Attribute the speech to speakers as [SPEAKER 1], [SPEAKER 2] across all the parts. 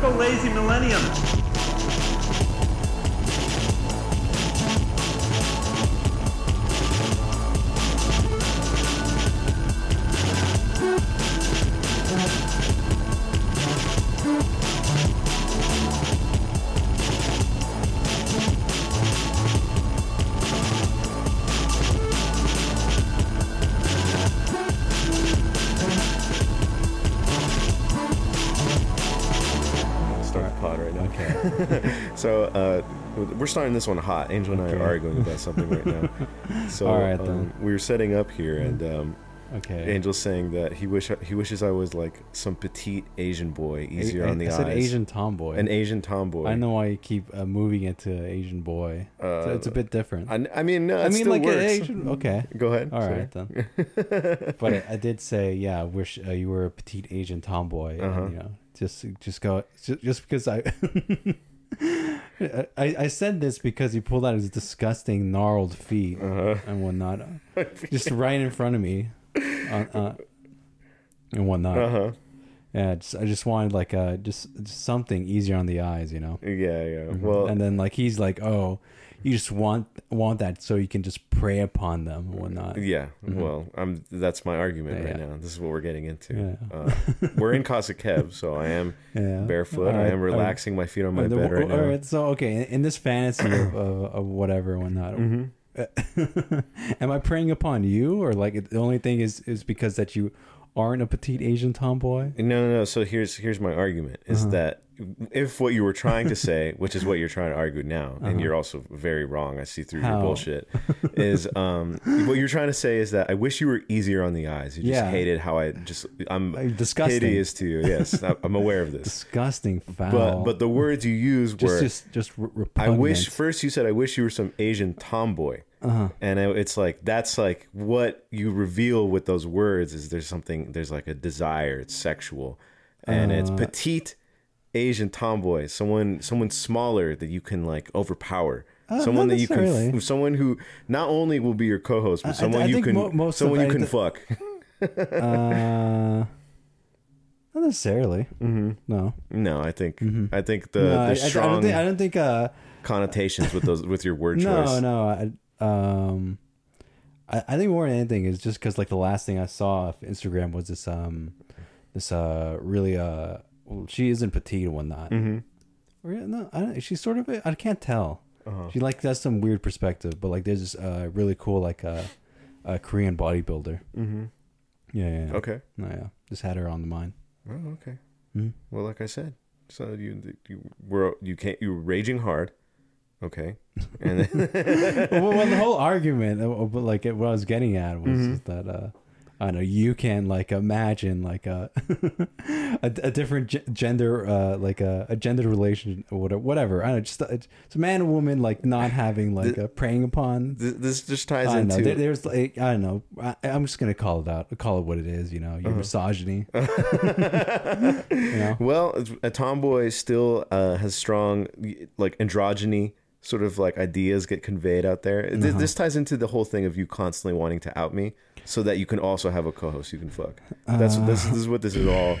[SPEAKER 1] go lazy millennium.
[SPEAKER 2] Start the pod right now. Okay. so uh, we're starting this one hot. Angel and I
[SPEAKER 3] Okay.
[SPEAKER 2] are arguing about something right now. So
[SPEAKER 3] All right,
[SPEAKER 2] um,
[SPEAKER 3] then. Mm-hmm.
[SPEAKER 2] we were setting up here, and um,
[SPEAKER 3] Okay.
[SPEAKER 2] Angel's saying that he wish he wishes I was like some petite Asian boy,
[SPEAKER 3] I-
[SPEAKER 2] easier
[SPEAKER 3] I,
[SPEAKER 2] on the
[SPEAKER 3] I
[SPEAKER 2] eyes.
[SPEAKER 3] said Asian tomboy.
[SPEAKER 2] An Asian tomboy.
[SPEAKER 3] I know why you keep uh, moving it to Asian boy. It's-
[SPEAKER 2] Uh,
[SPEAKER 3] it's a bit different.
[SPEAKER 2] I, I mean, no, it
[SPEAKER 3] I mean,
[SPEAKER 2] still
[SPEAKER 3] like
[SPEAKER 2] works.
[SPEAKER 3] an Asian. Okay.
[SPEAKER 2] Go ahead.
[SPEAKER 3] All
[SPEAKER 2] sorry.
[SPEAKER 3] right then. but I, I did say, yeah, I wish uh, you were a petite Asian tomboy.
[SPEAKER 2] Uh-huh.
[SPEAKER 3] And, you know, just just go just, just because I. I, I said this because he pulled out his disgusting gnarled feet
[SPEAKER 2] Uh-huh.
[SPEAKER 3] and whatnot, just right in front of me, on, uh, and whatnot.
[SPEAKER 2] Uh-huh.
[SPEAKER 3] Yeah, just, I just wanted like uh, just, just something easier on the eyes, you know.
[SPEAKER 2] Yeah, yeah. Well,
[SPEAKER 3] Mm-hmm. and then like he's like, oh, you just want want that so you can just prey upon them and whatnot.
[SPEAKER 2] Yeah, well, I'm. That's my argument
[SPEAKER 3] Mm-hmm. Yeah,
[SPEAKER 2] right
[SPEAKER 3] yeah.
[SPEAKER 2] now. This is what we're getting into.
[SPEAKER 3] Yeah.
[SPEAKER 2] Uh, we're in Casa Kev, so I am
[SPEAKER 3] Yeah.
[SPEAKER 2] barefoot.
[SPEAKER 3] All
[SPEAKER 2] I
[SPEAKER 3] right,
[SPEAKER 2] am
[SPEAKER 3] all right.
[SPEAKER 2] relaxing my feet on my
[SPEAKER 3] And the-
[SPEAKER 2] bed right
[SPEAKER 3] all
[SPEAKER 2] now.
[SPEAKER 3] right, so okay, in, in this fantasy of, of, of whatever and whatnot,
[SPEAKER 2] Mm-hmm.
[SPEAKER 3] am I preying upon you, or like the only thing is is because that you aren't a petite Asian tomboy?
[SPEAKER 2] No, no, no. So here's here's my argument: is
[SPEAKER 3] Uh-huh.
[SPEAKER 2] that if what you were trying to say, which is what you're trying to argue now, and you're also very wrong. I see through your
[SPEAKER 3] Uh-huh. How?
[SPEAKER 2] bullshit. Is um what you're trying to say is that I wish you were easier on the eyes. You just
[SPEAKER 3] Yeah.
[SPEAKER 2] hated how I just I'm
[SPEAKER 3] Uh, disgusting.
[SPEAKER 2] hideous to you. Yes, I- I'm aware of this.
[SPEAKER 3] Disgusting, foul.
[SPEAKER 2] But but the words you used
[SPEAKER 3] just
[SPEAKER 2] were
[SPEAKER 3] just just re-
[SPEAKER 2] I
[SPEAKER 3] repugnant.
[SPEAKER 2] wish first you said I wish you were some Asian tomboy,
[SPEAKER 3] Uh-huh.
[SPEAKER 2] and I, it's like that's like what you reveal with those words is there's something there's like a desire it's sexual, and
[SPEAKER 3] Uh.
[SPEAKER 2] it's petite Asian tomboy someone someone smaller that you can like overpower. someone
[SPEAKER 3] Uh, not
[SPEAKER 2] that you can,
[SPEAKER 3] necessarily.
[SPEAKER 2] f- someone who not only will be your co-host, but
[SPEAKER 3] I-
[SPEAKER 2] someone
[SPEAKER 3] I
[SPEAKER 2] you
[SPEAKER 3] think
[SPEAKER 2] can,
[SPEAKER 3] mo- most of-
[SPEAKER 2] someone you
[SPEAKER 3] I
[SPEAKER 2] can
[SPEAKER 3] th-
[SPEAKER 2] fuck.
[SPEAKER 3] Uh, not necessarily. Mm-hmm. No.
[SPEAKER 2] No, I think, I think the,
[SPEAKER 3] Mm-hmm. no,
[SPEAKER 2] the
[SPEAKER 3] I, I- I
[SPEAKER 2] strong
[SPEAKER 3] don't think. I don't think. Uh,
[SPEAKER 2] connotations with those with your word
[SPEAKER 3] no,
[SPEAKER 2] choice.
[SPEAKER 3] no. I, um, I, I think more than anything is just because like the last thing I saw off Instagram was this um, this uh really uh, well, she isn't petite and whatnot.
[SPEAKER 2] Mm. Mm-hmm.
[SPEAKER 3] Re- No, I don't, she's sort of a, I can't tell.
[SPEAKER 2] Uh-huh.
[SPEAKER 3] She like that's some weird perspective, but like there's this uh really cool like uh, a Korean bodybuilder. Mm-hmm. Yeah, yeah, yeah.
[SPEAKER 2] Okay.
[SPEAKER 3] No, yeah. Just had her on the mind. Mm-hmm.
[SPEAKER 2] Oh, okay. Well, like I said, so you you were you can't you were raging hard, okay, and then,
[SPEAKER 3] well, well, the whole argument, uh, uh, but like it, what I was getting at was
[SPEAKER 2] Mm-hmm.
[SPEAKER 3] that uh, I don't know you can like imagine like a a, a different g- gender, uh, like a, a gendered relation, or whatever. whatever. I don't know, just uh, it's a man and woman like not having like a preying upon.
[SPEAKER 2] this, this just ties
[SPEAKER 3] I don't know.
[SPEAKER 2] into
[SPEAKER 3] There, there's like I don't know. I, I'm just gonna call it out. Call it what it is. You know,
[SPEAKER 2] Uh-huh.
[SPEAKER 3] your misogyny.
[SPEAKER 2] well, a tomboy still uh, has strong like androgyny sort of like ideas get conveyed out there. Th-
[SPEAKER 3] Uh-huh.
[SPEAKER 2] This ties into the whole thing of you constantly wanting to out me so that you can also have a co-host you can fuck. That's this, this is what this is all.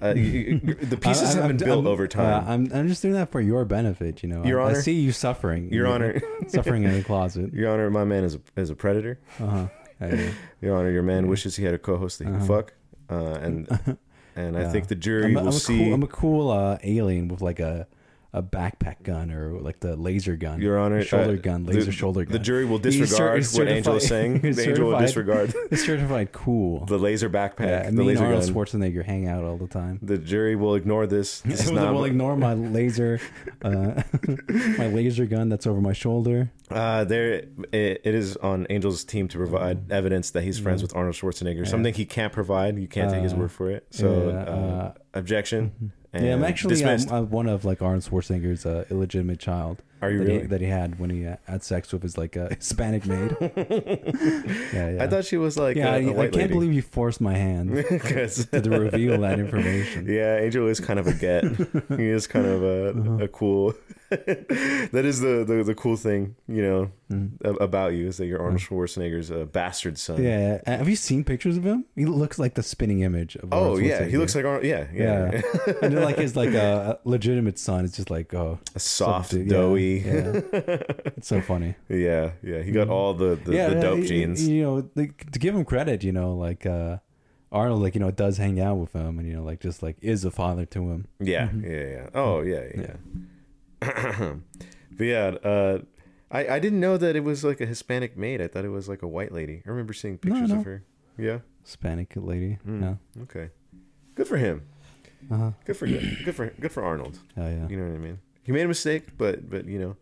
[SPEAKER 2] Uh, you- you- you- the pieces
[SPEAKER 3] Uh, I-
[SPEAKER 2] have
[SPEAKER 3] I'm-
[SPEAKER 2] been built
[SPEAKER 3] I'm-
[SPEAKER 2] over
[SPEAKER 3] uh,
[SPEAKER 2] time.
[SPEAKER 3] I'm I'm just doing that for your benefit. You know,
[SPEAKER 2] Your
[SPEAKER 3] I, I
[SPEAKER 2] Honor.
[SPEAKER 3] see you suffering.
[SPEAKER 2] Your
[SPEAKER 3] You-
[SPEAKER 2] Honor.
[SPEAKER 3] suffering in the closet.
[SPEAKER 2] Your Honor, my man is a, is a predator.
[SPEAKER 3] Uh-huh. Hey.
[SPEAKER 2] Your Honor, your man wishes he had a co-host that he could fuck, uh, and and I think the jury will
[SPEAKER 3] Uh-huh. I'm a, I'm a
[SPEAKER 2] see.
[SPEAKER 3] Cool, I'm a cool uh, alien with like a a backpack gun or like the laser gun.
[SPEAKER 2] your Honor,
[SPEAKER 3] shoulder
[SPEAKER 2] uh,
[SPEAKER 3] gun, laser
[SPEAKER 2] the,
[SPEAKER 3] shoulder gun.
[SPEAKER 2] The jury will
[SPEAKER 3] He's cer-
[SPEAKER 2] disregard
[SPEAKER 3] he's
[SPEAKER 2] what Angel is
[SPEAKER 3] certified-
[SPEAKER 2] saying.
[SPEAKER 3] he's
[SPEAKER 2] The angel will
[SPEAKER 3] certified-
[SPEAKER 2] disregard
[SPEAKER 3] he's certified cool.
[SPEAKER 2] the laser backpack,
[SPEAKER 3] yeah,
[SPEAKER 2] the
[SPEAKER 3] me and
[SPEAKER 2] laser
[SPEAKER 3] Arnold
[SPEAKER 2] gun.
[SPEAKER 3] Schwarzenegger hang out all the time.
[SPEAKER 2] the jury will ignore this. This is
[SPEAKER 3] They
[SPEAKER 2] not.
[SPEAKER 3] will ignore my laser, uh, my laser gun that's over my shoulder.
[SPEAKER 2] uh, there, it, it is on Angel's team to
[SPEAKER 3] Mm-hmm.
[SPEAKER 2] provide evidence that he's friends with Arnold Schwarzenegger. Something he can't provide. You can't take his word for it. So,
[SPEAKER 3] Uh-huh.
[SPEAKER 2] uh,
[SPEAKER 3] yeah, uh, mm-hmm.
[SPEAKER 2] objection. And
[SPEAKER 3] yeah, I'm actually um, I'm,
[SPEAKER 2] dismissed.
[SPEAKER 3] I'm one of like Arnold Schwarzenegger's uh, illegitimate child.
[SPEAKER 2] Are you
[SPEAKER 3] that,
[SPEAKER 2] really?
[SPEAKER 3] he, that he had when he uh, had sex with his like uh, Hispanic maid. yeah, yeah.
[SPEAKER 2] I thought she was like a,
[SPEAKER 3] yeah, I
[SPEAKER 2] a
[SPEAKER 3] I
[SPEAKER 2] white
[SPEAKER 3] can't believe you forced my hand
[SPEAKER 2] because
[SPEAKER 3] to reveal that information.
[SPEAKER 2] yeah, Angel is kind of a get. he is kind of a
[SPEAKER 3] Uh-huh.
[SPEAKER 2] a cool. that is the, the the cool thing, you know,
[SPEAKER 3] Mm. Um,
[SPEAKER 2] a- about you is that you're Arnold Schwarzenegger's uh, bastard son.
[SPEAKER 3] Yeah, yeah. Have you seen pictures of him? He looks like the spinning image of.
[SPEAKER 2] Oh
[SPEAKER 3] Arnold
[SPEAKER 2] yeah, he
[SPEAKER 3] Schwarzenegger.
[SPEAKER 2] looks like Arnold. Yeah, yeah.
[SPEAKER 3] Yeah, and then, like his like uh, legitimate son is just like oh
[SPEAKER 2] A soft,
[SPEAKER 3] something- yeah,
[SPEAKER 2] doughy. Yeah,
[SPEAKER 3] Yeah, it's so funny.
[SPEAKER 2] yeah. He got all the the,
[SPEAKER 3] yeah,
[SPEAKER 2] the
[SPEAKER 3] yeah,
[SPEAKER 2] dope
[SPEAKER 3] y-
[SPEAKER 2] genes.
[SPEAKER 3] You know, like, to give him credit, you know, like uh, Arnold, like you know, does hang out with him, and you know, like just like is a father to him.
[SPEAKER 2] Yeah, yeah, yeah. Oh, yeah, yeah. but yeah, uh, I I didn't know that it was like a Hispanic maid. I thought it was like a white lady. I remember seeing pictures
[SPEAKER 3] no.
[SPEAKER 2] of her. Yeah.
[SPEAKER 3] Hispanic lady.
[SPEAKER 2] Hmm.
[SPEAKER 3] Yeah.
[SPEAKER 2] Okay. Good for him.
[SPEAKER 3] Uh-huh.
[SPEAKER 2] Good for good. Good for good for Arnold.
[SPEAKER 3] Oh yeah.
[SPEAKER 2] You know what I mean? He made a mistake, but but you know,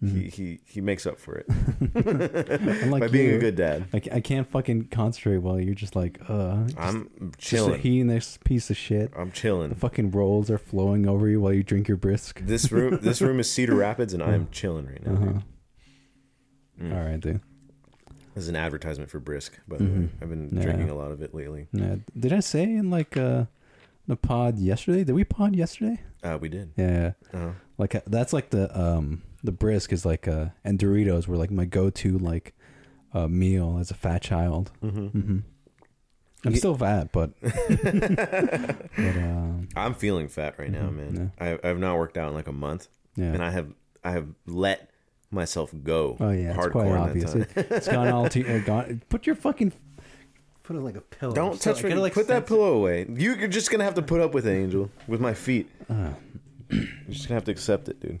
[SPEAKER 3] Mm-hmm.
[SPEAKER 2] he he he makes up for it
[SPEAKER 3] Unlike
[SPEAKER 2] by being
[SPEAKER 3] you,
[SPEAKER 2] a good dad.
[SPEAKER 3] I, ca- I can't fucking concentrate while you're just like uh. Just,
[SPEAKER 2] I'm
[SPEAKER 3] just
[SPEAKER 2] chilling.
[SPEAKER 3] he and this piece of shit.
[SPEAKER 2] I'm chilling.
[SPEAKER 3] Fucking rolls are flowing over you while you drink your brisk.
[SPEAKER 2] This room this room is Cedar Rapids, and I
[SPEAKER 3] Uh-huh.
[SPEAKER 2] am chilling right now. dude. Mm.
[SPEAKER 3] All right, dude.
[SPEAKER 2] This is an advertisement for Brisk, by the way. I've been
[SPEAKER 3] Mm-hmm. Yeah.
[SPEAKER 2] drinking a lot of it lately.
[SPEAKER 3] Yeah. Did I say in like uh the pod yesterday? Did we pod yesterday?
[SPEAKER 2] Uh, we did.
[SPEAKER 3] Yeah.
[SPEAKER 2] Uh-huh.
[SPEAKER 3] Like uh, that's like the um the brisk is like uh and Doritos were like my go to like uh meal as a fat child. Mm-hmm. I'm still fat, but, but um,
[SPEAKER 2] I'm feeling fat right now, man. I, I've not worked out in like a month,
[SPEAKER 3] Mm-hmm. Yeah.
[SPEAKER 2] and I have I have let myself go.
[SPEAKER 3] oh yeah, it's quite
[SPEAKER 2] in that
[SPEAKER 3] obvious.
[SPEAKER 2] time.
[SPEAKER 3] It, has gone all to uh, gone. Put your fucking put it like a pillow.
[SPEAKER 2] Don't
[SPEAKER 3] Oh, So-
[SPEAKER 2] touch me.
[SPEAKER 3] I gotta, like,
[SPEAKER 2] put that
[SPEAKER 3] sense
[SPEAKER 2] pillow away. You, you're just gonna have to put up with it, Angel, with my feet. you're just gonna have to accept it, dude.
[SPEAKER 3] it.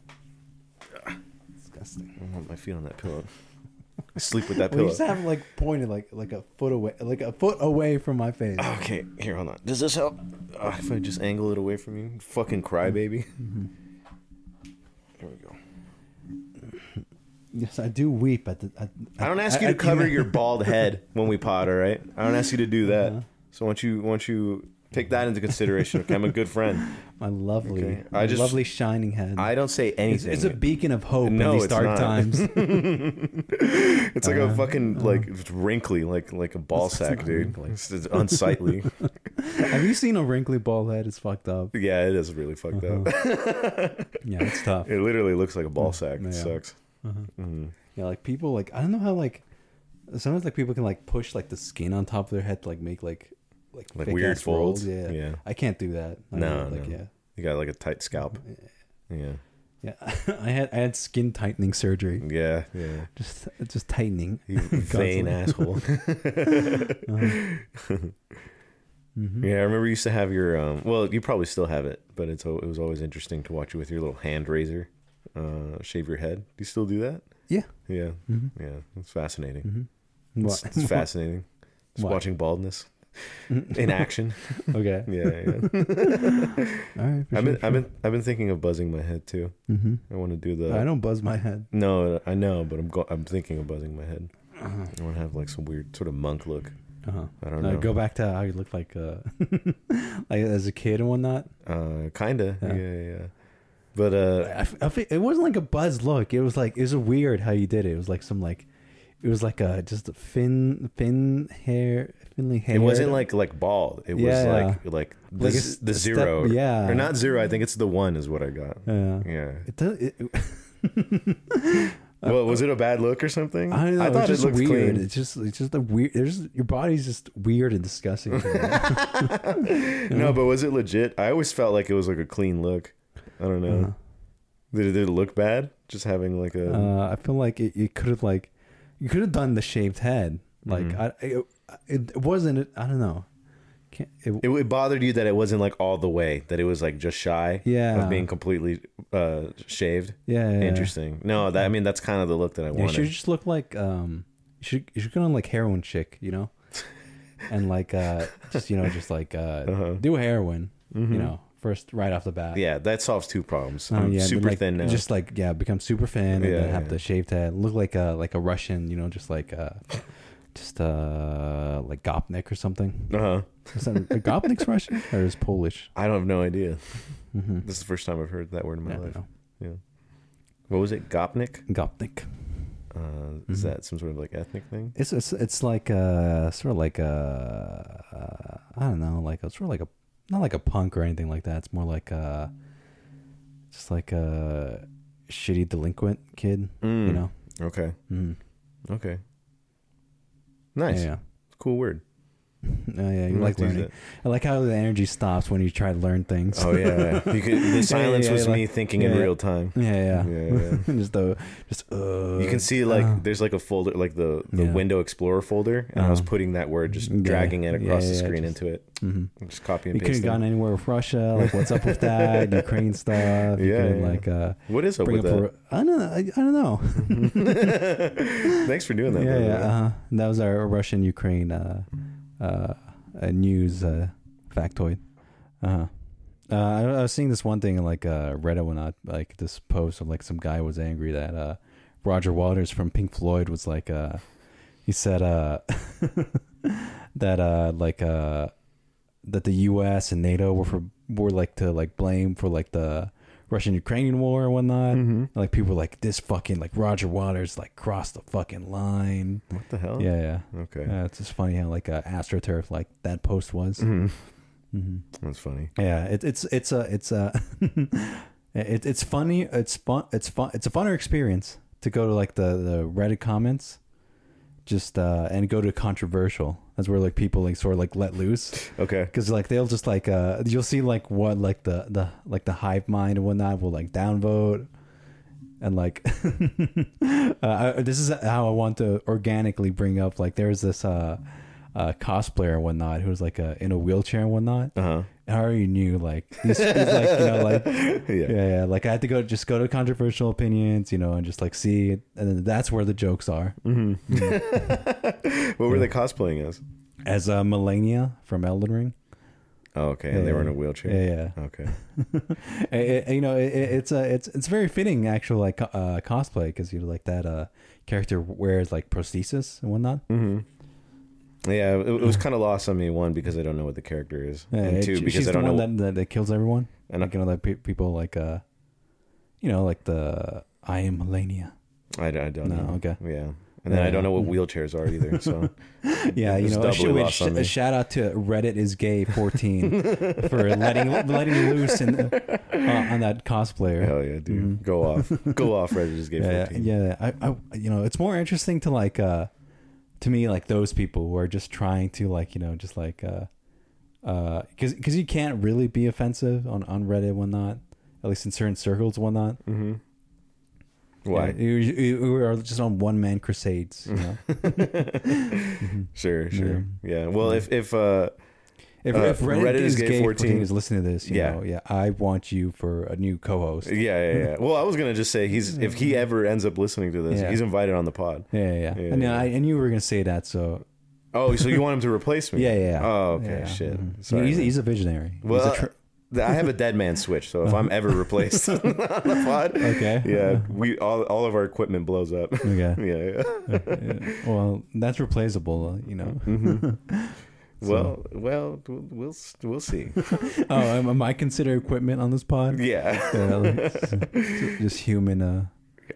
[SPEAKER 3] Disgusting.
[SPEAKER 2] I don't want my feet on that pillow. I sleep with that
[SPEAKER 3] Well, you
[SPEAKER 2] pillow.
[SPEAKER 3] just have like pointed like like a foot away, like a foot away from my face.
[SPEAKER 2] Okay, here, hold on. Does this help? Ugh, if I just angle it away from you, you fucking crybaby. There we go.
[SPEAKER 3] Yes, I do weep at the. At,
[SPEAKER 2] I don't ask you to cover your bald head when we pod, all right? I don't ask you to do that. So once you once you take that into consideration, okay? I'm a good friend.
[SPEAKER 3] my lovely,
[SPEAKER 2] Okay, I
[SPEAKER 3] my
[SPEAKER 2] just-
[SPEAKER 3] lovely shining head.
[SPEAKER 2] I don't say
[SPEAKER 3] it's,
[SPEAKER 2] anything.
[SPEAKER 3] it's a beacon of hope
[SPEAKER 2] No,
[SPEAKER 3] in these
[SPEAKER 2] it's
[SPEAKER 3] dark
[SPEAKER 2] not.
[SPEAKER 3] times.
[SPEAKER 2] It's like
[SPEAKER 3] Uh-huh.
[SPEAKER 2] a fucking like it's wrinkly, like like a ball sack,
[SPEAKER 3] not
[SPEAKER 2] dude.
[SPEAKER 3] wrinkly.
[SPEAKER 2] It's, it's unsightly.
[SPEAKER 3] Have you seen a wrinkly bald head? It's fucked up.
[SPEAKER 2] yeah, it is really fucked
[SPEAKER 3] Uh-huh.
[SPEAKER 2] up.
[SPEAKER 3] Yeah, it's tough.
[SPEAKER 2] It literally looks like a ball sack.
[SPEAKER 3] Yeah.
[SPEAKER 2] It sucks.
[SPEAKER 3] Yeah, like people like I don't know how like sometimes like people can like push like the skin on top of their head to like make like like,
[SPEAKER 2] Like
[SPEAKER 3] thick
[SPEAKER 2] weird
[SPEAKER 3] ass rolls.
[SPEAKER 2] folds?
[SPEAKER 3] Yeah,
[SPEAKER 2] Yeah.
[SPEAKER 3] I can't do that. I
[SPEAKER 2] No,
[SPEAKER 3] like
[SPEAKER 2] no. You got like a tight scalp. Yeah,
[SPEAKER 3] yeah, yeah. I had I had skin tightening surgery.
[SPEAKER 2] yeah, yeah.
[SPEAKER 3] Just just tightening.
[SPEAKER 2] You vain
[SPEAKER 3] Constantly.
[SPEAKER 2] asshole.
[SPEAKER 3] Uh-huh. Mm-hmm.
[SPEAKER 2] Yeah, I remember you used to have your. Um, well, you probably still have it, but it's al- it was always interesting to watch you with your little hand razor, uh, shave your head. Do you still do that?
[SPEAKER 3] Yeah.
[SPEAKER 2] Yeah, yeah. It's fascinating. It's,
[SPEAKER 3] Mm-hmm. What?
[SPEAKER 2] it's fascinating. Just
[SPEAKER 3] What?
[SPEAKER 2] watching baldness in action.
[SPEAKER 3] okay.
[SPEAKER 2] Yeah, yeah.
[SPEAKER 3] All right. for
[SPEAKER 2] I've been,
[SPEAKER 3] sure.
[SPEAKER 2] I've been, I've been thinking of buzzing my head too. Mm-hmm. I want to do the.
[SPEAKER 3] I don't buzz my head.
[SPEAKER 2] No, I know, but I'm, go- I'm thinking of buzzing my head. I want to have like some weird sort of monk look.
[SPEAKER 3] Uh-huh.
[SPEAKER 2] Uh-huh. I don't
[SPEAKER 3] No,
[SPEAKER 2] know.
[SPEAKER 3] go back to how you looked like, uh, like as a kid and whatnot.
[SPEAKER 2] Uh, kinda.
[SPEAKER 3] Yeah.
[SPEAKER 2] Yeah, yeah. yeah. But uh,
[SPEAKER 3] I f I fe- it wasn't like a buzz look. It was like it was weird how you did it. It was like some like, it was like a just a thin thin hair, thinly hair.
[SPEAKER 2] it wasn't like like bald. It was
[SPEAKER 3] Yeah.
[SPEAKER 2] like like the,
[SPEAKER 3] Like a
[SPEAKER 2] z-
[SPEAKER 3] s-
[SPEAKER 2] the
[SPEAKER 3] a step-
[SPEAKER 2] zero.
[SPEAKER 3] yeah.
[SPEAKER 2] or not zero. I think it's the one is what I got.
[SPEAKER 3] Yeah.
[SPEAKER 2] Yeah.
[SPEAKER 3] It does, it,
[SPEAKER 2] well, was it a bad look or something?
[SPEAKER 3] Uh, I don't know.
[SPEAKER 2] thought
[SPEAKER 3] it's
[SPEAKER 2] it
[SPEAKER 3] just
[SPEAKER 2] looked
[SPEAKER 3] weird.
[SPEAKER 2] clean.
[SPEAKER 3] It's just it's just a weird. There's your body's just weird and disgusting. to me.
[SPEAKER 2] No, but was it legit? I always felt like it was like a clean look. I don't know.
[SPEAKER 3] Uh-huh.
[SPEAKER 2] Did, it, did it look bad? Just having like a
[SPEAKER 3] uh, I feel like it, it could have like you could have done the shaved head. Like
[SPEAKER 2] Mm-hmm.
[SPEAKER 3] I, I it, it wasn't. I don't know. Can't, it,
[SPEAKER 2] it, it bothered you that it wasn't like all the way that it was like just shy
[SPEAKER 3] Yeah.
[SPEAKER 2] of being completely uh shaved
[SPEAKER 3] yeah, yeah, yeah.
[SPEAKER 2] interesting no that i mean that's kind of the look that i
[SPEAKER 3] Yeah, she
[SPEAKER 2] wanted
[SPEAKER 3] just look like um, you should you should go on like heroin chick, you know, and like uh, just you know, just like uh, do heroin, you know, first right off the bat.
[SPEAKER 2] Uh-huh. Mm-hmm. yeah that solves two problems
[SPEAKER 3] Uh,
[SPEAKER 2] i'm
[SPEAKER 3] yeah, and
[SPEAKER 2] super
[SPEAKER 3] like,
[SPEAKER 2] thin now
[SPEAKER 3] Just like yeah, become super thin and
[SPEAKER 2] Yeah,
[SPEAKER 3] then have
[SPEAKER 2] yeah.
[SPEAKER 3] the shaved head, look like a like a Russian, you know, just like uh, just uh, like Gopnik or something.
[SPEAKER 2] uh-huh
[SPEAKER 3] Is that are Gopnik's Russian or is Polish? Mm-hmm.
[SPEAKER 2] i don't have no idea this is the first time i've heard that word in my
[SPEAKER 3] I don't
[SPEAKER 2] life
[SPEAKER 3] know.
[SPEAKER 2] yeah What was it? Gopnik?
[SPEAKER 3] Gopnik.
[SPEAKER 2] Uh,
[SPEAKER 3] Mm-hmm.
[SPEAKER 2] Is that some sort of like ethnic thing?
[SPEAKER 3] It's it's it's like a sort of like a uh, I don't know, like a sort of like a not like a punk or anything like that. It's more like a just like a shitty delinquent kid, you
[SPEAKER 2] Mm.
[SPEAKER 3] know.
[SPEAKER 2] Okay.
[SPEAKER 3] Mm.
[SPEAKER 2] Okay. Nice. Mm,
[SPEAKER 3] Yeah,
[SPEAKER 2] Cool word.
[SPEAKER 3] yeah, Oh, yeah. You
[SPEAKER 2] I'm gonna have
[SPEAKER 3] like
[SPEAKER 2] to use
[SPEAKER 3] learning. I like how the energy stops when you try to learn
[SPEAKER 2] that.
[SPEAKER 3] things.
[SPEAKER 2] Oh yeah. yeah. You could, the silence
[SPEAKER 3] yeah,
[SPEAKER 2] was
[SPEAKER 3] yeah,
[SPEAKER 2] me thinking in
[SPEAKER 3] yeah.
[SPEAKER 2] real time.
[SPEAKER 3] yeah, yeah.
[SPEAKER 2] Yeah,
[SPEAKER 3] just the just uh.
[SPEAKER 2] You can see like
[SPEAKER 3] uh,
[SPEAKER 2] there's like a folder like the, the
[SPEAKER 3] Yeah.
[SPEAKER 2] window explorer folder and I was
[SPEAKER 3] Uh-huh.
[SPEAKER 2] putting that word just
[SPEAKER 3] Yeah,
[SPEAKER 2] dragging it
[SPEAKER 3] yeah,
[SPEAKER 2] across the
[SPEAKER 3] yeah,
[SPEAKER 2] screen
[SPEAKER 3] just-
[SPEAKER 2] into it.
[SPEAKER 3] mhm.
[SPEAKER 2] Just copy and
[SPEAKER 3] You could
[SPEAKER 2] paste.
[SPEAKER 3] have gone
[SPEAKER 2] it.
[SPEAKER 3] anywhere with Russia. Like, what's up with that? Ukraine stuff. You
[SPEAKER 2] Yeah,
[SPEAKER 3] could
[SPEAKER 2] yeah.
[SPEAKER 3] like uh,
[SPEAKER 2] What is up
[SPEAKER 3] bring
[SPEAKER 2] with
[SPEAKER 3] up.
[SPEAKER 2] that?
[SPEAKER 3] A, I don't. know. I, I don't know.
[SPEAKER 2] Thanks for doing that. by
[SPEAKER 3] Mm-hmm.
[SPEAKER 2] the
[SPEAKER 3] yeah, yeah.
[SPEAKER 2] way.
[SPEAKER 3] Uh-huh. That was our Russian Ukraine uh, uh, uh, news uh, factoid. Uh-huh. Uh, I, I was seeing this one thing in like uh, Reddit when I like this post of like some guy was angry that uh, Roger Waters from Pink Floyd was like uh, he said uh, that uh, like uh, that the U.S. and NATO were for were like to like blame for like the Russian Ukrainian war and whatnot. Like people were like this fucking like Roger Waters like crossed the fucking line.
[SPEAKER 2] What the hell?
[SPEAKER 3] Yeah, yeah.
[SPEAKER 2] Okay.
[SPEAKER 3] Uh, it's just funny how like uh, astroturf like that post was.
[SPEAKER 2] Mhm.
[SPEAKER 3] hmm
[SPEAKER 2] That's funny.
[SPEAKER 3] Yeah, it, it's it's a it's a it, it's funny. It's fun. It's fun. It's a funner experience to go to like the the Reddit comments, just uh and go to controversial. That's where like people like sort of like let loose
[SPEAKER 2] Okay.
[SPEAKER 3] because like they'll just like uh you'll see like what like the the like the hive mind and whatnot will like downvote and like uh, I, this is how i want to organically bring up like there's this uh uh cosplayer and whatnot who's like uh, in a wheelchair and whatnot
[SPEAKER 2] Uh huh.
[SPEAKER 3] and i already knew like this is like you know like
[SPEAKER 2] Yeah.
[SPEAKER 3] yeah yeah like i had to go just go to controversial opinions you know and just like see it and then that's where the jokes are
[SPEAKER 2] What were they cosplaying as?
[SPEAKER 3] as uh melania from elden ring
[SPEAKER 2] Oh, okay. And they were in a wheelchair.
[SPEAKER 3] yeah yeah
[SPEAKER 2] Okay.
[SPEAKER 3] it, it- you know, it, it- it's a it's it's very fitting actual like co- uh, cosplay because you know, like that uh, character wears like prosthesis and whatnot.
[SPEAKER 2] Mm-hmm. Yeah, it, it was kind of lost on me one because I don't know what the character is,
[SPEAKER 3] Uh-huh. Yeah,
[SPEAKER 2] and two
[SPEAKER 3] she-
[SPEAKER 2] because
[SPEAKER 3] she's
[SPEAKER 2] I don't
[SPEAKER 3] the
[SPEAKER 2] know.
[SPEAKER 3] one that, that that kills everyone.
[SPEAKER 2] And
[SPEAKER 3] like you know, like pe- people like uh, you know, like the I am Melania.
[SPEAKER 2] I, I don't
[SPEAKER 3] No,
[SPEAKER 2] know.
[SPEAKER 3] okay.
[SPEAKER 2] Yeah, and then I don't know what wheelchairs are either. So
[SPEAKER 3] Yeah, you
[SPEAKER 2] It's
[SPEAKER 3] know, a,
[SPEAKER 2] doubly
[SPEAKER 3] sh-
[SPEAKER 2] lost
[SPEAKER 3] sh-
[SPEAKER 2] on me.
[SPEAKER 3] a shout out to Reddit is gay fourteen for letting letting loose in, uh, on that cosplayer.
[SPEAKER 2] hell yeah, dude, go off, go off. Reddit just gave
[SPEAKER 3] mm-hmm. yeah,
[SPEAKER 2] fourteen.
[SPEAKER 3] yeah. I, I, you know, it's more interesting to like, uh, to me, like those people who are just trying to like, you know, just like, uh, uh, cause, cause you can't really be offensive on, on Reddit, and whatnot, at least in certain circles, and whatnot.
[SPEAKER 2] Mm-hmm. Why?
[SPEAKER 3] You, you, you are just on one man crusades, you know?
[SPEAKER 2] Uh, Sure, sure. Yeah. Well, if if uh,
[SPEAKER 3] if,
[SPEAKER 2] Uh,
[SPEAKER 3] if Reddit, is, gay 14,
[SPEAKER 2] 14
[SPEAKER 3] is listening to this, you
[SPEAKER 2] Yeah.
[SPEAKER 3] know, yeah, I want you for a new co-host. Yeah,
[SPEAKER 2] yeah, yeah, yeah. Well, I was gonna just say he's if he ever ends up listening to this,
[SPEAKER 3] Yeah.
[SPEAKER 2] he's invited on the pod.
[SPEAKER 3] yeah, yeah.
[SPEAKER 2] Yeah,
[SPEAKER 3] and,
[SPEAKER 2] yeah.
[SPEAKER 3] I, and you were going to say that, so
[SPEAKER 2] Oh, so you want him to replace me?
[SPEAKER 3] yeah, yeah. yeah.
[SPEAKER 2] Oh, okay.
[SPEAKER 3] Yeah.
[SPEAKER 2] Shit.
[SPEAKER 3] Mhm.
[SPEAKER 2] Sorry.
[SPEAKER 3] he's,
[SPEAKER 2] man.
[SPEAKER 3] he's a visionary.
[SPEAKER 2] well,
[SPEAKER 3] he's a tr-
[SPEAKER 2] th- I have a dead man switch, so if I'm ever replaced on the pod,
[SPEAKER 3] Okay.
[SPEAKER 2] yeah, we all all of our equipment blows up.
[SPEAKER 3] okay.
[SPEAKER 2] yeah, yeah.
[SPEAKER 3] Uh, well, that's replaceable, uh, you know.
[SPEAKER 2] Mm-hmm. Well, well, we'll we'll s- we'll see.
[SPEAKER 3] oh, am, am I considered equipment on this pod?
[SPEAKER 2] yeah,
[SPEAKER 3] Yeah, like, s- s- just human. Uh,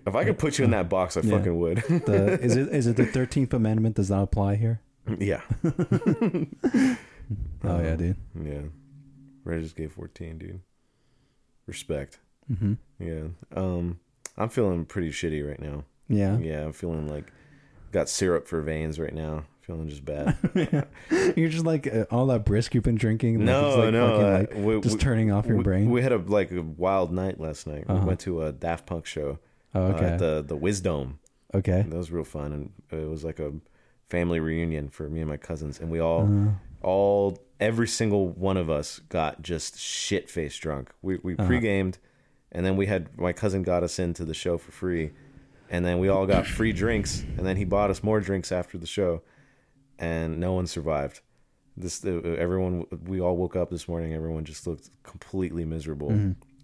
[SPEAKER 2] if I could put you in that box, I
[SPEAKER 3] Yeah.
[SPEAKER 2] fucking would.
[SPEAKER 3] the is it is it the Thirteenth Amendment does not apply here?
[SPEAKER 2] yeah,
[SPEAKER 3] Oh yeah, dude.
[SPEAKER 2] yeah. Reddit just gave fourteen, dude. Respect.
[SPEAKER 3] Mm-hmm.
[SPEAKER 2] Yeah. Um, I'm feeling pretty shitty right now.
[SPEAKER 3] Yeah,
[SPEAKER 2] Yeah, I'm feeling like got syrup for veins right now. Feeling just bad.
[SPEAKER 3] you're just like uh, all that brisk you've been drinking. like,
[SPEAKER 2] No,
[SPEAKER 3] it's, like,
[SPEAKER 2] no,
[SPEAKER 3] fucking,
[SPEAKER 2] uh,
[SPEAKER 3] like,
[SPEAKER 2] we-
[SPEAKER 3] just
[SPEAKER 2] we-
[SPEAKER 3] turning off your
[SPEAKER 2] we,
[SPEAKER 3] brain.
[SPEAKER 2] we had a like a wild night last night. We went to a Daft Punk show.
[SPEAKER 3] Oh,
[SPEAKER 2] uh,
[SPEAKER 3] okay.
[SPEAKER 2] at the the Wisdom.
[SPEAKER 3] okay.
[SPEAKER 2] And that was real fun, and it was like a family reunion for me and my cousins, and we all, all, every single one of us got just shit faced drunk. We we pre-gamed, and then we had my cousin got us into the show for free, and then we all got free drinks, and then he bought us more drinks after the show, and no one survived. This uh, everyone we all woke up this morning. Everyone
[SPEAKER 3] Mm-hmm.
[SPEAKER 2] just looked completely miserable,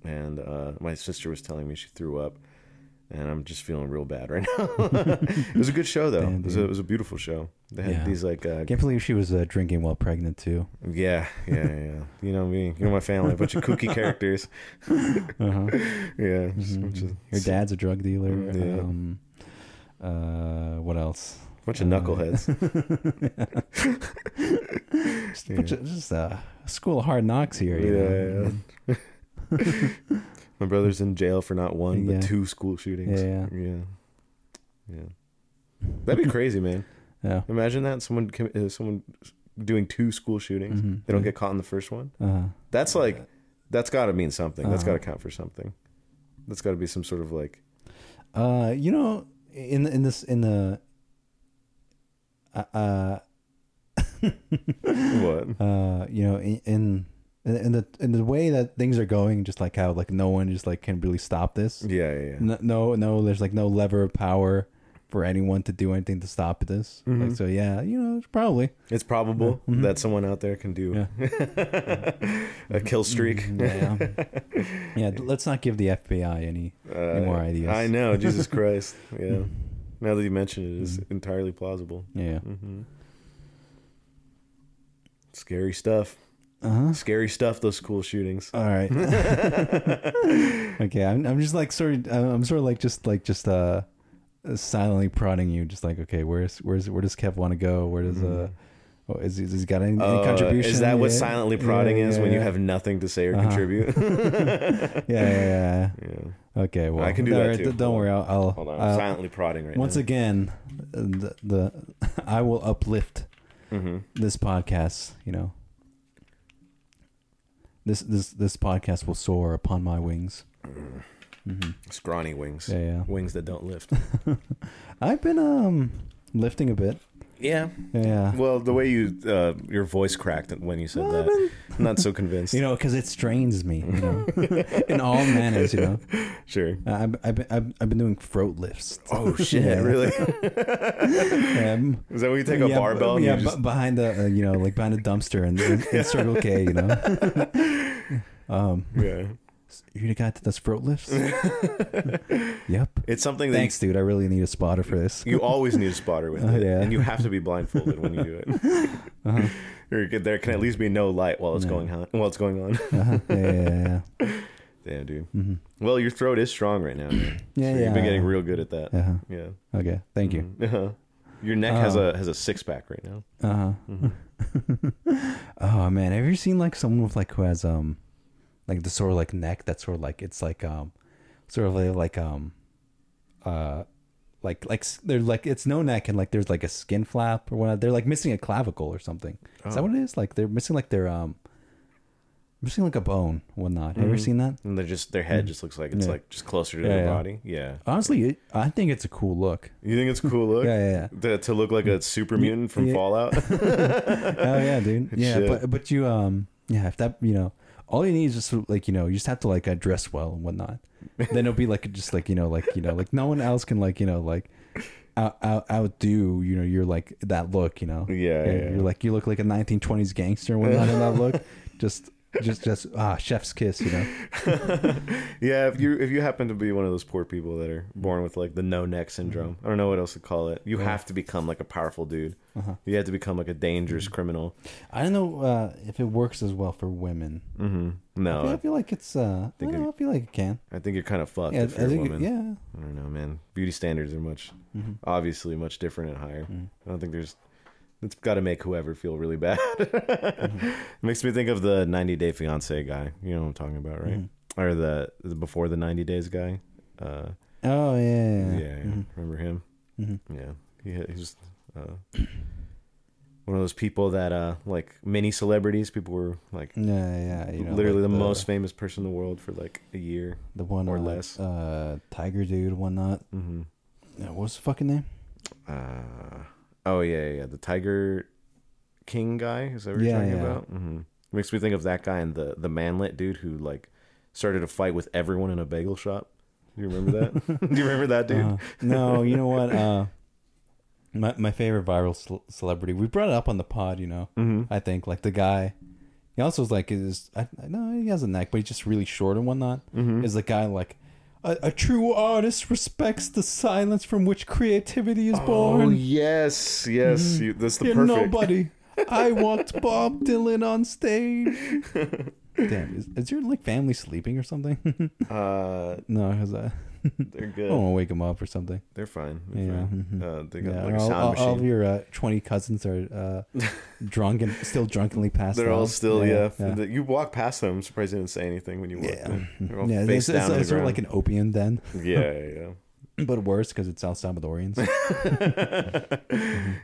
[SPEAKER 2] and uh, my sister was telling me she threw up and I'm just feeling real bad right now. it was a good show though.
[SPEAKER 3] Damn,
[SPEAKER 2] it, was a,
[SPEAKER 3] dude.
[SPEAKER 2] it was a beautiful show. They had
[SPEAKER 3] Yeah.
[SPEAKER 2] these like uh,
[SPEAKER 3] Can't believe she was uh, drinking while pregnant too.
[SPEAKER 2] yeah, yeah, yeah. you know me, you know my family, a bunch of kooky characters.
[SPEAKER 3] Uh-huh.
[SPEAKER 2] Yeah, just a bunch of,
[SPEAKER 3] Her Mm-hmm. dad's a drug dealer.
[SPEAKER 2] Mm-hmm. Yeah.
[SPEAKER 3] Um, uh, what else?
[SPEAKER 2] bunch of
[SPEAKER 3] Uh,
[SPEAKER 2] knuckleheads.
[SPEAKER 3] Just, a bunch of- just a school of hard knocks here. you know?
[SPEAKER 2] yeah, yeah. my brother's in jail for not one but
[SPEAKER 3] Yeah.
[SPEAKER 2] two school shootings.
[SPEAKER 3] Yeah,
[SPEAKER 2] yeah, yeah. That'd be crazy, man.
[SPEAKER 3] yeah.
[SPEAKER 2] Imagine that someone com- uh, someone doing two school shootings.
[SPEAKER 3] Mhm.
[SPEAKER 2] They don't get caught in the first one.
[SPEAKER 3] Uh-huh.
[SPEAKER 2] That's like that's got to mean something. That's got
[SPEAKER 3] Uh-huh.
[SPEAKER 2] to count for something. That's got to be some sort of like
[SPEAKER 3] Uh, you know, in in this in the uh,
[SPEAKER 2] what?
[SPEAKER 3] uh, you know, in in in the in the way that things are going, just like how like no one just like can really stop this.
[SPEAKER 2] Yeah, yeah, yeah.
[SPEAKER 3] No, no, no there's like no lever of power for anyone to do anything to stop this.
[SPEAKER 2] Mm-hmm.
[SPEAKER 3] Like, so yeah, you know, it's probably
[SPEAKER 2] It's probable
[SPEAKER 3] Mm-hmm.
[SPEAKER 2] that someone out there can do a kill streak.
[SPEAKER 3] yeah, yeah. Let's not give the FBI any any more ideas.
[SPEAKER 2] Uh,
[SPEAKER 3] Mm-hmm.
[SPEAKER 2] I know, Jesus Christ. Yeah. Now that you mention it, it's entirely plausible. Mm-hmm.
[SPEAKER 3] Yeah.
[SPEAKER 2] Scary stuff.
[SPEAKER 3] Uh-huh.
[SPEAKER 2] Scary stuff. Those school shootings.
[SPEAKER 3] All right. okay, I'm, I'm just like sort of I'm sort of like just like just uh silently prodding you, just like okay, where's where's where does Kev want to go? Where does uh oh, is, he- is he got any, any
[SPEAKER 2] Uh,
[SPEAKER 3] contribution?
[SPEAKER 2] Mm-hmm. is that what
[SPEAKER 3] Yeah.
[SPEAKER 2] silently
[SPEAKER 3] Yeah,
[SPEAKER 2] prodding is
[SPEAKER 3] yeah,
[SPEAKER 2] when you
[SPEAKER 3] yeah.
[SPEAKER 2] have nothing to say or
[SPEAKER 3] Uh-huh.
[SPEAKER 2] contribute?
[SPEAKER 3] yeah, yeah,
[SPEAKER 2] yeah.
[SPEAKER 3] yeah. Okay, well
[SPEAKER 2] I can do that
[SPEAKER 3] alright,
[SPEAKER 2] too.
[SPEAKER 3] th- Don't
[SPEAKER 2] Hold
[SPEAKER 3] worry, I'll, I'll,
[SPEAKER 2] Hold on. I'm
[SPEAKER 3] I'll-
[SPEAKER 2] silently prodding right
[SPEAKER 3] Uh, once
[SPEAKER 2] now.
[SPEAKER 3] again uh, the, the I will uplift
[SPEAKER 2] Mhm.
[SPEAKER 3] this podcast. You know, this this this podcast will soar upon my wings.
[SPEAKER 2] Mm.
[SPEAKER 3] Mm-hmm.
[SPEAKER 2] Scrawny wings.
[SPEAKER 3] Yeah, yeah.
[SPEAKER 2] Wings that don't lift.
[SPEAKER 3] I've been um lifting a bit.
[SPEAKER 2] yeah.
[SPEAKER 3] Yeah.
[SPEAKER 2] Well, the way you uh, your voice cracked when you said
[SPEAKER 3] Well, I've
[SPEAKER 2] that, I'm not so convinced.
[SPEAKER 3] You know, because it strains me, you know, in all manners. You know,
[SPEAKER 2] sure.
[SPEAKER 3] I- I've I've been, I've, I've been doing throat lifts.
[SPEAKER 2] Oh shit! Really?
[SPEAKER 3] Um,
[SPEAKER 2] Is that when you take a
[SPEAKER 3] yeah,
[SPEAKER 2] barbell?
[SPEAKER 3] b- yeah,
[SPEAKER 2] and you
[SPEAKER 3] b-
[SPEAKER 2] just,
[SPEAKER 3] behind the uh, you know, like behind a dumpster in, in, in Circle K. You know, um,
[SPEAKER 2] yeah.
[SPEAKER 3] you the guy that does throat lifts. yep.
[SPEAKER 2] It's something that
[SPEAKER 3] Thanks, dude. I really need a spotter for this.
[SPEAKER 2] you always need a spotter with,
[SPEAKER 3] Oh,
[SPEAKER 2] it,
[SPEAKER 3] yeah. Uh-huh.
[SPEAKER 2] and you have to be blindfolded when you do it. Or could- there can at least be no light while it's going on. While it's going on.
[SPEAKER 3] Uh-huh. Yeah, yeah, yeah, yeah.
[SPEAKER 2] Damn, dude. Well, your throat is strong right now. Man.
[SPEAKER 3] Yeah,
[SPEAKER 2] So You've been
[SPEAKER 3] yeah.
[SPEAKER 2] getting real good at that.
[SPEAKER 3] Uh-huh.
[SPEAKER 2] Yeah.
[SPEAKER 3] Okay, thank you.
[SPEAKER 2] Uh-huh. Your neck has a has a six pack right now.
[SPEAKER 3] Uh-huh. oh man, have you seen like someone with like who has um like the sort of like neck that's sort of like it's like um sort of like, like um uh like like s- they're like it's no neck and like there's like a skin flap or whatnot. They're like missing a clavicle or something. Is that what it is? Like they're missing like their um missing like a bone, whatnot. Have you ever seen that?
[SPEAKER 2] And they're just their head just looks like it's
[SPEAKER 3] Mm. Yeah.
[SPEAKER 2] like just closer to
[SPEAKER 3] Yeah,
[SPEAKER 2] their
[SPEAKER 3] yeah.
[SPEAKER 2] body. Yeah.
[SPEAKER 3] Honestly, it, I think it's a cool look.
[SPEAKER 2] You think it's a cool look?
[SPEAKER 3] Yeah, yeah, yeah. Mm.
[SPEAKER 2] To, to look like a super mutant from
[SPEAKER 3] yeah.
[SPEAKER 2] Fallout.
[SPEAKER 3] oh yeah, dude. Yeah,
[SPEAKER 2] Shit.
[SPEAKER 3] but but you um yeah if that you know all you need is just sort of, like you know you just have to like uh, dress well and whatnot. then it'll be like just like you know like you know like no one else can like you know like out out outdo you know you're like that look you know
[SPEAKER 2] Yeah, yeah.
[SPEAKER 3] you're like you look like a 1920s gangster and whatnot in that look just just just ah chef's kiss you know
[SPEAKER 2] yeah, if you if you happen to be one of those poor people that are born with like the no neck
[SPEAKER 3] Mm.
[SPEAKER 2] syndrome, I don't know what else to call it. You have to become like a powerful dude.
[SPEAKER 3] Uh-huh.
[SPEAKER 2] You have to become like a dangerous
[SPEAKER 3] Mm.
[SPEAKER 2] criminal.
[SPEAKER 3] I don't know uh, if it works as well for women I,
[SPEAKER 2] Mm-hmm. No,
[SPEAKER 3] feel, I
[SPEAKER 2] I,
[SPEAKER 3] feel like it's uh I,
[SPEAKER 2] think
[SPEAKER 3] don't know, I feel like it can
[SPEAKER 2] I think you're kind of fucked
[SPEAKER 3] yeah I
[SPEAKER 2] if you're a
[SPEAKER 3] think
[SPEAKER 2] woman.
[SPEAKER 3] yeah Mm-hmm.
[SPEAKER 2] I don't know, man. Beauty standards are much, obviously, much different and higher. I don't think there's. It's got to make whoever feel really bad.
[SPEAKER 3] Mm-hmm.
[SPEAKER 2] It makes me think of the 90 Day Fiance guy. You know what I'm talking about, right?
[SPEAKER 3] Mm-hmm.
[SPEAKER 2] Or the, the before the 90 days guy. Uh,
[SPEAKER 3] oh
[SPEAKER 2] yeah,
[SPEAKER 3] yeah mm-hmm.
[SPEAKER 2] yeah. remember him? Yeah, he had- he was uh, one of those people that uh, like many celebrities. People were like
[SPEAKER 3] Yeah, yeah. You know,
[SPEAKER 2] literally
[SPEAKER 3] like
[SPEAKER 2] the, most famous person in the world for like a year.
[SPEAKER 3] the one
[SPEAKER 2] or
[SPEAKER 3] uh,
[SPEAKER 2] less.
[SPEAKER 3] Uh, Tiger Dude, whatnot.
[SPEAKER 2] Mm-hmm.
[SPEAKER 3] Yeah, what was the fucking name?
[SPEAKER 2] Uh, oh yeah, yeah, yeah, the Tiger King guy. Is that what you're
[SPEAKER 3] Yeah,
[SPEAKER 2] talking
[SPEAKER 3] yeah.
[SPEAKER 2] about? hmm Makes me think of that guy and the the manlet dude who like started a fight with everyone in a bagel shop. Do you remember that? Do you remember that dude?
[SPEAKER 3] Uh, no, you know what? Uh, my my favorite viral cel- celebrity. We brought it up on the pod. You know,
[SPEAKER 2] Mm-hmm.
[SPEAKER 3] I think like the guy.
[SPEAKER 2] Mm-hmm.
[SPEAKER 3] He also is like is I, I- no he has a neck, but he's just really short and whatnot. Is the guy like A, a true artist respects the silence from which creativity is born. Mm-hmm.
[SPEAKER 2] Oh yes, yes. You, that's the
[SPEAKER 3] You're
[SPEAKER 2] perfect.
[SPEAKER 3] nobody. I want Bob Dylan on stage. Damn, is, is your like family sleeping or something?
[SPEAKER 2] Uh,
[SPEAKER 3] no, because I,
[SPEAKER 2] they're
[SPEAKER 3] I
[SPEAKER 2] good.
[SPEAKER 3] don't want to wake them up or something.
[SPEAKER 2] They're fine.
[SPEAKER 3] Oh. Yeah,
[SPEAKER 2] They're fine.
[SPEAKER 3] mhm.
[SPEAKER 2] Uh, they got
[SPEAKER 3] Yeah,
[SPEAKER 2] like a
[SPEAKER 3] all,
[SPEAKER 2] sound
[SPEAKER 3] all-
[SPEAKER 2] machine.
[SPEAKER 3] all of your uh, twenty cousins are uh, drunk and still drunkenly passed.
[SPEAKER 2] They're all
[SPEAKER 3] out.
[SPEAKER 2] still, yeah.
[SPEAKER 3] yeah.
[SPEAKER 2] The- You walk past them. I'm surprised they didn't say anything when you walk.
[SPEAKER 3] Yeah.
[SPEAKER 2] in. They're all
[SPEAKER 3] Yeah,
[SPEAKER 2] face
[SPEAKER 3] it's, it's,
[SPEAKER 2] down on the
[SPEAKER 3] it's sort of
[SPEAKER 2] ground.
[SPEAKER 3] like an opium den,
[SPEAKER 2] yeah, yeah,
[SPEAKER 3] but worse because it's El Salvadorians.
[SPEAKER 2] yeah.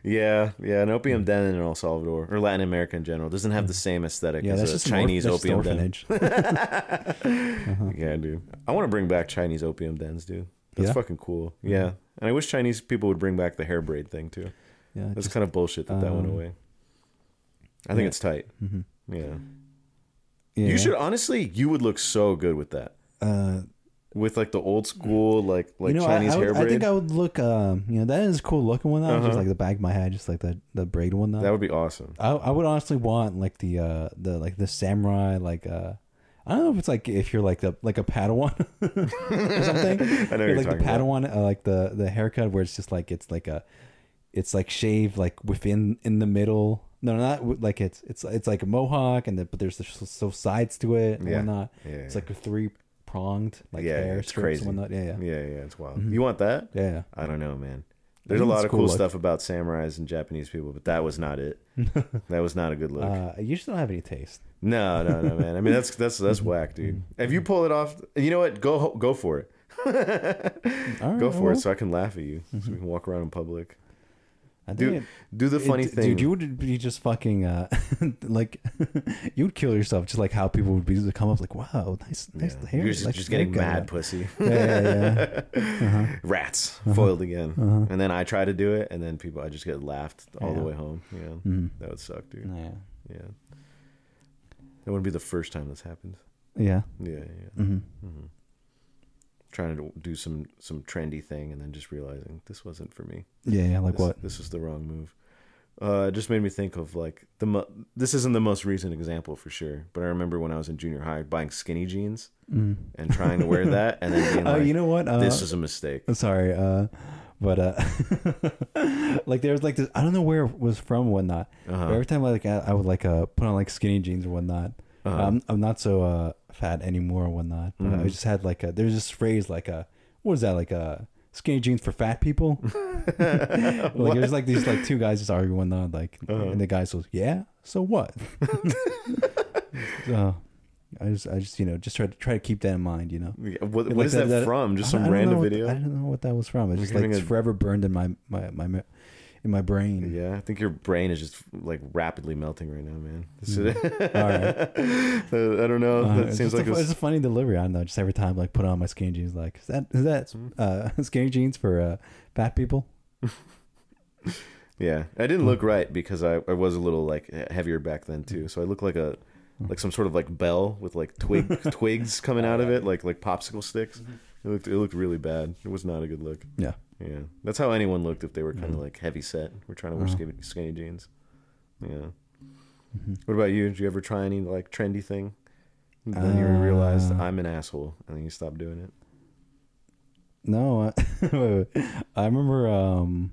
[SPEAKER 2] yeah, yeah. An opium den in El Salvador or Latin America in general doesn't have the same aesthetic
[SPEAKER 3] Mm. Yeah,
[SPEAKER 2] as
[SPEAKER 3] that's
[SPEAKER 2] a
[SPEAKER 3] just an orph-
[SPEAKER 2] Chinese
[SPEAKER 3] that's just an Uh-huh.
[SPEAKER 2] opium den.
[SPEAKER 3] orphanage.
[SPEAKER 2] Yeah, dude. I want to bring back Chinese opium dens, dude. That's
[SPEAKER 3] Yeah? Mm-hmm.
[SPEAKER 2] fucking cool. Yeah, and I wish Chinese people would bring back the hair braid thing too.
[SPEAKER 3] Yeah,
[SPEAKER 2] That's
[SPEAKER 3] just-
[SPEAKER 2] kind of bullshit that that went
[SPEAKER 3] um,
[SPEAKER 2] away. I think
[SPEAKER 3] yeah.
[SPEAKER 2] it's tight.
[SPEAKER 3] mhm.
[SPEAKER 2] Yeah.
[SPEAKER 3] Yeah.
[SPEAKER 2] You should honestly, you would look so good with that.
[SPEAKER 3] Uh,
[SPEAKER 2] With like the old school, like like
[SPEAKER 3] you know, I-
[SPEAKER 2] Chinese
[SPEAKER 3] I, would-
[SPEAKER 2] hair
[SPEAKER 3] I
[SPEAKER 2] braid.
[SPEAKER 3] think I would look. Um, you know, that is a cool looking one. Though.
[SPEAKER 2] Uh-huh.
[SPEAKER 3] Just like the back of my head, just like the the braid one. Though.
[SPEAKER 2] that would be awesome.
[SPEAKER 3] I I would honestly want like the uh the like the samurai like uh. I don't know if it's like if you're like the like a Padawan or something.
[SPEAKER 2] I know what
[SPEAKER 3] Or,
[SPEAKER 2] you're
[SPEAKER 3] like the
[SPEAKER 2] talking about.
[SPEAKER 3] Padawan, uh, like the the haircut where it's just like it's like a, it's like shaved like within in the middle. No, not wi- like it's it's it's like a mohawk and the, but there's so, so sides to it and
[SPEAKER 2] Yeah.
[SPEAKER 3] whatnot.
[SPEAKER 2] Yeah,
[SPEAKER 3] It's
[SPEAKER 2] yeah.
[SPEAKER 3] like a three pronged like
[SPEAKER 2] Yeah,
[SPEAKER 3] hair
[SPEAKER 2] it's
[SPEAKER 3] strips
[SPEAKER 2] crazy.
[SPEAKER 3] and whatnot. Yeah, yeah,
[SPEAKER 2] Yeah, yeah, it's wild. You want that?
[SPEAKER 3] yeah. yeah.
[SPEAKER 2] I don't know, man. There's a
[SPEAKER 3] think
[SPEAKER 2] lot
[SPEAKER 3] Mm-hmm. it's
[SPEAKER 2] of
[SPEAKER 3] cool
[SPEAKER 2] cool
[SPEAKER 3] look.
[SPEAKER 2] stuff about samurais and Japanese people, but that was not it. that was not a good look.
[SPEAKER 3] Uh, you just don't have any taste.
[SPEAKER 2] no, no, no, man. I mean, that's that's that's
[SPEAKER 3] Mm-hmm.
[SPEAKER 2] whack, dude. If you pull it off, you know what? Go go for it.
[SPEAKER 3] All right,
[SPEAKER 2] Go for
[SPEAKER 3] well,
[SPEAKER 2] it, so I can laugh at you, so we can walk around in public.
[SPEAKER 3] I think
[SPEAKER 2] Do
[SPEAKER 3] it-
[SPEAKER 2] do the funny
[SPEAKER 3] Mm-hmm. it-
[SPEAKER 2] thing,
[SPEAKER 3] dude. You would be just fucking uh, like you would kill yourself, just like how people would be to come up like, wow, nice, nice
[SPEAKER 2] Yeah.
[SPEAKER 3] hair.
[SPEAKER 2] You're just,
[SPEAKER 3] nice
[SPEAKER 2] just getting
[SPEAKER 3] haircut."
[SPEAKER 2] mad, pussy.
[SPEAKER 3] Yeah, yeah, yeah.
[SPEAKER 2] Rats
[SPEAKER 3] Uh-huh.
[SPEAKER 2] foiled again, and then I try to do it, and then people, I just get laughed all the
[SPEAKER 3] Yeah. Mm.
[SPEAKER 2] way home. Yeah,
[SPEAKER 3] Mm-hmm.
[SPEAKER 2] that would suck, dude.
[SPEAKER 3] Yeah.
[SPEAKER 2] Yeah, that wouldn't be the first time that's happened.
[SPEAKER 3] Yeah.
[SPEAKER 2] Yeah, yeah. yeah.
[SPEAKER 3] Mm-hmm.
[SPEAKER 2] Trying to do some some trendy thing, and then just realizing this wasn't for me.
[SPEAKER 3] Yeah, yeah. Like
[SPEAKER 2] this,
[SPEAKER 3] what?
[SPEAKER 2] This was the wrong move. Uh, it just made me think of like the. Mo- this isn't the most recent example for sure, but I remember when I was in junior high buying skinny jeans and trying to wear that, and then being
[SPEAKER 3] Mm-hmm. Oh,
[SPEAKER 2] like,
[SPEAKER 3] you know what? Uh,
[SPEAKER 2] "This is a mistake."
[SPEAKER 3] I'm sorry. Uh, but uh, like there was like this. I don't know where it was from, and whatnot.
[SPEAKER 2] Uh-huh,
[SPEAKER 3] But every time like I, I would like uh put on like skinny jeans or whatnot.
[SPEAKER 2] uh-huh.
[SPEAKER 3] I'm I'm not so uh fat anymore and whatnot. But
[SPEAKER 2] Mm-hmm.
[SPEAKER 3] I just had like a there's this phrase like a what is that like a skinny jeans for fat people. like there's like these like two guys just arguing and whatnot. Like
[SPEAKER 2] Uh-huh.
[SPEAKER 3] and the guy says, yeah, so what? so. I just, I just, you know, just try to try to keep that in mind, you know.
[SPEAKER 2] Yeah, What, what
[SPEAKER 3] Like uh,
[SPEAKER 2] is that, from? Just
[SPEAKER 3] I don't-
[SPEAKER 2] some
[SPEAKER 3] I don't know
[SPEAKER 2] random
[SPEAKER 3] what-
[SPEAKER 2] video?
[SPEAKER 3] I don't know what that was from. It's just like
[SPEAKER 2] having
[SPEAKER 3] it's
[SPEAKER 2] a-
[SPEAKER 3] forever burned in my my my me- in my brain.
[SPEAKER 2] yeah, I think your brain is just like rapidly melting right now, man. This is-
[SPEAKER 3] All right,
[SPEAKER 2] I don't know.
[SPEAKER 3] Hmm. Uh,
[SPEAKER 2] that
[SPEAKER 3] it's
[SPEAKER 2] seems
[SPEAKER 3] just
[SPEAKER 2] like
[SPEAKER 3] a, fu-
[SPEAKER 2] a,
[SPEAKER 3] it's a funny delivery. I don't know. Just every time, like put on my skinny jeans. Like is that is that
[SPEAKER 2] Mm.
[SPEAKER 3] uh, skinny jeans for uh, fat people?
[SPEAKER 2] yeah. I didn't look right because I, I was a little like heavier back then too, so I look like a like some sort of like bell with like twig twigs coming out of it, like like popsicle sticks. It looked it looked really bad. It was not a good look.
[SPEAKER 3] Mm-hmm. Yeah. Mm-hmm.
[SPEAKER 2] Yeah, that's how anyone looked if they were kind of like heavy set. We're trying to wear skinny, skinny jeans. Yeah.
[SPEAKER 3] Mm-hmm.
[SPEAKER 2] What about you? Did you ever try any like trendy thing? And then you
[SPEAKER 3] Uh,
[SPEAKER 2] realized I'm an asshole, and then you stopped doing it.
[SPEAKER 3] No, I, wait, wait. I remember um,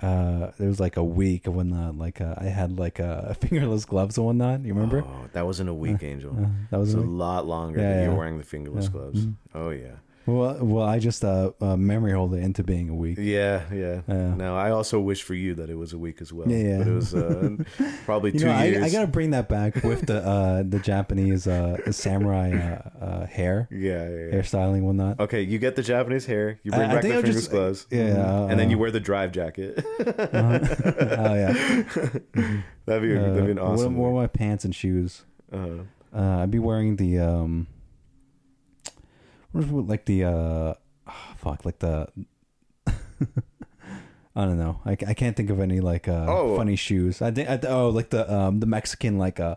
[SPEAKER 3] uh, there was like a week of whatnot. Like uh, I had like uh, fingerless gloves and whatnot. You remember?
[SPEAKER 2] Oh, that wasn't a week, Angel.
[SPEAKER 3] Uh, that was
[SPEAKER 2] It's
[SPEAKER 3] a
[SPEAKER 2] a
[SPEAKER 3] week.
[SPEAKER 2] lot longer
[SPEAKER 3] Yeah,
[SPEAKER 2] than you
[SPEAKER 3] yeah.
[SPEAKER 2] were wearing the fingerless
[SPEAKER 3] Yeah. Mm-hmm.
[SPEAKER 2] gloves. Oh yeah,
[SPEAKER 3] well. Well, I just uh, uh, memory hold it into being a week.
[SPEAKER 2] yeah, yeah.
[SPEAKER 3] Yeah.
[SPEAKER 2] No, I also wish for you that it was a week as well.
[SPEAKER 3] Yeah, yeah.
[SPEAKER 2] But it was uh, probably
[SPEAKER 3] You
[SPEAKER 2] two
[SPEAKER 3] know, I,
[SPEAKER 2] years.
[SPEAKER 3] I gotta bring that back with the uh, the Japanese uh, samurai uh, uh, hair,
[SPEAKER 2] Yeah, yeah, Oh. yeah.
[SPEAKER 3] hairstyling, whatnot.
[SPEAKER 2] Okay, you get the Japanese hair. You
[SPEAKER 3] I-
[SPEAKER 2] bring
[SPEAKER 3] I
[SPEAKER 2] back the
[SPEAKER 3] think I'll
[SPEAKER 2] fingerless
[SPEAKER 3] just-
[SPEAKER 2] gloves.
[SPEAKER 3] yeah,
[SPEAKER 2] and then
[SPEAKER 3] uh,
[SPEAKER 2] you wear the drive jacket.
[SPEAKER 3] oh yeah,
[SPEAKER 2] That'd be
[SPEAKER 3] uh,
[SPEAKER 2] that'd be an
[SPEAKER 3] wore,
[SPEAKER 2] awesome.
[SPEAKER 3] wore
[SPEAKER 2] look.
[SPEAKER 3] my pants and shoes.
[SPEAKER 2] Uh-huh.
[SPEAKER 3] Uh, I'd be wearing the um, what is it, like the uh, ah, fuck, like the. I don't know. I, I can't think of any like uh,
[SPEAKER 2] Oh.
[SPEAKER 3] funny shoes. I think I, oh like the um the Mexican like uh,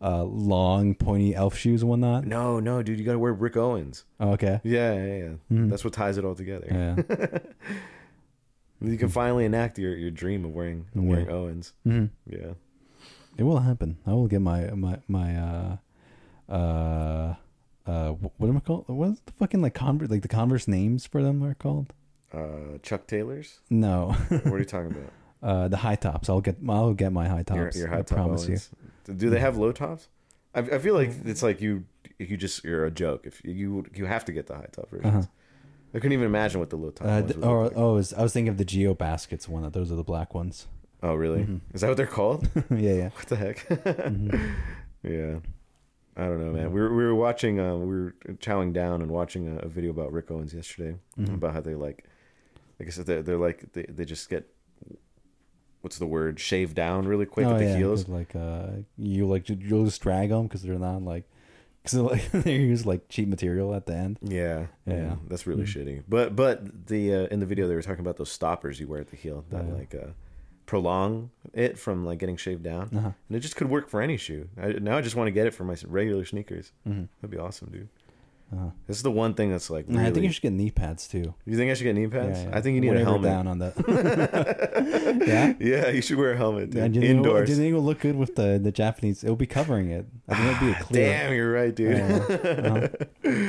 [SPEAKER 3] uh long pointy elf shoes and whatnot.
[SPEAKER 2] No, no, dude, you gotta wear Rick Owens.
[SPEAKER 3] Oh, okay.
[SPEAKER 2] Yeah, yeah, yeah. That's what ties it all together.
[SPEAKER 3] Mm-hmm. Yeah.
[SPEAKER 2] You can finally enact your, your dream of wearing of wearing Owens.
[SPEAKER 3] Mhm.
[SPEAKER 2] Yeah,
[SPEAKER 3] It will happen. I will get my my my uh uh uh wh- what am I called? What's the fucking like converse like the converse names for them are called?
[SPEAKER 2] Uh, Chuck Taylors?
[SPEAKER 3] No.
[SPEAKER 2] What are you talking about?
[SPEAKER 3] uh the high tops. I'll get I'll get my high tops.
[SPEAKER 2] your, your high
[SPEAKER 3] I
[SPEAKER 2] top
[SPEAKER 3] promise you. Mm.
[SPEAKER 2] Owens. Do they have low tops? I, I feel like it's like you you just you're a joke if you you have to get the high top versions. I couldn't even imagine what the low top
[SPEAKER 3] Uh-huh. Uh,
[SPEAKER 2] ones
[SPEAKER 3] th-
[SPEAKER 2] would look
[SPEAKER 3] or
[SPEAKER 2] like.
[SPEAKER 3] oh, is, I was thinking of the Geo Baskets one. That those are the black ones.
[SPEAKER 2] Oh, really?
[SPEAKER 3] Mm-hmm.
[SPEAKER 2] Is that what they're called?
[SPEAKER 3] yeah, yeah.
[SPEAKER 2] what the heck?
[SPEAKER 3] Mm-hmm.
[SPEAKER 2] yeah. I don't know, man. We were, we were watching, uh, we were chowing down and watching a, a video about Rick Owens yesterday
[SPEAKER 3] Mm-hmm.
[SPEAKER 2] about how they like, like I said, they're, they're like, they, they just get, what's the word, shaved down really quick
[SPEAKER 3] oh,
[SPEAKER 2] at the
[SPEAKER 3] yeah,
[SPEAKER 2] heels.
[SPEAKER 3] 'cause, Like uh, you like ju- you'll just drag them because they're not like because they're, like, they use like cheap material at the end.
[SPEAKER 2] Yeah,
[SPEAKER 3] Yeah. Mm.
[SPEAKER 2] that's really shitty. But but the uh, in the video they were talking about those stoppers you wear at the heel that like uh, prolong it from like getting shaved down,
[SPEAKER 3] Uh-huh.
[SPEAKER 2] and it just could work for any shoe. I, now I just want to get it for my s- regular sneakers. That'd be awesome, dude.
[SPEAKER 3] Uh-huh.
[SPEAKER 2] This is the one thing that's like
[SPEAKER 3] And
[SPEAKER 2] really.
[SPEAKER 3] Mm-hmm. I think you should get knee pads too.
[SPEAKER 2] should get knee pads?
[SPEAKER 3] Yeah, yeah.
[SPEAKER 2] I think you need
[SPEAKER 3] Whatever
[SPEAKER 2] a helmet.
[SPEAKER 3] down on that. yeah.
[SPEAKER 2] Yeah, you should wear a helmet dude.
[SPEAKER 3] And you think, it,
[SPEAKER 2] indoors.
[SPEAKER 3] do you think it'll look good with the, the Japanese? It'll be covering it. I think it'll be a clear.
[SPEAKER 2] Ah, Damn, you're right, dude.
[SPEAKER 3] Uh,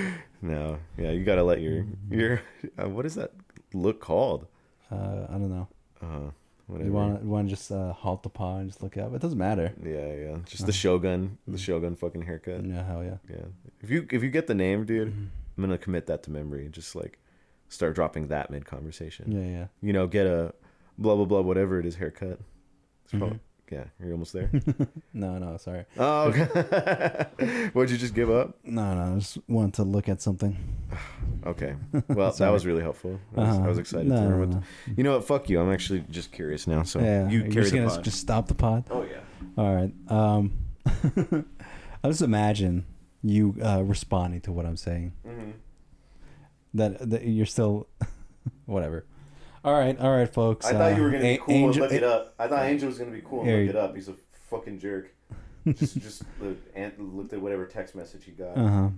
[SPEAKER 2] no, yeah, you gotta let your
[SPEAKER 3] Mm-hmm.
[SPEAKER 2] your uh, what is that look called?
[SPEAKER 3] uh, I don't know.
[SPEAKER 2] Uh, whatever.
[SPEAKER 3] You want to want to just uh, halt the paw and just look up. It doesn't matter.
[SPEAKER 2] Yeah, yeah. Just
[SPEAKER 3] Uh-huh.
[SPEAKER 2] the Shogun,
[SPEAKER 3] Mm-hmm.
[SPEAKER 2] the Shogun fucking haircut.
[SPEAKER 3] Yeah, hell yeah.
[SPEAKER 2] Yeah. If you if you get the name, dude,
[SPEAKER 3] Mm-hmm.
[SPEAKER 2] I'm gonna commit that to memory. Just like start dropping that mid conversation.
[SPEAKER 3] Yeah, yeah.
[SPEAKER 2] You know, get a blah blah blah whatever it is haircut.
[SPEAKER 3] Mm-hmm.
[SPEAKER 2] It's prob- yeah, you're almost there.
[SPEAKER 3] No, no, sorry.
[SPEAKER 2] oh, okay. would you just give up?
[SPEAKER 3] No, no, I just want to look at something.
[SPEAKER 2] Okay. Well, that
[SPEAKER 3] Sorry.
[SPEAKER 2] was really helpful. I was, I
[SPEAKER 3] Uh-huh.
[SPEAKER 2] was excited
[SPEAKER 3] No,
[SPEAKER 2] to learn
[SPEAKER 3] no,
[SPEAKER 2] what.
[SPEAKER 3] no.
[SPEAKER 2] You know what? Fuck you. I'm actually just curious now. So
[SPEAKER 3] yeah,
[SPEAKER 2] you
[SPEAKER 3] You're
[SPEAKER 2] carry
[SPEAKER 3] just
[SPEAKER 2] the
[SPEAKER 3] gonna
[SPEAKER 2] pod.
[SPEAKER 3] just stop the pod.
[SPEAKER 2] Oh yeah.
[SPEAKER 3] All right. Um, I just imagine you uh, responding to what I'm saying.
[SPEAKER 2] Mm-hmm.
[SPEAKER 3] That, that you're still, whatever. All right, all right, folks.
[SPEAKER 2] I thought you
[SPEAKER 3] Uh,
[SPEAKER 2] were gonna be
[SPEAKER 3] A-
[SPEAKER 2] cool
[SPEAKER 3] Angel-
[SPEAKER 2] and look it up. I thought Angel was gonna be cool and
[SPEAKER 3] Yeah,
[SPEAKER 2] look
[SPEAKER 3] you-
[SPEAKER 2] it up. He's a fucking jerk. just just looked, and looked at whatever text message he got.
[SPEAKER 3] Uh-huh.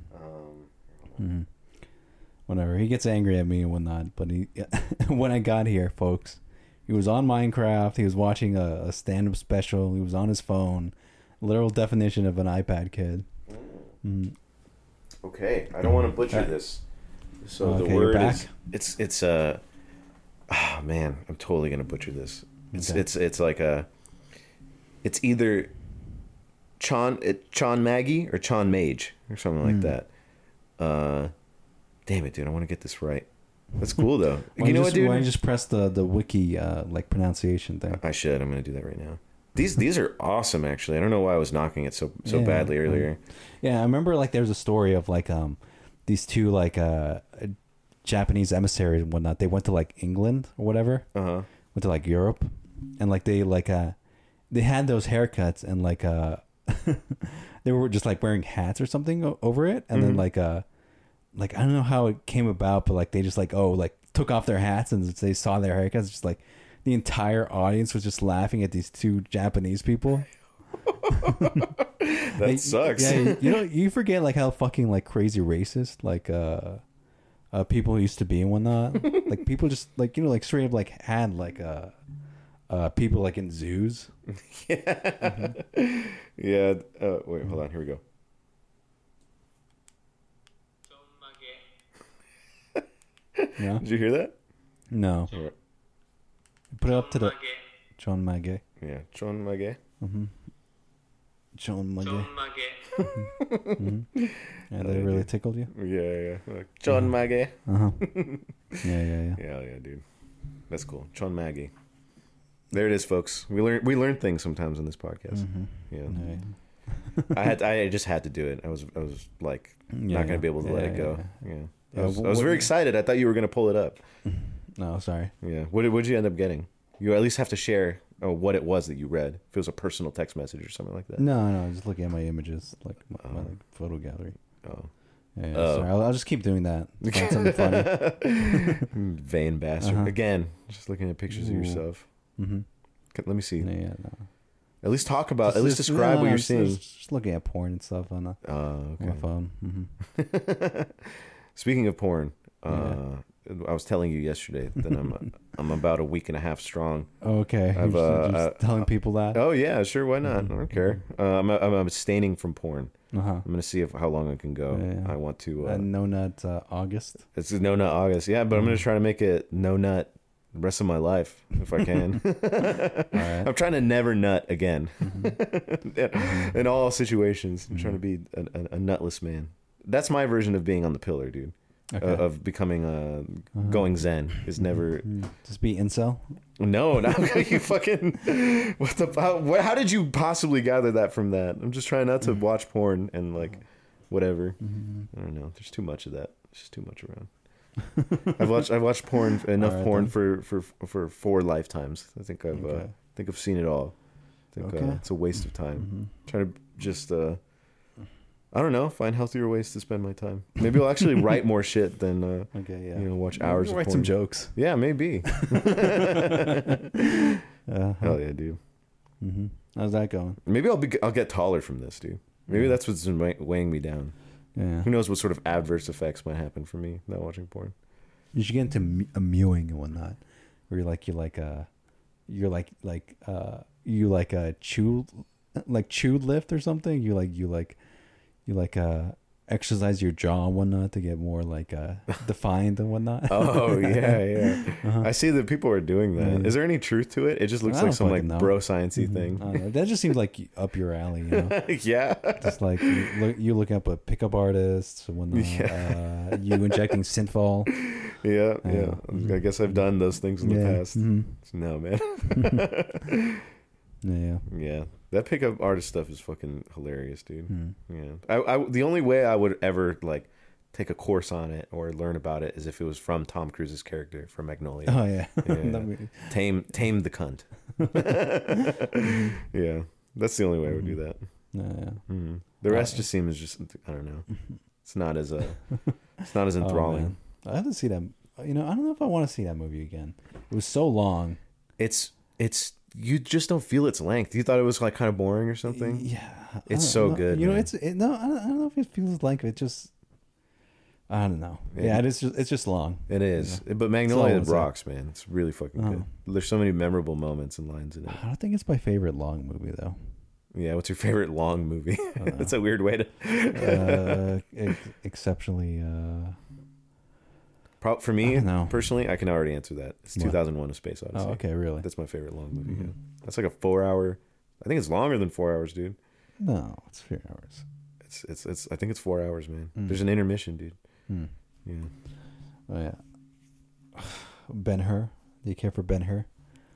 [SPEAKER 3] Mm-hmm.
[SPEAKER 2] Um,
[SPEAKER 3] whatever. He gets angry at me and whatnot. But he, when I got here, folks, he was on Minecraft. He was watching a, a stand-up special. He was on his phone. Literal definition of an iPad kid.
[SPEAKER 2] okay, I don't want to butcher
[SPEAKER 3] Okay.
[SPEAKER 2] this. So
[SPEAKER 3] Okay,
[SPEAKER 2] the
[SPEAKER 3] you're
[SPEAKER 2] word
[SPEAKER 3] back?
[SPEAKER 2] is it's it's uh, ah man, I'm totally gonna butcher this. It's
[SPEAKER 3] Okay.
[SPEAKER 2] it's it's like a it's either Chon it, Chon Maggie or Chon Mage or something
[SPEAKER 3] Hmm.
[SPEAKER 2] like that. Uh, damn it, dude, I want to get this right. That's cool though.
[SPEAKER 3] Why
[SPEAKER 2] you know
[SPEAKER 3] just,
[SPEAKER 2] what, dude?
[SPEAKER 3] Why don't you just press the the wiki uh, like pronunciation thing?
[SPEAKER 2] I should. I'm gonna do that right now. These these are awesome, actually. I don't know why I was knocking it so so
[SPEAKER 3] Yeah,
[SPEAKER 2] badly earlier.
[SPEAKER 3] Yeah, I remember like there's a story of like um these two like uh Japanese emissaries and whatnot. They went to like England or whatever,
[SPEAKER 2] Uh huh.
[SPEAKER 3] went to like Europe, and like they like uh they had those haircuts and like uh they were just like wearing hats or something o- over it, and then like uh like I don't know how it came about, but like they just like oh like took off their hats and they saw their haircuts, just like the entire audience was just laughing at these two Japanese people.
[SPEAKER 2] That
[SPEAKER 3] Like,
[SPEAKER 2] sucks.
[SPEAKER 3] Yeah, you- you know, you forget like how fucking like crazy racist like uh, uh people used to be and whatnot. like people just like you know like straight up like had like uh, uh people like in zoos.
[SPEAKER 2] yeah. Uh, wait, hold on. Here we go.
[SPEAKER 3] Yeah,
[SPEAKER 2] Did you hear that?
[SPEAKER 3] no, put it up to the John Maggie,
[SPEAKER 2] Yeah, John Mage.
[SPEAKER 3] John Maggie. Yeah, they really tickled you.
[SPEAKER 2] Yeah, yeah. yeah. John Mage.
[SPEAKER 3] Yeah, yeah, yeah.
[SPEAKER 2] Yeah, yeah, dude. That's cool. John Maggie. There it is, folks. We learn we learn things sometimes on this podcast. Yeah,
[SPEAKER 3] Mm-hmm. Yeah,
[SPEAKER 2] I had I just had to do it. I was I was like
[SPEAKER 3] Yeah,
[SPEAKER 2] not gonna be able to
[SPEAKER 3] yeah,
[SPEAKER 2] let it
[SPEAKER 3] yeah,
[SPEAKER 2] go. Yeah, I
[SPEAKER 3] Yeah,
[SPEAKER 2] was,
[SPEAKER 3] wh-
[SPEAKER 2] I was
[SPEAKER 3] what-
[SPEAKER 2] very excited. I thought you were gonna pull it up.
[SPEAKER 3] No, sorry.
[SPEAKER 2] Yeah. What did what'd you end up getting? You at least have to share uh what it was that you read. If it was a personal text message or something like that.
[SPEAKER 3] No, no. Just looking at my images, like my, my like, photo gallery.
[SPEAKER 2] Oh.
[SPEAKER 3] Yeah, yeah,
[SPEAKER 2] Oh.
[SPEAKER 3] sorry. I'll, I'll just keep doing that. Find something funny.
[SPEAKER 2] Vain bastard.
[SPEAKER 3] Uh-huh.
[SPEAKER 2] Again, just looking at pictures of yourself. Mm-hmm. Let me see.
[SPEAKER 3] Yeah, yeah. No.
[SPEAKER 2] At least talk about. Uh, at least
[SPEAKER 3] Just-
[SPEAKER 2] describe
[SPEAKER 3] no,
[SPEAKER 2] what
[SPEAKER 3] no,
[SPEAKER 2] you're
[SPEAKER 3] just-
[SPEAKER 2] seeing.
[SPEAKER 3] Just, just looking at porn and stuff on, uh,
[SPEAKER 2] Oh,
[SPEAKER 3] on
[SPEAKER 2] okay.
[SPEAKER 3] my phone. hmm
[SPEAKER 2] Speaking of porn, Uh, I was telling you yesterday that I'm I'm about a week and a half strong.
[SPEAKER 3] Okay. You're
[SPEAKER 2] I've,
[SPEAKER 3] just,
[SPEAKER 2] uh,
[SPEAKER 3] you're just telling people that.
[SPEAKER 2] Oh yeah, sure. Why not? I don't care. Uh,
[SPEAKER 3] Mm-hmm.
[SPEAKER 2] I'm, I'm abstaining from porn.
[SPEAKER 3] Uh-huh.
[SPEAKER 2] I'm gonna see if how long I can go.
[SPEAKER 3] Yeah.
[SPEAKER 2] I want to. Uh,
[SPEAKER 3] Uh, no nut uh, August.
[SPEAKER 2] It's no nut August, yeah. But I'm gonna try to make it no nut the rest of my life if I can. I'm trying to never nut again in all situations. I'm trying to be a, a, a nutless man. That's my version of being on the pillar, dude.
[SPEAKER 3] Okay. Mm-hmm.
[SPEAKER 2] Uh, of becoming uh, going zen is never.
[SPEAKER 3] Just be incel.
[SPEAKER 2] No, not you fucking. What the? How, wh- how did you possibly gather that from that? I'm just trying not to watch porn and like, whatever. I don't know. There's too much of that. There's just too much around. I've watched. I've watched porn enough
[SPEAKER 3] Alright
[SPEAKER 2] porn
[SPEAKER 3] then.
[SPEAKER 2] for for for four lifetimes. I think I've. Uh,
[SPEAKER 3] Okay.
[SPEAKER 2] I think I've seen it all. I think uh,
[SPEAKER 3] Okay. Mm-hmm.
[SPEAKER 2] it's a waste of time. Trying to just. Uh, I don't know. Find healthier ways to spend my time. Maybe I'll actually write more shit than uh,
[SPEAKER 3] Okay. Yeah.
[SPEAKER 2] you know watch hours. of
[SPEAKER 1] write
[SPEAKER 2] porn.
[SPEAKER 1] some jokes.
[SPEAKER 2] Yeah, maybe.
[SPEAKER 3] Uh-huh. Uh,
[SPEAKER 2] Hell yeah, dude. Mm-hmm.
[SPEAKER 3] hmm How's that going?
[SPEAKER 2] Maybe I'll be I'll get taller from this, dude. Maybe that's what's been wei- weighing me down.
[SPEAKER 3] Yeah.
[SPEAKER 2] Who knows what sort of adverse effects might happen for me not watching porn?
[SPEAKER 3] You should get into m- a mewing and whatnot, where you're like you're like uh, you're like like uh, you like uh, chew, like chew lift or something. You like you like, you like uh, exercise your jaw and whatnot to get more like uh defined and whatnot. Uh-huh.
[SPEAKER 2] Oh yeah, yeah. I see that people are doing that. Is
[SPEAKER 3] Yeah.
[SPEAKER 2] there any truth to it? It just looks
[SPEAKER 3] I
[SPEAKER 2] like
[SPEAKER 3] don't
[SPEAKER 2] some like
[SPEAKER 3] fucking know.
[SPEAKER 2] bro sciency
[SPEAKER 3] Mm-hmm. I don't know. That just seems like up your alley. You know.
[SPEAKER 2] thing. yeah.
[SPEAKER 3] Just like you look, you look up a pickup artist, and whatnot. Uh, you injecting synthol.
[SPEAKER 2] Yeah, yeah.
[SPEAKER 3] Yeah. Mm-hmm.
[SPEAKER 2] I guess I've done those things in the
[SPEAKER 3] Yeah.
[SPEAKER 2] past.
[SPEAKER 3] Mhm.
[SPEAKER 2] No, man.
[SPEAKER 3] Yeah.
[SPEAKER 2] yeah. That pickup artist stuff is fucking hilarious, dude.
[SPEAKER 3] Mm.
[SPEAKER 2] Yeah. I, I the only way I would ever like take a course on it or learn about it is if it was from Tom Cruise's character from Magnolia.
[SPEAKER 3] Oh yeah.
[SPEAKER 2] Yeah.
[SPEAKER 3] That'd be-
[SPEAKER 2] tame tame the cunt. yeah, that's the only way I would do
[SPEAKER 3] Mm-hmm.
[SPEAKER 2] that.
[SPEAKER 3] yeah.
[SPEAKER 2] Mhm. The rest just seems just I don't know. It's not as a it's not as
[SPEAKER 3] Mm-hmm. Oh,
[SPEAKER 2] enthralling.
[SPEAKER 3] man. I have to see that. You know, I don't know if I want to see that movie again. It was so long.
[SPEAKER 2] it's it's you just don't feel its length. You thought it was like kind of boring or something.
[SPEAKER 3] Yeah, I
[SPEAKER 2] It's
[SPEAKER 3] don't
[SPEAKER 2] so
[SPEAKER 3] know.
[SPEAKER 2] good,
[SPEAKER 3] You know,
[SPEAKER 2] man.
[SPEAKER 3] it's it, no. I don't, I don't know if it feels like it. Just I don't know.
[SPEAKER 2] Yeah.
[SPEAKER 3] Yeah, it's just it's just long.
[SPEAKER 2] It is, but
[SPEAKER 3] all
[SPEAKER 2] Magnolia
[SPEAKER 3] it's Oh.
[SPEAKER 2] rocks, man. It's really fucking good. There's so many memorable moments and lines in it.
[SPEAKER 3] I don't think it's my favorite long movie though.
[SPEAKER 2] Yeah, what's your favorite long movie?
[SPEAKER 3] Oh,
[SPEAKER 2] that's a weird way to.
[SPEAKER 3] Uh, ex- exceptionally. Uh,
[SPEAKER 2] Pro- for
[SPEAKER 3] I
[SPEAKER 2] me
[SPEAKER 3] don't know.
[SPEAKER 2] personally, I can already answer that. It's
[SPEAKER 3] What?
[SPEAKER 2] 2001: A Space Odyssey.
[SPEAKER 3] oh, okay, Mm-hmm. really?
[SPEAKER 2] That's my favorite long movie. Yeah. That's like a four hour. I think it's longer than four hours, dude.
[SPEAKER 3] No, it's three hours.
[SPEAKER 2] It's it's it's. I think it's four hours, man.
[SPEAKER 3] Mm.
[SPEAKER 2] There's an intermission, dude.
[SPEAKER 3] Hmm.
[SPEAKER 2] Yeah.
[SPEAKER 3] Oh yeah. Ben Hur. Do you care for Ben Hur?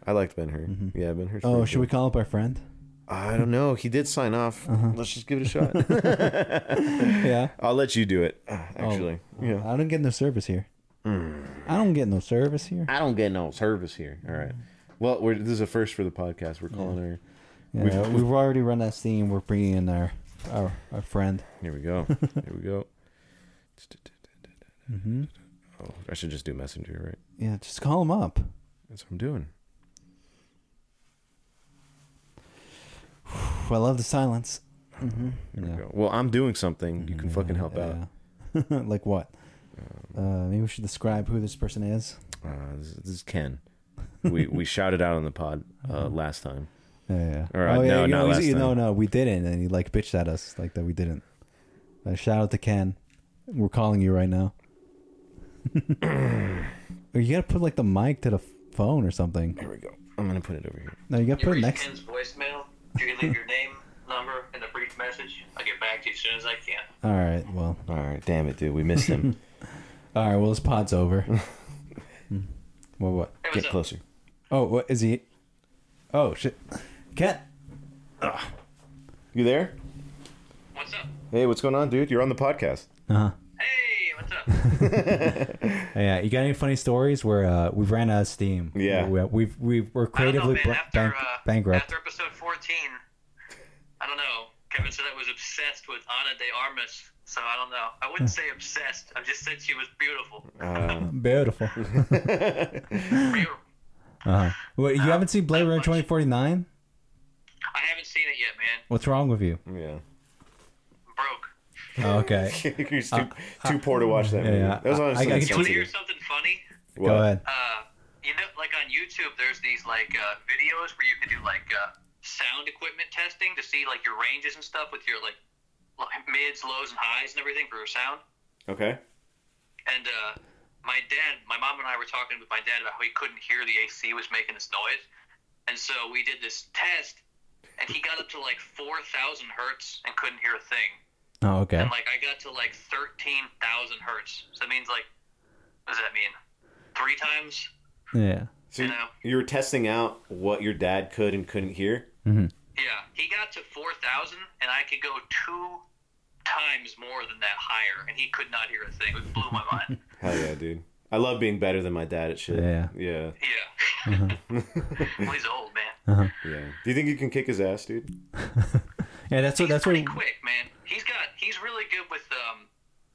[SPEAKER 2] I liked Ben Hur. Yeah, Ben Hur.
[SPEAKER 3] Oh, should we call up our friend?
[SPEAKER 2] I don't know. He did sign off. Let's just give it a shot.
[SPEAKER 3] Yeah.
[SPEAKER 2] I'll let you do it. ah, Actually, yeah. Hmm.
[SPEAKER 3] I don't get no service here. I don't get no service here.
[SPEAKER 2] I don't get no service here. All right. Well, we're, this is a first for the podcast. We're calling her.
[SPEAKER 3] Yeah,
[SPEAKER 2] We've-
[SPEAKER 3] we've, already run that scene. We're bringing in our our, our friend.
[SPEAKER 2] Here we go. Here we go. Oh, I should just do messenger, right?
[SPEAKER 3] Yeah, just call him up.
[SPEAKER 2] That's what I'm doing.
[SPEAKER 3] Phew, I love the silence.
[SPEAKER 2] Here
[SPEAKER 3] Yeah.
[SPEAKER 2] Mm-hmm. we go. Well, I'm doing something. You can fucking help out.
[SPEAKER 3] Yeah. like what? Uh, maybe we should describe who this person is.
[SPEAKER 2] Uh, this, this is Ken. We we shouted out on the pod uh, last time.
[SPEAKER 3] Yeah, yeah.
[SPEAKER 2] All right,
[SPEAKER 3] oh, yeah,
[SPEAKER 2] no,
[SPEAKER 3] you know,
[SPEAKER 2] not
[SPEAKER 3] he's-
[SPEAKER 2] last
[SPEAKER 3] no,
[SPEAKER 2] time.
[SPEAKER 3] no, we didn't, and he like bitched at us like that we didn't. Uh, shout out to Ken. We're calling you right now. Or you gotta put like the mic to the phone or something.
[SPEAKER 2] Here we go. I'm gonna put it over here.
[SPEAKER 3] No, you gotta
[SPEAKER 4] You
[SPEAKER 3] put it
[SPEAKER 4] reached
[SPEAKER 3] next.
[SPEAKER 4] Ken's voicemail. You can leave your name, number, and a brief message. I'll get back to you as soon as I can.
[SPEAKER 3] All right, well,
[SPEAKER 2] All right, damn it, dude. We missed him.
[SPEAKER 3] all right, well, this pod's over. Hmm. what? What?
[SPEAKER 4] Hey,
[SPEAKER 2] Get
[SPEAKER 4] what's up?
[SPEAKER 2] closer.
[SPEAKER 3] Oh, what is he? Oh shit, Ken.
[SPEAKER 2] You there?
[SPEAKER 4] What's up?
[SPEAKER 2] Hey, what's going on, dude? You're on the podcast.
[SPEAKER 3] Uh-huh.
[SPEAKER 4] Hey, what's up?
[SPEAKER 3] Yeah, you got any funny stories where uh, we've ran out of steam?
[SPEAKER 2] Yeah.
[SPEAKER 3] we, we've we've we're
[SPEAKER 4] I don't know,
[SPEAKER 3] creatively
[SPEAKER 4] man.
[SPEAKER 3] bla-
[SPEAKER 4] After,
[SPEAKER 3] bank-
[SPEAKER 4] uh,
[SPEAKER 3] bankrupt.
[SPEAKER 4] after episode 14, I don't know. Kevin said I was obsessed with Ana de Armas, so I don't know. I
[SPEAKER 3] Hmm.
[SPEAKER 4] wouldn't say obsessed. I just said she was beautiful.
[SPEAKER 2] Um,
[SPEAKER 3] Beautiful.
[SPEAKER 4] I
[SPEAKER 3] Wait, you haven't seen Blade Runner 2049?
[SPEAKER 4] haven't seen it yet, man.
[SPEAKER 3] What's wrong with you?
[SPEAKER 2] Yeah.
[SPEAKER 4] I'm broke.
[SPEAKER 3] Oh, okay.
[SPEAKER 2] You're too, too poor to watch that
[SPEAKER 3] yeah,
[SPEAKER 2] movie.
[SPEAKER 3] yeah.
[SPEAKER 2] That was
[SPEAKER 3] I- I-
[SPEAKER 2] honestly
[SPEAKER 3] I-
[SPEAKER 4] You want to
[SPEAKER 2] insensitive.
[SPEAKER 4] hear something funny?
[SPEAKER 2] What?
[SPEAKER 3] Go ahead.
[SPEAKER 4] Uh, you know, like on YouTube, there's these like uh, videos where you can do like uh, sound equipment testing to see like your ranges and stuff with your like lo- mids, lows, and highs and everything for sound.
[SPEAKER 2] Okay.
[SPEAKER 4] And uh, my dad, my mom and I were talking with my dad about how he couldn't hear the AC was making this noise. And so we did this test, and he got up to like 4,000 hertz and couldn't hear a thing.
[SPEAKER 3] Oh, okay.
[SPEAKER 4] And like I got to like 13,000 hertz. So that means like, what does that mean? Three times?
[SPEAKER 3] Yeah.
[SPEAKER 2] So
[SPEAKER 4] You know.
[SPEAKER 2] you were testing out what your dad could and couldn't hear.
[SPEAKER 4] Yeah. He got to 4,000, and I could go two times more than that higher, and he could not hear a thing. It blew my mind.
[SPEAKER 2] Hell yeah, dude. I love being better than my dad at shit.
[SPEAKER 3] Yeah.
[SPEAKER 2] Yeah.
[SPEAKER 4] Yeah.
[SPEAKER 3] Uh-huh.
[SPEAKER 4] well, he's old, man.
[SPEAKER 2] Yeah. Do you think you can kick his ass, dude?
[SPEAKER 3] Yeah, that's what
[SPEAKER 4] he's
[SPEAKER 3] that's what
[SPEAKER 4] pretty quick, man. He's got he's really good with um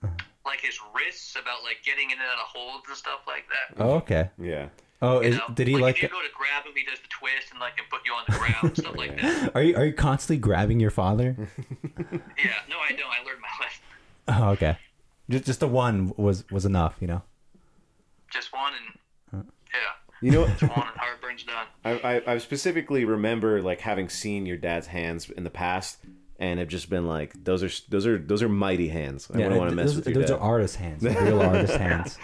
[SPEAKER 3] Uh-huh.
[SPEAKER 4] like his wrists about like getting in and out of holds and stuff like that.
[SPEAKER 3] Oh, okay.
[SPEAKER 2] Yeah.
[SPEAKER 3] Oh,
[SPEAKER 4] You
[SPEAKER 3] is,
[SPEAKER 4] know?
[SPEAKER 3] did he
[SPEAKER 4] if you
[SPEAKER 3] like
[SPEAKER 4] go to grab him, he does the twist and like can put you on the ground, stuff like that.
[SPEAKER 3] Are you are you constantly grabbing your father?
[SPEAKER 4] Yeah, no, I don't. I learned my lesson.
[SPEAKER 3] Oh, okay. Just just the one was was enough, you know.
[SPEAKER 4] Just one and
[SPEAKER 3] Uh-huh.
[SPEAKER 4] yeah,
[SPEAKER 2] You know,
[SPEAKER 4] just one and heartburn's done.
[SPEAKER 2] I, I I specifically remember like having seen your dad's hands in the past and have just been like, those are those are those are mighty hands. I wouldn't want to mess
[SPEAKER 3] those,
[SPEAKER 2] with your
[SPEAKER 3] those
[SPEAKER 2] dad.
[SPEAKER 3] are artist hands, real artist hands.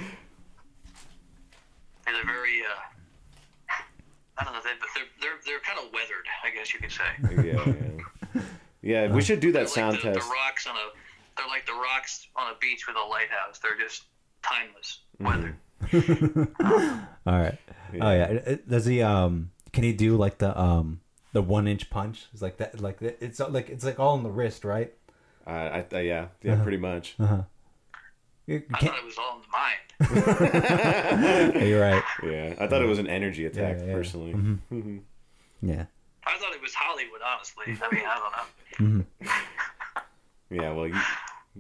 [SPEAKER 4] They're very uh, I don't know. They, but they're they're they're kind of weathered, I guess you could say.
[SPEAKER 2] yeah, yeah. yeah. We should do
[SPEAKER 4] They're
[SPEAKER 2] that sound
[SPEAKER 4] like the,
[SPEAKER 2] test.
[SPEAKER 4] the rocks on a they're like the rocks on a beach with a lighthouse. They're just timeless.
[SPEAKER 2] Mm-hmm.
[SPEAKER 4] Weathered.
[SPEAKER 3] All right. Oh yeah. It- it- Does he um? Can he do like the um the one inch punch? It's like that. Like that- it's all- like it's like all in the wrist, right?
[SPEAKER 2] Uh, I, I, yeah, yeah, pretty much.
[SPEAKER 3] You
[SPEAKER 4] I
[SPEAKER 3] can't-
[SPEAKER 4] thought it was all in the mind.
[SPEAKER 3] yeah, you're right.
[SPEAKER 2] Yeah, I thought it was an energy attack
[SPEAKER 3] Yeah, yeah.
[SPEAKER 2] personally.
[SPEAKER 4] Mm-hmm.
[SPEAKER 3] Yeah.
[SPEAKER 4] I thought it was Hollywood, honestly. I mean, I don't know.
[SPEAKER 2] Yeah, well, you,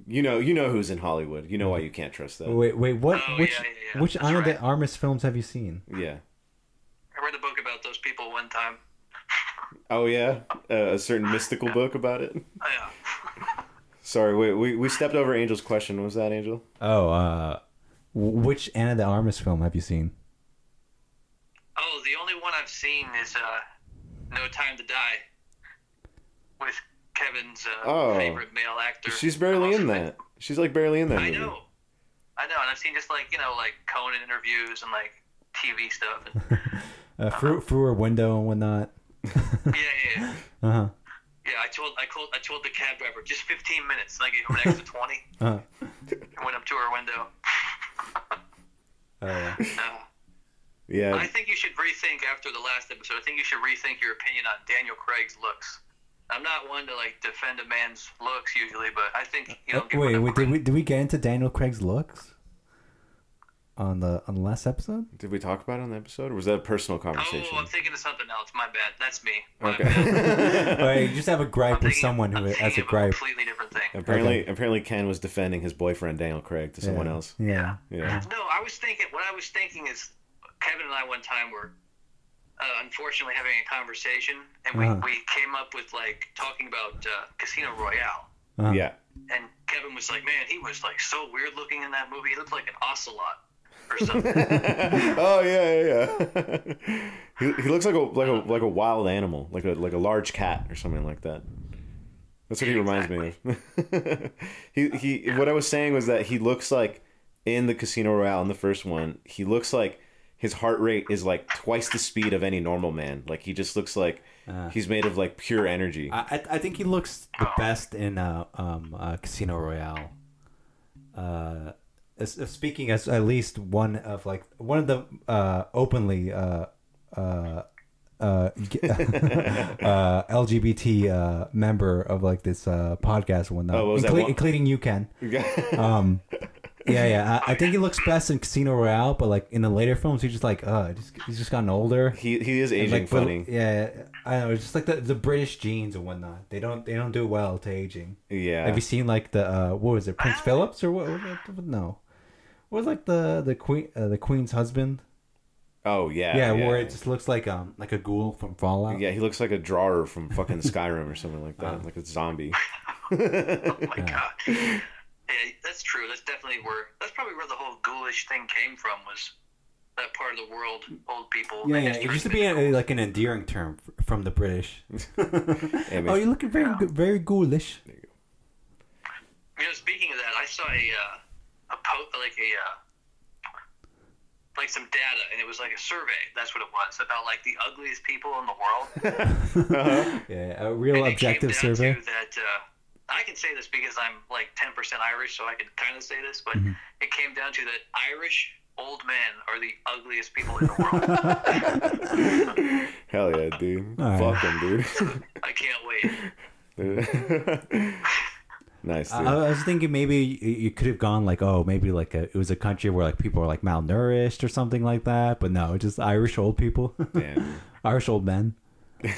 [SPEAKER 2] you know, you know who's in Hollywood. You know why you can't trust that.
[SPEAKER 3] Wait, wait. What?
[SPEAKER 4] Oh,
[SPEAKER 3] which
[SPEAKER 4] yeah, yeah, yeah.
[SPEAKER 3] which
[SPEAKER 4] That's
[SPEAKER 3] Ana de
[SPEAKER 4] right.
[SPEAKER 3] Armas films have you seen?
[SPEAKER 2] Yeah.
[SPEAKER 4] I read a book about those people one time.
[SPEAKER 2] Oh yeah, uh, a certain mystical book about it.
[SPEAKER 4] Yeah.
[SPEAKER 2] Sorry, we, we we stepped over Angel's question. What was that Angel?
[SPEAKER 3] Oh, uh, wh- which Anna de Armas film have you seen?
[SPEAKER 4] Oh, the only one I've seen is uh, No Time to Die with Kevin's uh,
[SPEAKER 2] Oh.
[SPEAKER 4] favorite male actor.
[SPEAKER 2] She's barely in that. She's like barely in that
[SPEAKER 4] I
[SPEAKER 2] movie.
[SPEAKER 4] know. I know, and I've seen just like, you know, like Conan interviews and like TV stuff.
[SPEAKER 3] Uh,
[SPEAKER 4] And, Um,
[SPEAKER 3] through through her window and whatnot.
[SPEAKER 4] yeah, yeah, yeah.
[SPEAKER 3] Uh huh.
[SPEAKER 4] Yeah, I told I told I told the cab driver just 15 minutes, and I gave him an extra 20.
[SPEAKER 3] Uh-huh.
[SPEAKER 4] And went up to her window.
[SPEAKER 3] Oh, yeah.
[SPEAKER 4] No. I
[SPEAKER 2] Yeah,
[SPEAKER 4] think you should rethink after the last episode. I think you should rethink your opinion on Daniel Craig's looks. I'm not one to like defend a man's looks usually, but I think you
[SPEAKER 3] Uh,
[SPEAKER 4] don't. give
[SPEAKER 3] wait,
[SPEAKER 4] enough
[SPEAKER 3] wait. Did
[SPEAKER 4] credit.
[SPEAKER 3] we did we get into Daniel Craig's looks on the on the last episode?
[SPEAKER 2] did we talk about it on the episode? Or was that a personal conversation?
[SPEAKER 4] Oh, I'm thinking of something else. My bad. That's me. My bad.
[SPEAKER 2] okay.
[SPEAKER 3] Or you just have a gripe with
[SPEAKER 4] Thinking-
[SPEAKER 3] someone
[SPEAKER 4] I'm
[SPEAKER 3] who
[SPEAKER 4] thinking
[SPEAKER 3] has a
[SPEAKER 4] of
[SPEAKER 3] gripe.
[SPEAKER 4] Completely different thing.
[SPEAKER 2] apparently, apparently, Ken was defending his boyfriend Daniel Craig to someone
[SPEAKER 3] Yeah.
[SPEAKER 2] else.
[SPEAKER 3] Yeah.
[SPEAKER 2] Yeah.
[SPEAKER 4] No, I was thinking. What I was thinking is, Kevin and I one time were, uh, unfortunately, having a conversation, and we,
[SPEAKER 3] Uh-huh.
[SPEAKER 4] we came up with like talking about uh, Casino Royale,
[SPEAKER 3] Uh-huh.
[SPEAKER 2] Yeah.
[SPEAKER 4] and Kevin was like, "Man, he was like so weird looking in that movie. He looked like an ocelot or something."
[SPEAKER 2] oh yeah, yeah. yeah. he, he looks like a like a like a wild animal, like a like a large cat or something like that. That's what he reminds me of. he he. What I was saying was that he looks like in the Casino Royale in the first one. He looks like his heart rate is like twice the speed of any normal man. Like he just looks like he's made of like pure energy.
[SPEAKER 3] Uh. I I- I think he looks the best in uh, um, uh, Casino Royale. Uh, as, as speaking as at least one of like one of the uh, openly uh, uh, uh, g- uh, LGBT uh, member of like this uh, podcast and whatnot,
[SPEAKER 2] Oh, what was that
[SPEAKER 3] including,
[SPEAKER 2] one?
[SPEAKER 3] including you, Ken. Um, yeah, yeah. I, I think he looks best in Casino Royale, but like in the later films, he's just like, uh, just, he's just gotten older
[SPEAKER 2] he he is aging
[SPEAKER 3] but-
[SPEAKER 2] funny.
[SPEAKER 3] yeah, I know. It's just like the, the British genes and whatnot. They don't they don't do well to aging.
[SPEAKER 2] Yeah.
[SPEAKER 3] Have you seen like the uh, what was it, Prince Philip's or what? was it? No, what was like the the queen uh, the queen's husband?
[SPEAKER 2] oh yeah.
[SPEAKER 3] Yeah, where it just looks like um like a ghoul from Fallout. Uh.
[SPEAKER 2] Yeah, he looks like a drawer from fucking Skyrim or something like that, like a zombie.
[SPEAKER 4] oh my god. Yeah, that's true. That's definitely where. That's probably where the whole ghoulish thing came from. Was that part of the world, old people?
[SPEAKER 3] Yeah,
[SPEAKER 4] they
[SPEAKER 3] yeah.
[SPEAKER 4] just
[SPEAKER 3] It
[SPEAKER 4] drink
[SPEAKER 3] used to
[SPEAKER 4] the
[SPEAKER 3] be a,
[SPEAKER 4] ghouls.
[SPEAKER 3] like an endearing term f- from the British.
[SPEAKER 2] I mean,
[SPEAKER 3] oh, you're looking very,
[SPEAKER 4] Yeah.
[SPEAKER 3] goo- very ghoulish.
[SPEAKER 4] You know, speaking of that, I saw a uh, a po- like a uh, like some data, and it was like a survey. That's what it was about like the ugliest people in the world.
[SPEAKER 3] Yeah, a real
[SPEAKER 4] And it came
[SPEAKER 3] objective
[SPEAKER 4] down
[SPEAKER 3] survey.
[SPEAKER 4] To that uh, I can say this because I'm like 10% Irish, so I can kind of say this, but
[SPEAKER 3] Mm-hmm.
[SPEAKER 4] it came down to that Irish old men are the ugliest people in the world.
[SPEAKER 2] hell yeah, dude.
[SPEAKER 3] All
[SPEAKER 2] Fuck them,
[SPEAKER 4] I can't wait.
[SPEAKER 2] dude. nice, dude.
[SPEAKER 3] I, I was thinking maybe you, you could have gone like, oh, maybe like a, it was a country where like people are like malnourished or something like that. But no, just Irish old people,
[SPEAKER 2] Damn, dude.
[SPEAKER 3] Irish old men.
[SPEAKER 4] Yeah,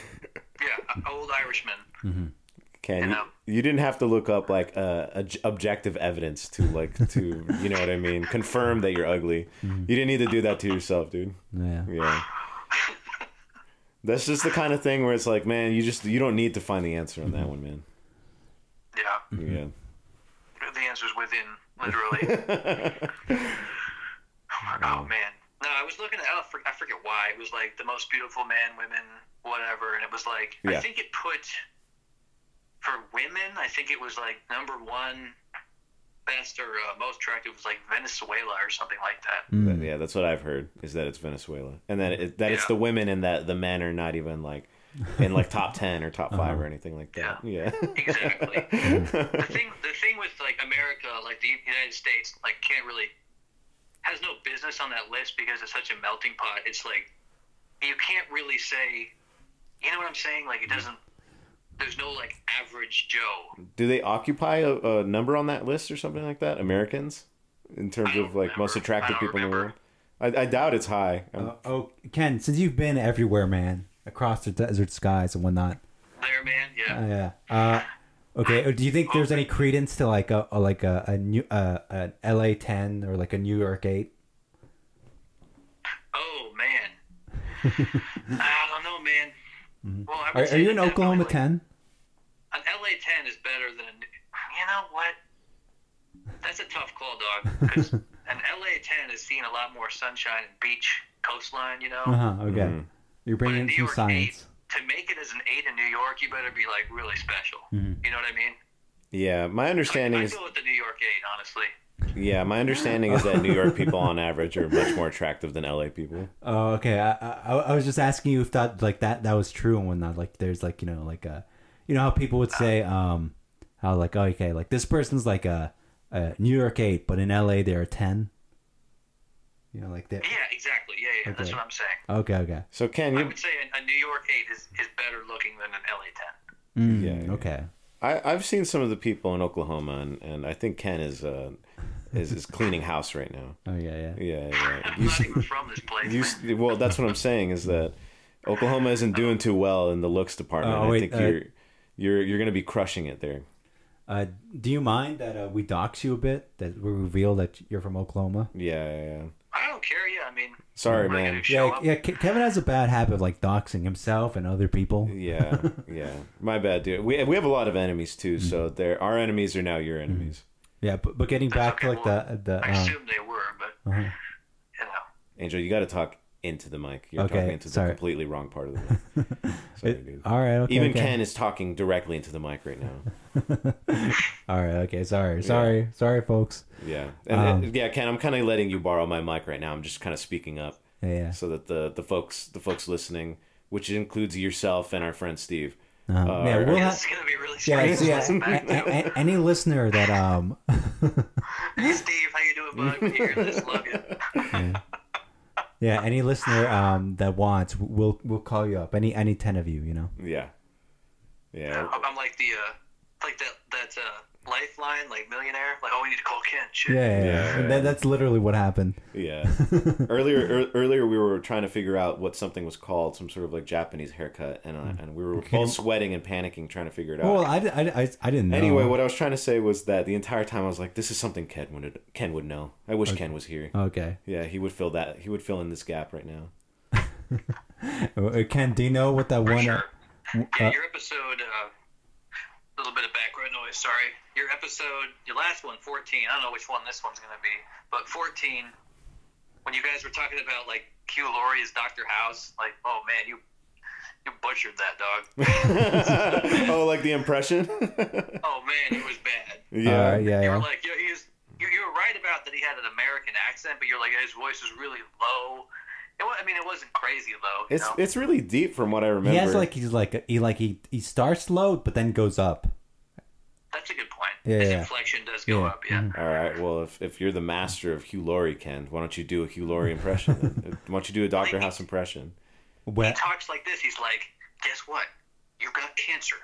[SPEAKER 4] a- old Irishmen.
[SPEAKER 2] Can
[SPEAKER 4] You know?
[SPEAKER 2] you, you didn't have to look up like uh, obj- objective evidence to like to you know what I mean confirm that you're ugly. You didn't need to do that to yourself, dude.
[SPEAKER 3] Yeah.
[SPEAKER 2] Yeah. That's just the kind of thing where it's like, man, you just you don't need to find the answer on that one, man.
[SPEAKER 4] Yeah,
[SPEAKER 2] Yeah.
[SPEAKER 4] the answer's within, literally. oh man. No, I was looking at I, don't, for- I forget why it was like the most beautiful man, women, whatever, and it was like
[SPEAKER 2] Yeah.
[SPEAKER 4] I think it put for women. I think it was like number one best or uh, most attractive was like Venezuela or something like that.
[SPEAKER 2] That- yeah, that's what I've heard is that it's Venezuela, and that it, that it's
[SPEAKER 4] Yeah.
[SPEAKER 2] the women and that the men are not even like in like top ten or top 5 or anything like that. Yeah.
[SPEAKER 4] Exactly. the thing, the thing with like America, like the United States, like can't really has no business on that list because it's such a melting pot. It's like you can't really say, you know what I'm saying? Like it doesn't. There's no like average Joe.
[SPEAKER 2] Do they occupy a, a number on that list or something like that? Americans, in terms
[SPEAKER 4] I don't
[SPEAKER 2] of like most
[SPEAKER 4] remember.
[SPEAKER 2] attractive
[SPEAKER 4] I don't
[SPEAKER 2] people
[SPEAKER 4] remember.
[SPEAKER 2] in the world. I, I doubt it's high. Um, I'm-
[SPEAKER 3] Uh, oh, Ken, since you've been everywhere, man, across the desert skies and whatnot.
[SPEAKER 4] There, man.
[SPEAKER 3] Uh,
[SPEAKER 4] Yeah.
[SPEAKER 3] yeah. Uh, okay. uh, Do you think there's any credence to like a, a- like a, a new uh, an LA ten or like a New York eight?
[SPEAKER 4] Oh man. I don't know, man. Well, I
[SPEAKER 3] Mm-hmm. Are,
[SPEAKER 4] would
[SPEAKER 3] are
[SPEAKER 4] say
[SPEAKER 3] you
[SPEAKER 4] that
[SPEAKER 3] an
[SPEAKER 4] definitely,
[SPEAKER 3] Oklahoma
[SPEAKER 4] like,
[SPEAKER 3] ten?
[SPEAKER 4] An LA 10 is better than a. You know what? That's a tough call, dog. 'cause an LA 10 has seen a lot more sunshine and beach coastline, you know?
[SPEAKER 3] Uh huh. Okay. You're
[SPEAKER 4] But a
[SPEAKER 3] bringing in
[SPEAKER 4] New
[SPEAKER 3] some
[SPEAKER 4] York
[SPEAKER 3] science.
[SPEAKER 4] 8, to make it as an 8 in New York, you better be, like, really special.
[SPEAKER 3] Mm-hmm.
[SPEAKER 4] You know what I mean?
[SPEAKER 2] yeah, my understanding
[SPEAKER 4] I
[SPEAKER 2] is
[SPEAKER 4] go with the New York 8, honestly.
[SPEAKER 2] yeah, my understanding is that New York people on average are much more attractive than LA people.
[SPEAKER 3] Oh, okay. I, I I was just asking you if that like that that was true and whatnot. Like, there's like you know like uh you know how people would say um how like oh, okay like this person's like a, a New York eight, but in LA they're a ten. You know, like that.
[SPEAKER 4] Yeah, exactly. Yeah, yeah. That's
[SPEAKER 3] Okay.
[SPEAKER 4] what I'm saying.
[SPEAKER 3] Okay. Okay.
[SPEAKER 2] So Ken,
[SPEAKER 4] I
[SPEAKER 2] you,
[SPEAKER 4] would say a, a New York 8 is, is better looking than an
[SPEAKER 3] Mm,
[SPEAKER 4] LA 10.
[SPEAKER 2] Yeah, yeah.
[SPEAKER 3] Okay.
[SPEAKER 2] I, I've seen some of the people in Oklahoma, and, and I think Ken is uh, is is cleaning house right now.
[SPEAKER 3] Oh yeah. Yeah.
[SPEAKER 2] Yeah, yeah.
[SPEAKER 4] I'm
[SPEAKER 2] You,
[SPEAKER 4] not
[SPEAKER 2] s-
[SPEAKER 4] even from this place.
[SPEAKER 2] you
[SPEAKER 4] man.
[SPEAKER 2] s- well, that's what I'm saying is that Oklahoma isn't doing too well in the looks department.
[SPEAKER 3] Oh, wait,
[SPEAKER 2] I think
[SPEAKER 3] uh,
[SPEAKER 2] you're you're you're gonna be crushing it there.
[SPEAKER 3] Uh, do you mind that uh, we dox you a bit? That we reveal that you're from Oklahoma?
[SPEAKER 2] Yeah, yeah, yeah.
[SPEAKER 4] I don't care. Yeah, I mean,
[SPEAKER 2] Sorry,
[SPEAKER 4] what am I
[SPEAKER 2] man.
[SPEAKER 4] gonna do,
[SPEAKER 3] Yeah,
[SPEAKER 4] show up?
[SPEAKER 3] yeah. Ke- Kevin has a bad habit of like doxing himself and other people.
[SPEAKER 2] Yeah, yeah. My bad, dude. We we have a lot of enemies too, so
[SPEAKER 3] Mm-hmm.
[SPEAKER 2] there our enemies are now your enemies.
[SPEAKER 3] Yeah, but, but getting
[SPEAKER 4] That's
[SPEAKER 3] back to
[SPEAKER 4] okay,
[SPEAKER 3] like
[SPEAKER 4] well,
[SPEAKER 3] the the
[SPEAKER 4] I
[SPEAKER 3] um,
[SPEAKER 4] assume they were, but
[SPEAKER 3] uh-huh.
[SPEAKER 4] you know,
[SPEAKER 2] Angel, you got to talk into the mic. You're
[SPEAKER 3] Okay,
[SPEAKER 2] talking into the
[SPEAKER 3] sorry.
[SPEAKER 2] completely wrong part of the mic. sorry, dude.
[SPEAKER 3] all right, okay,
[SPEAKER 2] Even
[SPEAKER 3] okay.
[SPEAKER 2] Ken is talking directly into the mic right now.
[SPEAKER 3] All right, okay. Sorry, sorry, sorry, folks.
[SPEAKER 2] Yeah, and,
[SPEAKER 3] Um,
[SPEAKER 2] and- yeah, Ken. I'm kind of letting you borrow my mic right now. I'm just kind of speaking up
[SPEAKER 3] Yeah,
[SPEAKER 2] so that the the folks the folks listening, which includes yourself and our friend Steve.
[SPEAKER 3] yeah. Um,
[SPEAKER 2] Uh,
[SPEAKER 3] yeah,
[SPEAKER 2] or-
[SPEAKER 3] we'll
[SPEAKER 4] yeah,
[SPEAKER 3] ha-
[SPEAKER 4] it's gonna be really
[SPEAKER 3] yeah,
[SPEAKER 4] strange.
[SPEAKER 3] so,
[SPEAKER 4] to
[SPEAKER 3] yeah.
[SPEAKER 4] listen back
[SPEAKER 3] a-
[SPEAKER 4] to.
[SPEAKER 3] a- a- any listener that um,
[SPEAKER 4] Hey, Steve, how you doing, bud? When you hear this, love you.
[SPEAKER 3] yeah, any listener um that wants, we'll we'll call you up. Any any ten of you, you know.
[SPEAKER 2] Yeah, yeah.
[SPEAKER 4] I'm I'm like the, uh, like that that uh, lifeline, like millionaire. Like, oh, we need to call Ken. Shit.
[SPEAKER 3] Yeah,
[SPEAKER 2] Yeah,
[SPEAKER 3] yeah, yeah.
[SPEAKER 2] yeah.
[SPEAKER 3] That, that's literally what happened.
[SPEAKER 2] Yeah. earlier, ear earlier we were trying to figure out what something was called, some sort of like Japanese haircut, and uh, and we were both sweating and panicking trying to figure it out.
[SPEAKER 3] Well, I, di- I, di- I, I didn't. Know.
[SPEAKER 2] anyway, what I was trying to say was that the entire time I was like, "This is something Ken would Ken would know. I wish Ken was here.
[SPEAKER 3] Okay.
[SPEAKER 2] Yeah, he would fill that. He would fill in this gap right now."
[SPEAKER 3] Uh, Ken, do you know what that one?
[SPEAKER 4] sure.
[SPEAKER 3] uh,
[SPEAKER 4] Yeah, your episode. A uh, little bit of background noise. last one, 14, I don't know which one this one's going to be, but 14, when you guys were talking about, like, Q Laurie is Dr. House, like, oh man, you you butchered that, dog.
[SPEAKER 2] oh, like the impression?
[SPEAKER 4] oh man, it was bad.
[SPEAKER 5] Yeah,
[SPEAKER 2] yeah.
[SPEAKER 3] uh,
[SPEAKER 5] yeah,
[SPEAKER 4] You
[SPEAKER 5] yeah.
[SPEAKER 4] were like, yeah, he is, you, you were right about that he had an American accent, but you're like, his voice is really low. It, wa- I mean, it wasn't crazy low. You
[SPEAKER 2] It's
[SPEAKER 4] know?
[SPEAKER 2] it's really deep from what I remember.
[SPEAKER 3] He has like he's like he like he he starts low but then goes up.
[SPEAKER 4] That's a good point.
[SPEAKER 3] Yeah,
[SPEAKER 4] his
[SPEAKER 3] yeah.
[SPEAKER 4] inflection does go
[SPEAKER 3] Yeah.
[SPEAKER 4] up. Yeah.
[SPEAKER 2] Mm-hmm. All right. Well, if, if you're the master of Hugh Laurie, Ken, why don't you do a Hugh Laurie impression? Then? why don't you do a Doctor House impression?
[SPEAKER 3] Well,
[SPEAKER 4] He talks like this. He's like, guess what? You got cancer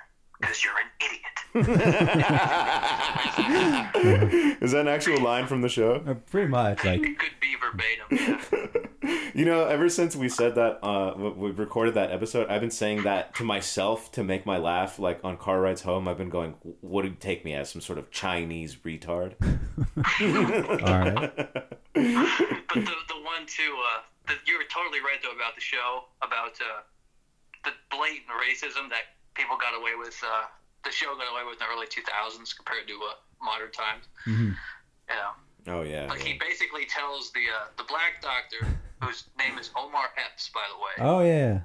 [SPEAKER 4] because you're an idiot.
[SPEAKER 2] Is that an actual line from the show?
[SPEAKER 3] uh, pretty much like
[SPEAKER 4] It could be verbatim. Yeah.
[SPEAKER 2] You know, ever since we said that, uh, w- we recorded that episode, I've been saying that to myself to make my laugh. Like on car rides home, I've been going, "What do you take me as? Some sort of Chinese retard?" Oh,
[SPEAKER 3] all right.
[SPEAKER 4] But the, the one too, uh, the, you were totally right though about the show about uh, the blatant racism that people got away with. Uh, the show got away with in the early 2000s compared to uh, modern times. You know,
[SPEAKER 2] Oh Mm-hmm. yeah.
[SPEAKER 4] like he basically tells the uh, the black doctor, whose name is Omar Epps, by the way.
[SPEAKER 3] Oh yeah.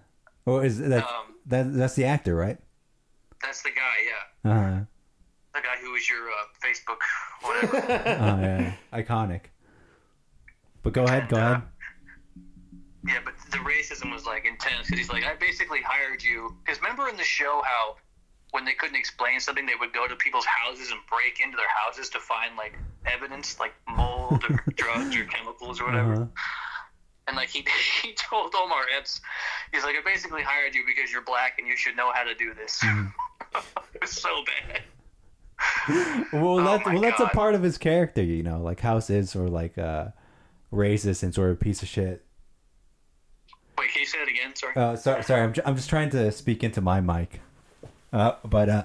[SPEAKER 3] Oh, is that
[SPEAKER 4] Um,
[SPEAKER 3] that that's the actor, right?
[SPEAKER 4] That's the guy, yeah,
[SPEAKER 3] Uh-huh.
[SPEAKER 4] the guy who was your uh, Facebook, whatever.
[SPEAKER 3] Oh yeah. Iconic. But go ahead, go ahead.
[SPEAKER 4] Yeah, but the racism was like intense because he's like, I basically hired you. Because remember in the show how when they couldn't explain something, they would go to people's houses and break into their houses to find like evidence, like mold or drugs or chemicals or whatever.
[SPEAKER 3] Uh-huh.
[SPEAKER 4] And like he he told Omar Epps, he's like, I basically hired you because you're black and you should know how to do this.
[SPEAKER 3] Mm-hmm.
[SPEAKER 4] it was so bad.
[SPEAKER 3] Well, that,
[SPEAKER 4] Oh my
[SPEAKER 3] well that's a
[SPEAKER 4] God.
[SPEAKER 3] part of his character, you know, like House is or like uh racist and sort of piece of shit.
[SPEAKER 4] Wait, can you say it again? Sorry.
[SPEAKER 3] Uh, sorry, sorry. I'm, ju- I'm just trying to speak into my mic. Uh, but uh,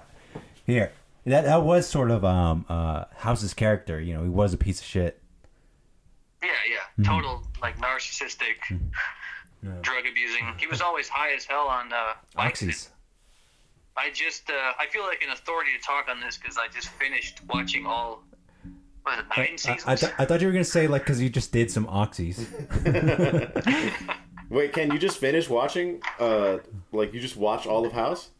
[SPEAKER 3] here, that that was sort of um uh House's character. You know, he was a piece of shit.
[SPEAKER 4] Yeah,
[SPEAKER 3] mm-hmm.
[SPEAKER 4] yeah. Total like narcissistic, drug abusing. He was always high as hell on uh, Vicodin.
[SPEAKER 3] Oxys.
[SPEAKER 4] I just uh, I feel like an authority to talk on this because I just finished watching all what is it, nine
[SPEAKER 3] I,
[SPEAKER 4] seasons.
[SPEAKER 3] I, th- I thought you were gonna say like because you just did some oxys.
[SPEAKER 2] Wait, Ken, you just finished watching? Uh, like you just watched all of House?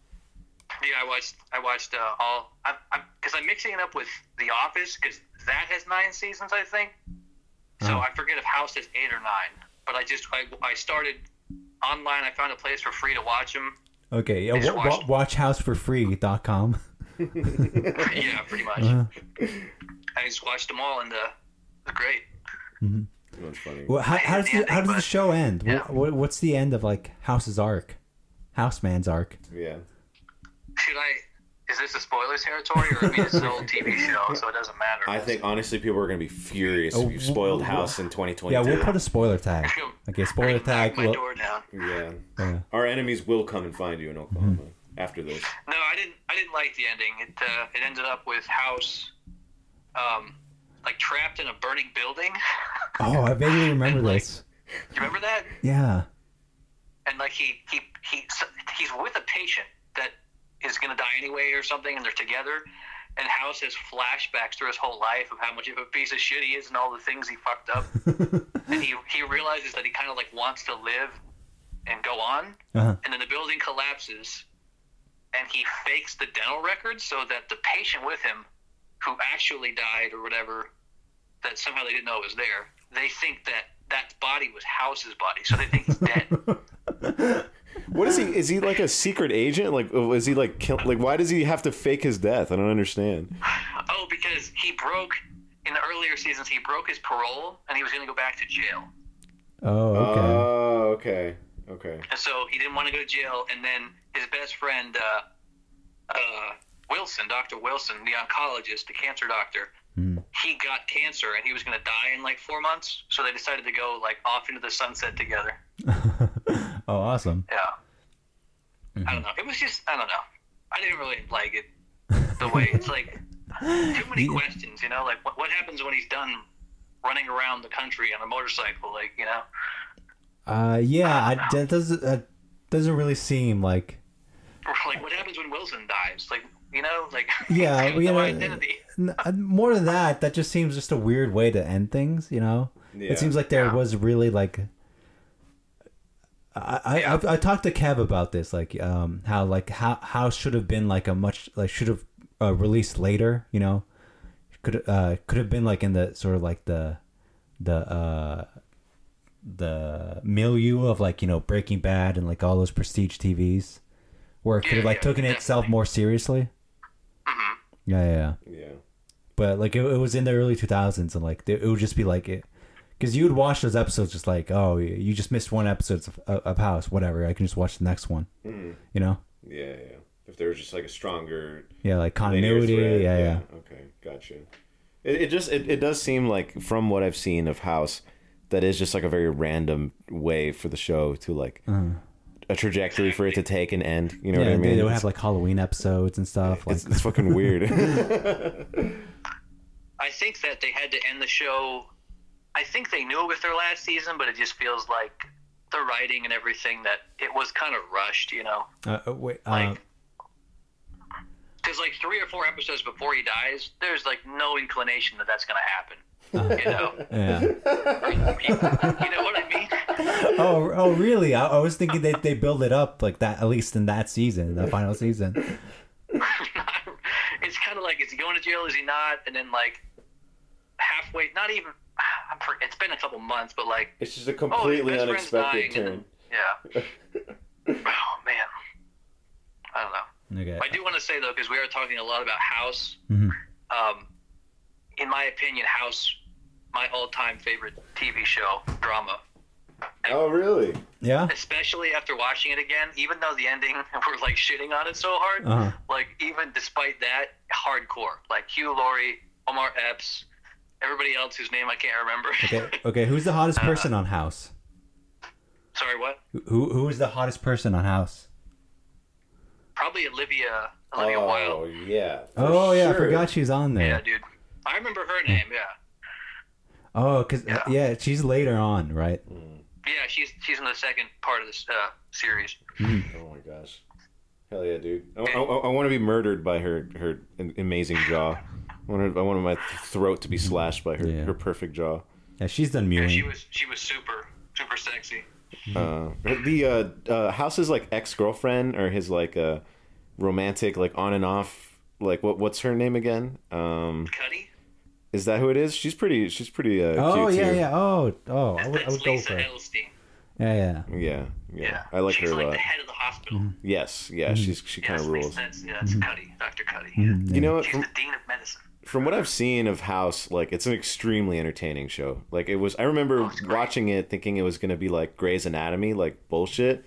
[SPEAKER 4] yeah, I watched I watched uh, all because I'm, because I'm mixing it up with The Office because that has nine seasons I think. So
[SPEAKER 3] Uh-huh.
[SPEAKER 4] I forget if House has eight or nine, but I just I, I started online. I found a place for free to watch them.
[SPEAKER 3] Okay, yeah.
[SPEAKER 4] Just
[SPEAKER 3] W-
[SPEAKER 4] watch-
[SPEAKER 3] w- watchhouseforfree.com.
[SPEAKER 4] yeah, pretty much.
[SPEAKER 3] Uh-huh.
[SPEAKER 4] I just watched them all and uh, they're great.
[SPEAKER 2] That's funny.
[SPEAKER 3] Well, how, how does the, how does the show end?
[SPEAKER 4] Yeah.
[SPEAKER 3] What, what's the end of like House's arc, Houseman's arc?
[SPEAKER 2] Yeah.
[SPEAKER 4] Should I? Is this a spoilers territory or I mean it's an old TV show, so it doesn't matter.
[SPEAKER 2] I think honestly, people are gonna be furious
[SPEAKER 3] Oh,
[SPEAKER 2] if you spoiled House in 2022.
[SPEAKER 3] Yeah,
[SPEAKER 4] uh,
[SPEAKER 3] we'll put a spoiler tag. Okay, spoiler
[SPEAKER 4] Knock
[SPEAKER 3] tag.
[SPEAKER 4] my
[SPEAKER 3] Well,
[SPEAKER 4] door down.
[SPEAKER 2] Yeah. Our enemies will come and find you in Oklahoma after this.
[SPEAKER 4] No, I didn't. I didn't like the ending. It uh, it ended up with House, um, like trapped in a burning building.
[SPEAKER 3] oh, I vaguely remember this.
[SPEAKER 4] you remember that?
[SPEAKER 3] Yeah.
[SPEAKER 4] And like he he he so- he's with a patient that is gonna die anyway or something, and they're together. And House has flashbacks through his whole life of how much of a piece of shit he is and all the things he fucked up. and he he realizes that he kind of like wants to live and go on.
[SPEAKER 3] Uh-huh.
[SPEAKER 4] and then the building collapses and he fakes the dental records so that the patient with him who actually died or whatever that somehow they didn't know it was there they think that that body was house's body so they think he's dead
[SPEAKER 2] What is he? Is he like a secret agent? Like, oh, is he like kill, like? Why does he have to fake his death? I don't understand.
[SPEAKER 4] oh because he broke in the earlier seasons he broke his parole and he was going to go back to jail
[SPEAKER 3] Oh, okay.
[SPEAKER 2] Oh, okay, okay.
[SPEAKER 4] and so he didn't want to go to jail and then his best friend uh, uh, wilson dr wilson the oncologist the cancer doctor he got cancer and he was going to die in like four months so they decided to go like off into the sunset together uh,
[SPEAKER 3] oh, awesome.
[SPEAKER 4] yeah i
[SPEAKER 3] Mm-hmm.
[SPEAKER 4] don't know it was just i don't know i didn't really like it the way it's like too many questions you know like what, what happens when he's done running around the country on a motorcycle like you know
[SPEAKER 3] Uh, yeah, I, that doesn't that doesn't really seem like
[SPEAKER 4] Or, like what happens when wilson dies like you know like
[SPEAKER 3] Yeah,
[SPEAKER 4] he has
[SPEAKER 3] well, you
[SPEAKER 4] no
[SPEAKER 3] know,
[SPEAKER 4] identity
[SPEAKER 3] n- uh, more than that, that just seems just a weird way to end things. You know,
[SPEAKER 2] Yeah.
[SPEAKER 3] it seems like there was really like. I, I I've- I talked to Kev about this, like um how like how how should have been like a much like should have uh, released later. You know, could uh could have been like in the sort of like the the uh the milieu of like you know Breaking Bad and like all those prestige TVs, where it could have like
[SPEAKER 4] Yeah, yeah,
[SPEAKER 3] taken itself
[SPEAKER 4] definitely. Mm-hmm.
[SPEAKER 3] more seriously. Yeah, yeah, yeah.
[SPEAKER 2] Yeah.
[SPEAKER 3] But like it, it was in the early two thousands, and like it, it would just be like it, because you would watch those episodes just like oh you- you just missed one episode of, of House, whatever. I can just watch the next one.
[SPEAKER 2] Mm.
[SPEAKER 3] You know,
[SPEAKER 2] Yeah. Yeah. If there was just like a stronger
[SPEAKER 3] yeah, like
[SPEAKER 2] linear
[SPEAKER 3] continuity.
[SPEAKER 2] thread,
[SPEAKER 3] yeah, yeah,
[SPEAKER 2] Okay. Gotcha. It, it just it, it does seem like from what I've seen of House, that is just like a very random way for the show to like a trajectory for it to take and end. You know
[SPEAKER 3] Uh-huh. yeah.
[SPEAKER 2] what I
[SPEAKER 3] they,
[SPEAKER 2] mean?
[SPEAKER 3] they would
[SPEAKER 2] It's-
[SPEAKER 3] have like Halloween episodes and stuff. Like
[SPEAKER 2] it's, it's fucking weird.
[SPEAKER 4] I think that they had to end the show. I think they knew it was their last season, but it just feels like the writing and everything that it was kind of rushed, you know?
[SPEAKER 3] uh, uh, wait, uh,
[SPEAKER 4] Like, because like three or four episodes before he dies, there's like no inclination that that's gonna happen. You know,
[SPEAKER 3] yeah.
[SPEAKER 4] you, you know what I mean?
[SPEAKER 3] oh, oh, really? I, I was thinking they they build it up like that at least in that season, the final season.
[SPEAKER 4] it's kind of like is he going to jail? Is he not? And then like halfway, not even. I'm, for- it's been a couple months, but like
[SPEAKER 2] it's just a
[SPEAKER 4] oh, his
[SPEAKER 2] completely
[SPEAKER 4] best friend's
[SPEAKER 2] unexpected
[SPEAKER 4] dying, and
[SPEAKER 2] turn.
[SPEAKER 4] then- yeah. oh man, I don't know.
[SPEAKER 3] Okay.
[SPEAKER 4] I do want to say though, because we are talking a lot about House.
[SPEAKER 3] Mhm.
[SPEAKER 4] Um, in my opinion, House, my all-time favorite TV show drama.
[SPEAKER 2] Oh really?
[SPEAKER 3] Yeah.
[SPEAKER 4] Especially after watching it again, even though the ending we're like shitting on it so hard.
[SPEAKER 3] Uh-huh.
[SPEAKER 4] Like even despite that, hardcore. Like Hugh Laurie, Omar Epps, everybody else whose name I can't remember.
[SPEAKER 3] Okay. Okay. Who's the
[SPEAKER 2] Uh,
[SPEAKER 3] hottest person on House?
[SPEAKER 4] Sorry, what?
[SPEAKER 3] Who Who is the hottest person on House?
[SPEAKER 4] Probably Olivia.
[SPEAKER 2] Oh,
[SPEAKER 4] Olivia Wilde.
[SPEAKER 2] yeah. for
[SPEAKER 3] Oh yeah, I
[SPEAKER 2] sure.
[SPEAKER 3] forgot she's on there.
[SPEAKER 4] Yeah, dude. I remember
[SPEAKER 3] Hmm.
[SPEAKER 4] her name. Yeah.
[SPEAKER 3] Oh, cause yeah.
[SPEAKER 4] Yeah.
[SPEAKER 3] she's later on, right?
[SPEAKER 4] Yeah, she's she's in the second part of this uh, series.
[SPEAKER 2] Oh my gosh. Hell yeah, dude. I, want to be murdered by her her am- amazing jaw. I want, I want my throat to be slashed by her,
[SPEAKER 3] Yeah.
[SPEAKER 2] her perfect jaw.
[SPEAKER 3] Yeah, she's done
[SPEAKER 4] Yeah, she
[SPEAKER 3] mewing.
[SPEAKER 4] was she was super super sexy.
[SPEAKER 2] Uh, the uh, uh, House's like ex girlfriend or his like uh, romantic like on and off like what what's her name again? Um,
[SPEAKER 4] Cuddy.
[SPEAKER 2] is that who it is? She's pretty. She's pretty. Uh,
[SPEAKER 3] Oh
[SPEAKER 2] cute
[SPEAKER 3] yeah,
[SPEAKER 2] too.
[SPEAKER 3] yeah. Oh, oh, I would, I
[SPEAKER 4] That's
[SPEAKER 3] would go
[SPEAKER 4] Lisa
[SPEAKER 3] for it.
[SPEAKER 4] Edelstein.
[SPEAKER 3] Yeah, yeah.
[SPEAKER 2] yeah, yeah,
[SPEAKER 4] Yeah,
[SPEAKER 2] I like
[SPEAKER 4] she's
[SPEAKER 2] her a
[SPEAKER 4] like
[SPEAKER 2] lot.
[SPEAKER 4] the head of the hospital.
[SPEAKER 3] Mm-hmm.
[SPEAKER 2] Yes, yeah. She's she
[SPEAKER 4] Yeah,
[SPEAKER 2] kind of
[SPEAKER 4] that's Lisa-
[SPEAKER 2] rules.
[SPEAKER 4] That's, yeah, that's Cuddy, Doctor Cuddy.
[SPEAKER 3] Mm,
[SPEAKER 2] You know
[SPEAKER 4] Yeah.
[SPEAKER 2] what?
[SPEAKER 4] She's
[SPEAKER 2] From-
[SPEAKER 4] the dean of medicine.
[SPEAKER 2] from what I've seen of House, like it's an extremely entertaining show. Like it was, I remember watching it thinking it was gonna be like Grey's Anatomy, like bullshit,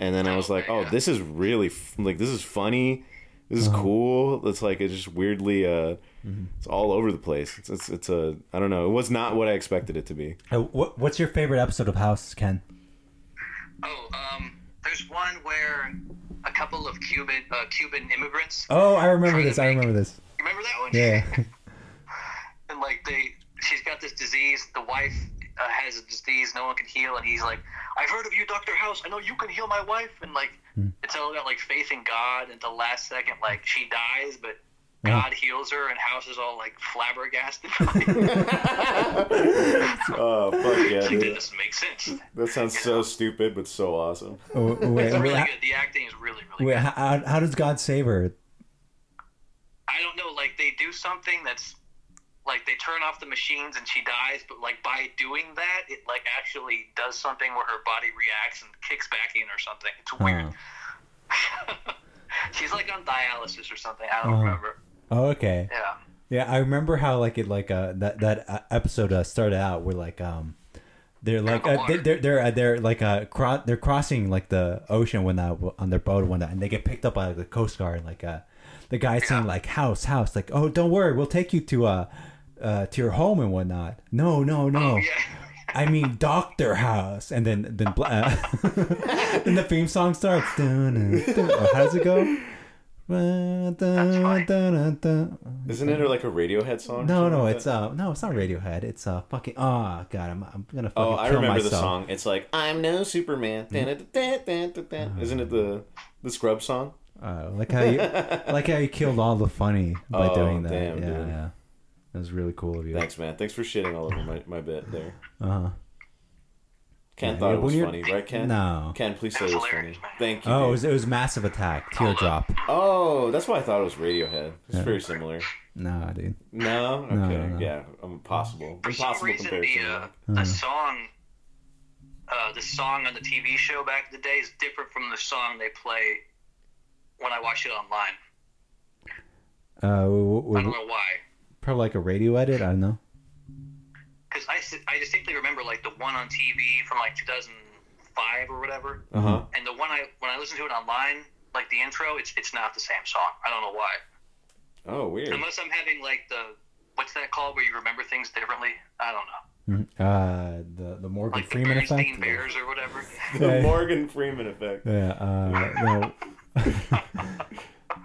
[SPEAKER 2] and then I was like, oh,
[SPEAKER 4] yeah.
[SPEAKER 2] this is really f- like this is funny, this is
[SPEAKER 3] Uh-huh.
[SPEAKER 2] cool. It's like it's just weirdly, uh,
[SPEAKER 3] Mm-hmm.
[SPEAKER 2] it's all over the place. It's, it's it's a I don't know. It was not what I expected it to be.
[SPEAKER 3] Uh, what, what's your favorite episode of House, Ken?
[SPEAKER 4] Oh, um, there's one where a couple of Cuban uh, Cuban immigrants.
[SPEAKER 3] Oh, I remember this. I remember this.
[SPEAKER 4] You remember that one?
[SPEAKER 3] Yeah.
[SPEAKER 4] and like they she's got this disease the wife uh, has a disease no one can heal and he's like i've heard of you dr house i know you can heal my wife and like it's all about like faith in god and the last second like she dies but god heals her and house is all like flabbergasted
[SPEAKER 2] Oh fuck yeah,
[SPEAKER 4] like, that
[SPEAKER 2] dude.
[SPEAKER 4] doesn't make sense
[SPEAKER 2] that sounds so stupid but so awesome.
[SPEAKER 3] Oh, wait,
[SPEAKER 4] it's
[SPEAKER 3] wait,
[SPEAKER 4] really
[SPEAKER 3] how,
[SPEAKER 4] good the acting is really really
[SPEAKER 3] wait
[SPEAKER 4] good
[SPEAKER 3] how, how does God save her?
[SPEAKER 4] i don't know like they do something that's like they turn off the machines and she dies but like by doing that it like actually does something where her body reacts and kicks back in or something it's weird
[SPEAKER 3] Oh.
[SPEAKER 4] She's like on dialysis or something. I don't remember.
[SPEAKER 3] Oh, okay.
[SPEAKER 4] Yeah.
[SPEAKER 3] Yeah, I remember how like it like uh that that uh, episode uh, started out where like um they're like uh, they- they're they're uh, they're like uh cro- they're crossing like the ocean when that on their boat when that and they get picked up by the coast guard like uh the guy saying like house house like oh don't worry we'll take you to uh uh to your home and whatnot no no no I mean Doctor House and then then bla- uh, then the theme song starts dun, dun, dun. Oh, how does it go. Dun, dun,
[SPEAKER 4] fine.
[SPEAKER 3] dun, dun.
[SPEAKER 2] Isn't it like a Radiohead song? or
[SPEAKER 3] No,
[SPEAKER 2] something
[SPEAKER 3] no,
[SPEAKER 2] like
[SPEAKER 3] it's
[SPEAKER 2] that?
[SPEAKER 3] uh, no, it's not Radiohead. It's uh, fucking. Oh god, I'm, I'm gonna fucking
[SPEAKER 2] Oh, I
[SPEAKER 3] kill
[SPEAKER 2] remember
[SPEAKER 3] myself. Hmm?
[SPEAKER 2] the song. It's like I'm no Superman. Da-da-da-da-da-da. Isn't it the the Scrub song?
[SPEAKER 3] Uh, like how you like how you killed all the funny by
[SPEAKER 2] Oh,
[SPEAKER 3] doing that.
[SPEAKER 2] damn,
[SPEAKER 3] yeah,
[SPEAKER 2] dude.
[SPEAKER 3] yeah. That was really cool of you.
[SPEAKER 2] Thanks, man. Thanks for shitting all over my, my bit there.
[SPEAKER 3] Uh-huh.
[SPEAKER 2] Ken
[SPEAKER 3] Yeah,
[SPEAKER 2] thought it
[SPEAKER 3] when
[SPEAKER 2] was
[SPEAKER 3] you're-
[SPEAKER 2] funny, right, Ken?
[SPEAKER 3] No.
[SPEAKER 2] Ken, please say it was funny. Thank you.
[SPEAKER 3] Oh, it
[SPEAKER 2] dude.
[SPEAKER 3] was, it was massive attack, teardrop.
[SPEAKER 2] oh, that's why I thought it was Radiohead. It's very similar.
[SPEAKER 3] Nah, dude.
[SPEAKER 2] No? Okay.
[SPEAKER 3] no.
[SPEAKER 2] Yeah, impossible.
[SPEAKER 4] For some
[SPEAKER 2] Impossible
[SPEAKER 4] reason, the
[SPEAKER 2] comparison.
[SPEAKER 4] uh, the song, uh, the song on the TV show back in the day is different from the song they play when I watch it online.
[SPEAKER 3] Uh, w-
[SPEAKER 4] I
[SPEAKER 3] w-
[SPEAKER 4] don't
[SPEAKER 3] w-
[SPEAKER 4] know why,
[SPEAKER 3] probably like a radio edit. I don't know.
[SPEAKER 4] because I, s- I distinctly remember like the one on TV from like 2005 or whatever,
[SPEAKER 2] Uh
[SPEAKER 3] Uh-huh.
[SPEAKER 2] huh.
[SPEAKER 4] and the one I when I listen to it online, like the intro, it's it's not the same song. I don't know why,
[SPEAKER 2] Oh, weird.
[SPEAKER 4] unless I'm having like the what's that called where you remember things differently. I don't know,
[SPEAKER 3] Mhm. Uh, the the Morgan
[SPEAKER 4] like
[SPEAKER 3] Freeman
[SPEAKER 4] the
[SPEAKER 3] effect.
[SPEAKER 4] Bernstein Bears or whatever.
[SPEAKER 2] The Morgan Freeman effect.
[SPEAKER 3] Yeah. Uh, no.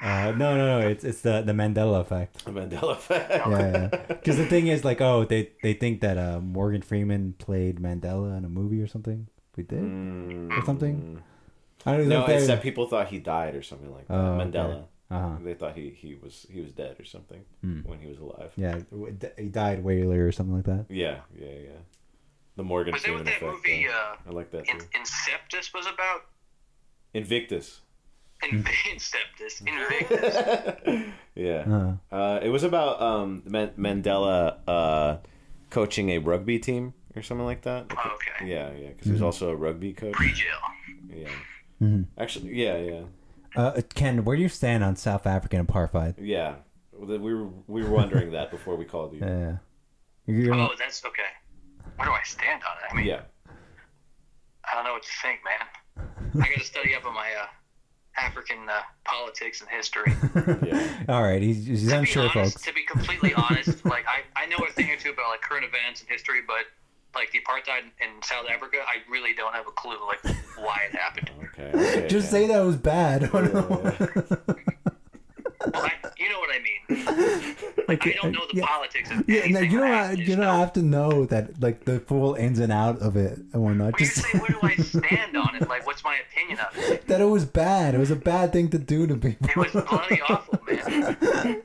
[SPEAKER 3] uh, no, no, no. It's it's the the Mandela effect.
[SPEAKER 2] The Mandela effect.
[SPEAKER 3] yeah. Because the thing is, like, oh, they they think that uh, Morgan Freeman played Mandela in a movie or something. We did or something. I don't know.
[SPEAKER 2] Mm. No, it's that people thought he died or something like that.
[SPEAKER 3] Oh, okay.
[SPEAKER 2] Mandela.
[SPEAKER 3] Uh-huh.
[SPEAKER 2] They thought he, he was he was dead or something when he was alive.
[SPEAKER 3] Hmm. Yeah, w- d- he died way earlier or something like that.
[SPEAKER 2] Yeah, yeah, yeah. The Morgan
[SPEAKER 4] Was that
[SPEAKER 2] Freeman
[SPEAKER 4] what that
[SPEAKER 2] effect.
[SPEAKER 4] movie,
[SPEAKER 2] yeah.
[SPEAKER 4] uh,
[SPEAKER 2] I like that
[SPEAKER 4] In-
[SPEAKER 2] too.
[SPEAKER 4] Inceptus was about.
[SPEAKER 2] Invictus. Hmm.
[SPEAKER 4] In- Inceptus, Invictus.
[SPEAKER 2] yeah.
[SPEAKER 3] Uh,
[SPEAKER 2] Uh, it was about um, Man- Mandela uh, coaching a rugby team or something like that.
[SPEAKER 4] Oh, okay.
[SPEAKER 2] Yeah, yeah, because he was
[SPEAKER 3] Mm-hmm.
[SPEAKER 2] also a rugby coach.
[SPEAKER 4] Pre-jail.
[SPEAKER 2] Yeah. Actually, yeah, yeah,
[SPEAKER 3] uh, Ken, where do you stand on South African apartheid?
[SPEAKER 2] yeah. Well, th- We were we were wondering that before we called you.
[SPEAKER 3] Yeah. You're-
[SPEAKER 4] Oh, that's okay. Where do I stand on it? I mean,
[SPEAKER 2] Yeah.
[SPEAKER 4] I don't know what to think, man. I gotta study up on my uh, African uh, politics and history.
[SPEAKER 2] Yeah.
[SPEAKER 3] All right, he's, he's
[SPEAKER 4] to be
[SPEAKER 3] unsure,
[SPEAKER 4] honest,
[SPEAKER 3] folks.
[SPEAKER 4] to be completely honest, like I, I know a thing or two about like current events and history, but like the apartheid in South Africa, I really don't have a clue like why it happened.
[SPEAKER 2] Okay. okay
[SPEAKER 3] Just
[SPEAKER 2] okay.
[SPEAKER 3] say that was bad.
[SPEAKER 4] Well, I, you know what I mean. Like, I don't know the
[SPEAKER 3] yeah.
[SPEAKER 4] politics of
[SPEAKER 3] Yeah, no,
[SPEAKER 4] anything
[SPEAKER 3] you don't.
[SPEAKER 4] I
[SPEAKER 3] Have,
[SPEAKER 4] just
[SPEAKER 3] you don't
[SPEAKER 4] know.
[SPEAKER 3] have to know that, like the full ins and out of it and whatnot.
[SPEAKER 4] Well, you
[SPEAKER 3] Just
[SPEAKER 4] say, where do I stand on it? Like, what's my opinion of it?
[SPEAKER 3] that it was bad. It was a bad thing to do to people.
[SPEAKER 4] It was bloody awful, man.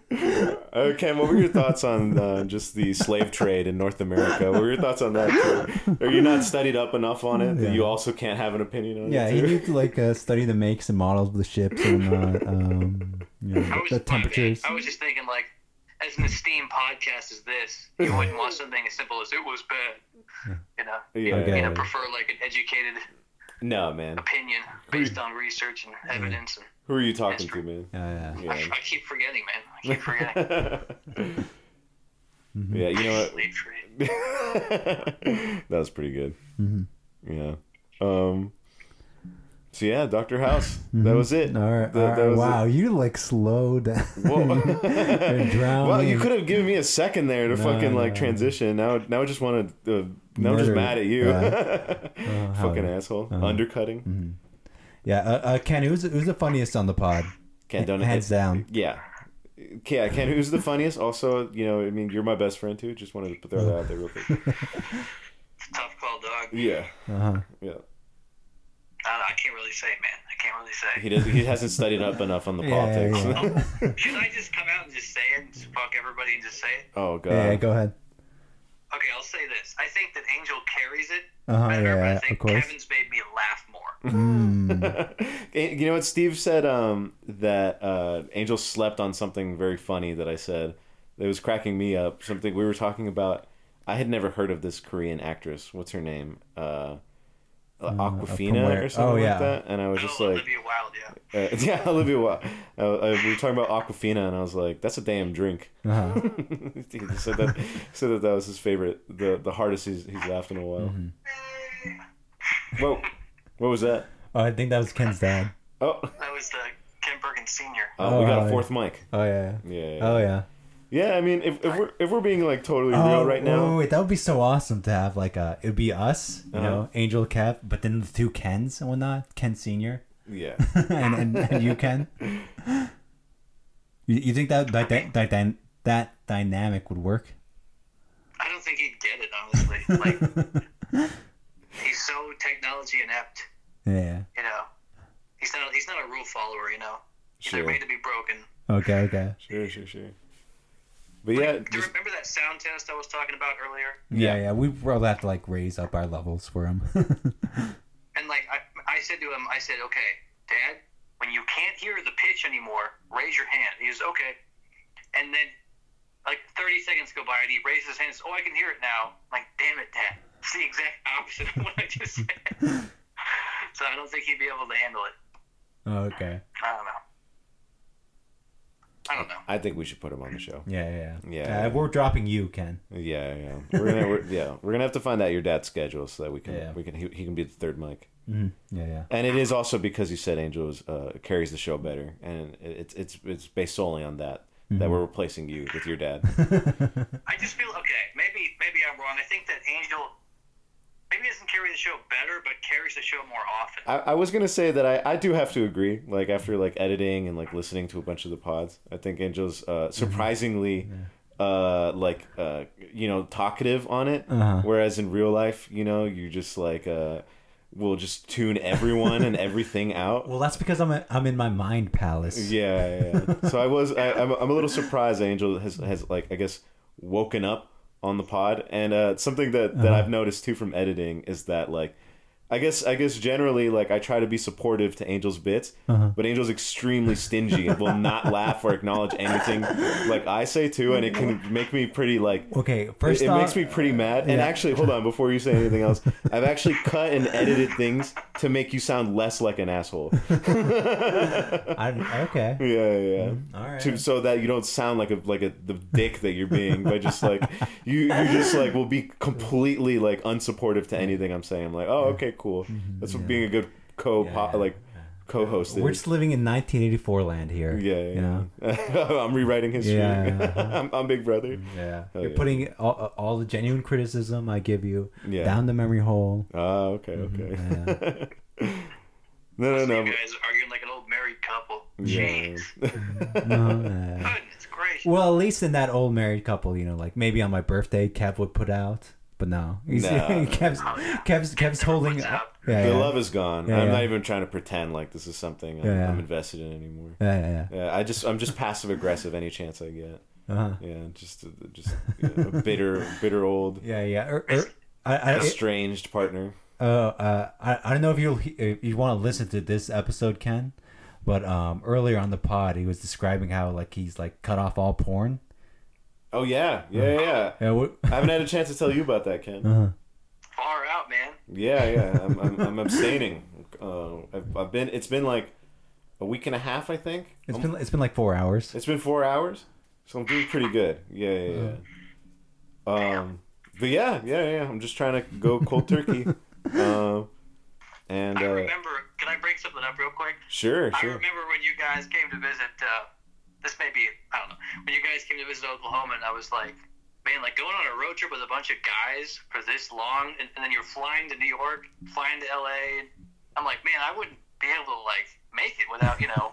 [SPEAKER 2] Uh, Ken, what were your thoughts on uh, just the slave trade in North America? What were your thoughts on that? Too? Are you not studied up enough on it that you also can't have an opinion on
[SPEAKER 3] Yeah,
[SPEAKER 2] it?
[SPEAKER 3] he
[SPEAKER 2] too?
[SPEAKER 3] needs to like uh, study the makes and models of the ships and uh, um, you know,
[SPEAKER 4] I was,
[SPEAKER 3] the
[SPEAKER 4] my bad.
[SPEAKER 3] temperatures.
[SPEAKER 4] I was just thinking, like, as an esteemed podcast as this, you wouldn't want something as simple as it was bad. You know,
[SPEAKER 2] Yeah.
[SPEAKER 3] Okay.
[SPEAKER 4] you know, prefer like an educated
[SPEAKER 2] No, man.
[SPEAKER 4] opinion based on research and evidence. And
[SPEAKER 2] Who are you talking to, man?
[SPEAKER 3] Yeah, yeah.
[SPEAKER 2] Yeah.
[SPEAKER 4] I keep forgetting, man. I keep forgetting.
[SPEAKER 3] Mm-hmm.
[SPEAKER 2] Yeah, you know what?
[SPEAKER 4] Slave trade.
[SPEAKER 2] that was pretty good.
[SPEAKER 3] Mm-hmm.
[SPEAKER 2] Yeah. Um. So yeah, Doctor House. That was it.
[SPEAKER 3] Mm-hmm. All right,
[SPEAKER 2] That-
[SPEAKER 3] all
[SPEAKER 2] that
[SPEAKER 3] right,
[SPEAKER 2] was
[SPEAKER 3] wow,
[SPEAKER 2] it.
[SPEAKER 3] you like slowed down.
[SPEAKER 2] Whoa.
[SPEAKER 3] and drowned.
[SPEAKER 2] well, you could have given me a second there to fucking like transition. Now, now I just want to. Uh, now I'm just
[SPEAKER 3] Murder.
[SPEAKER 2] mad at you.
[SPEAKER 3] Oh,
[SPEAKER 2] fucking
[SPEAKER 3] Howard.
[SPEAKER 2] asshole. Undercutting.
[SPEAKER 3] Mm-hmm. Yeah, uh, uh, Ken, who's who's the funniest on the pod?
[SPEAKER 2] Can't done it.
[SPEAKER 3] Hands down.
[SPEAKER 2] Yeah. Yeah, Ken, who's the funniest? Also, you know, I mean, you're my best friend too. Just wanted to throw that out there real quick.
[SPEAKER 4] It's a tough call, dog.
[SPEAKER 2] Yeah,
[SPEAKER 3] Uh-huh.
[SPEAKER 2] yeah.
[SPEAKER 4] I, don't know, I can't really say, man. I can't really say.
[SPEAKER 2] He does. He hasn't studied up enough on the
[SPEAKER 3] yeah,
[SPEAKER 2] politics.
[SPEAKER 4] Should I just come out and just say it and just fuck everybody and just say it?
[SPEAKER 2] oh god.
[SPEAKER 3] Yeah, go ahead.
[SPEAKER 4] Okay, I'll say this. I think that Angel carries it
[SPEAKER 3] Uh-huh,
[SPEAKER 4] better, but
[SPEAKER 3] yeah,
[SPEAKER 4] I think
[SPEAKER 3] of course.
[SPEAKER 4] Kevin's made me laugh more.
[SPEAKER 2] you know what Steve said um, that uh, Angel slept on something very funny that I said that was cracking me up. Something we were talking about. I had never heard of this Korean actress. What's her name? Uh,
[SPEAKER 3] from
[SPEAKER 2] Aquafina
[SPEAKER 3] where-
[SPEAKER 2] or something
[SPEAKER 3] oh, yeah.
[SPEAKER 2] like that. And I was just
[SPEAKER 4] oh,
[SPEAKER 2] like,
[SPEAKER 4] Olivia Wilde, yeah.
[SPEAKER 2] uh, yeah, Olivia. Wilde. Uh, uh, we were talking about Aquafina, and I was like, that's a damn drink.
[SPEAKER 3] Uh-huh.
[SPEAKER 2] he said that. Said that that was his favorite. The the hardest he's he's laughed in a while.
[SPEAKER 3] Mm-hmm.
[SPEAKER 2] Whoa, what was that?
[SPEAKER 3] Oh, I think that was Ken's dad.
[SPEAKER 2] Oh,
[SPEAKER 4] That was the Ken Perkins Senior.
[SPEAKER 2] oh, we got a
[SPEAKER 3] Alright.
[SPEAKER 2] fourth mic.
[SPEAKER 3] Oh yeah.
[SPEAKER 2] Yeah. yeah.
[SPEAKER 3] Oh yeah.
[SPEAKER 2] Yeah, I mean, if, if we're if we're being like totally real right
[SPEAKER 3] wait,
[SPEAKER 2] now,
[SPEAKER 3] Oh,
[SPEAKER 2] Uh-huh.
[SPEAKER 3] wait, wait, that would be so awesome to have like uh, it'd be us, you know, Angel Kev, but then the two Kens and whatnot, Ken Senior
[SPEAKER 2] yeah,
[SPEAKER 3] and, and, and you Ken. You, you think that that, that that dyna- that dynamic would work?
[SPEAKER 4] I don't think he'd get it, honestly. Like he's so technology inept,
[SPEAKER 3] Yeah.
[SPEAKER 4] you know. He's not he's not a rule follower, you know. They're
[SPEAKER 2] Sure.
[SPEAKER 4] made to be broken.
[SPEAKER 3] Okay, okay.
[SPEAKER 2] Sure, sure, sure. But yeah,
[SPEAKER 4] Do you
[SPEAKER 2] just-
[SPEAKER 4] remember that sound test I was talking about earlier?
[SPEAKER 3] Yeah,
[SPEAKER 2] Yeah.
[SPEAKER 3] yeah. We probably have to like raise up our levels for him.
[SPEAKER 4] And like I, I said to him, I said, "Okay, Dad, when you can't hear the pitch anymore, raise your hand." He goes, "Okay," and then like 30 seconds go by, and he raises his hand. and says, Oh, I can hear it now. I'm like, damn it, Dad, it's the exact opposite of what I just said. so I don't think he'd be able to handle it.
[SPEAKER 3] okay.
[SPEAKER 4] I don't know. I don't know.
[SPEAKER 2] I think we should put him on the show.
[SPEAKER 3] Yeah, yeah,
[SPEAKER 2] Yeah.
[SPEAKER 3] Uh, we're dropping you, Ken.
[SPEAKER 2] Yeah, yeah. We're gonna, we're, yeah, we're gonna have to find out your dad's schedule so that we can,
[SPEAKER 3] Yeah.
[SPEAKER 2] we can, he, he can be the third mic.
[SPEAKER 3] Yeah, yeah.
[SPEAKER 2] And it is also because you said Angel is, uh, carries the show better, and it- it's it's it's based solely on that
[SPEAKER 3] Mm-hmm.
[SPEAKER 2] that we're replacing you with your dad.
[SPEAKER 4] I just feel okay. Maybe maybe I'm wrong. I think that Angel maybe doesn't carry the show better, but carries the show more often.
[SPEAKER 2] I, I was gonna say that I, I do have to agree. Like after like editing and like listening to a bunch of the pods, I think Angel's uh, surprisingly uh, like uh, you know talkative on it. Whereas in real life, you know, you just like uh, will just tune everyone and everything out.
[SPEAKER 3] Well, that's because I'm a, I'm in my mind palace.
[SPEAKER 2] Yeah, yeah, yeah. So I was I, I'm I'm a little surprised Angel has has like I guess woken up on the pod and uh, something that that
[SPEAKER 3] Uh-huh.
[SPEAKER 2] I've noticed too from editing is that like. I guess I guess generally like I try to be supportive to Angel's bits,
[SPEAKER 3] Uh-huh.
[SPEAKER 2] but Angel's extremely stingy and will not laugh or acknowledge anything like I say too, and it can make me pretty like
[SPEAKER 3] Okay,
[SPEAKER 2] it,
[SPEAKER 3] first
[SPEAKER 2] it
[SPEAKER 3] off,
[SPEAKER 2] makes me pretty mad. And actually, hold on before you say anything else, I've actually cut and edited things to make you sound less like an asshole.
[SPEAKER 3] I, okay.
[SPEAKER 2] Yeah, yeah.
[SPEAKER 3] all right.
[SPEAKER 2] To, so that you don't sound like a like a the dick that you're being by just like you you just like will be completely like unsupportive to anything I'm saying. I'm like, oh, okay, cool. That's what being a good co
[SPEAKER 3] Mm-hmm. Yeah, yeah.
[SPEAKER 2] like co-host
[SPEAKER 3] We're
[SPEAKER 2] is.
[SPEAKER 3] just living in 1984 land here.
[SPEAKER 2] Yeah,
[SPEAKER 3] you know.
[SPEAKER 2] yeah. I'm rewriting history.
[SPEAKER 3] Yeah, uh-huh. Mm-hmm. yeah.
[SPEAKER 2] I'm, I'm Big Brother.
[SPEAKER 3] Yeah,
[SPEAKER 2] Hell
[SPEAKER 3] you're
[SPEAKER 2] yeah.
[SPEAKER 3] putting all, all the genuine criticism I give you
[SPEAKER 2] Yeah.
[SPEAKER 3] down the memory hole.
[SPEAKER 2] Ah, okay, okay.
[SPEAKER 3] Mm-hmm,
[SPEAKER 2] no,
[SPEAKER 4] So
[SPEAKER 2] no,
[SPEAKER 4] you
[SPEAKER 2] no.
[SPEAKER 4] guys arguing like an old married couple.
[SPEAKER 2] Yeah.
[SPEAKER 4] Jeez.
[SPEAKER 3] Uh,
[SPEAKER 4] Goodness gracious.
[SPEAKER 3] Well, at least in that old married couple, you know, like maybe on my birthday, Kev would put out, but no, he's,
[SPEAKER 2] No.
[SPEAKER 3] Kev's, Kev's Kev's holding.
[SPEAKER 4] puts
[SPEAKER 3] Yeah,
[SPEAKER 4] out.
[SPEAKER 2] The
[SPEAKER 3] yeah,
[SPEAKER 2] love is gone.
[SPEAKER 3] Yeah,
[SPEAKER 2] I'm
[SPEAKER 3] yeah.
[SPEAKER 2] not even trying to pretend like this is something I'm,
[SPEAKER 3] Yeah.
[SPEAKER 2] I'm invested in anymore.
[SPEAKER 3] yeah, yeah, yeah.
[SPEAKER 2] Yeah, I just I'm just passive aggressive any chance I get.
[SPEAKER 3] Uh-huh.
[SPEAKER 2] Yeah, just just you know, a bitter bitter old
[SPEAKER 3] yeah, yeah. Er, er, I, I,
[SPEAKER 2] estranged partner.
[SPEAKER 3] uh, uh, I, I don't know if you'll he- if you want to listen to this episode, Ken, but um, earlier on the pod, he was describing how like he's like cut off all porn.
[SPEAKER 2] Oh yeah, yeah, yeah. yeah.
[SPEAKER 3] Yeah, what,
[SPEAKER 2] I
[SPEAKER 3] Uh-huh.
[SPEAKER 2] haven't had a chance to tell you about that, Ken.
[SPEAKER 4] Far out, man.
[SPEAKER 2] Yeah, yeah. I'm I'm, I'm abstaining. Uh, I've, I've been. It's been like a week and a half, I think.
[SPEAKER 3] it's
[SPEAKER 2] Um,
[SPEAKER 3] been it's been like four hours.
[SPEAKER 2] it's been four hours, so I'm doing pretty good. Yeah, yeah. yeah. Um, but yeah, yeah, yeah. I'm just trying to go cold turkey. Um, and
[SPEAKER 4] I
[SPEAKER 2] uh,
[SPEAKER 4] remember. Can I bring something up real quick?
[SPEAKER 2] sure,
[SPEAKER 4] I
[SPEAKER 2] sure.
[SPEAKER 4] remember when you guys came to visit. Uh, this may be I don't know. When you guys came to visit Oklahoma, and I was like, man, like going on a road trip with a bunch of guys for this long, and, and then you're flying to New York, flying to LA. and I'm like, man, I wouldn't be able to like make it without you know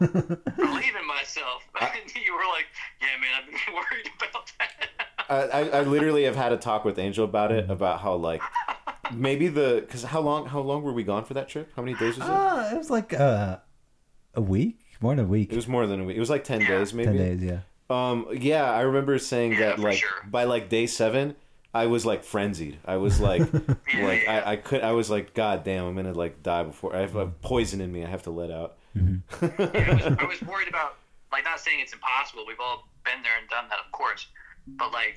[SPEAKER 4] relieving myself. and you were like, yeah, man, I've been worried about that.
[SPEAKER 2] I, I, I literally have had a talk with Angel about it about how like maybe the because how long how long were we gone for that trip? How many days was it?
[SPEAKER 3] Uh, it was like uh, a week, more than a week,
[SPEAKER 2] It was more than a week. It was like ten days, maybe.
[SPEAKER 3] ten days. Yeah.
[SPEAKER 2] Um, yeah, I remember saying that
[SPEAKER 4] for
[SPEAKER 2] like
[SPEAKER 4] sure.
[SPEAKER 2] by like day seven, I was like frenzied. I was like, like I, I could. I was like, God damn, I'm gonna like die before I have a poison in me. I have to let out.
[SPEAKER 4] I was, I was worried about, like, not saying it's impossible. We've all been there and done that, of course. But like,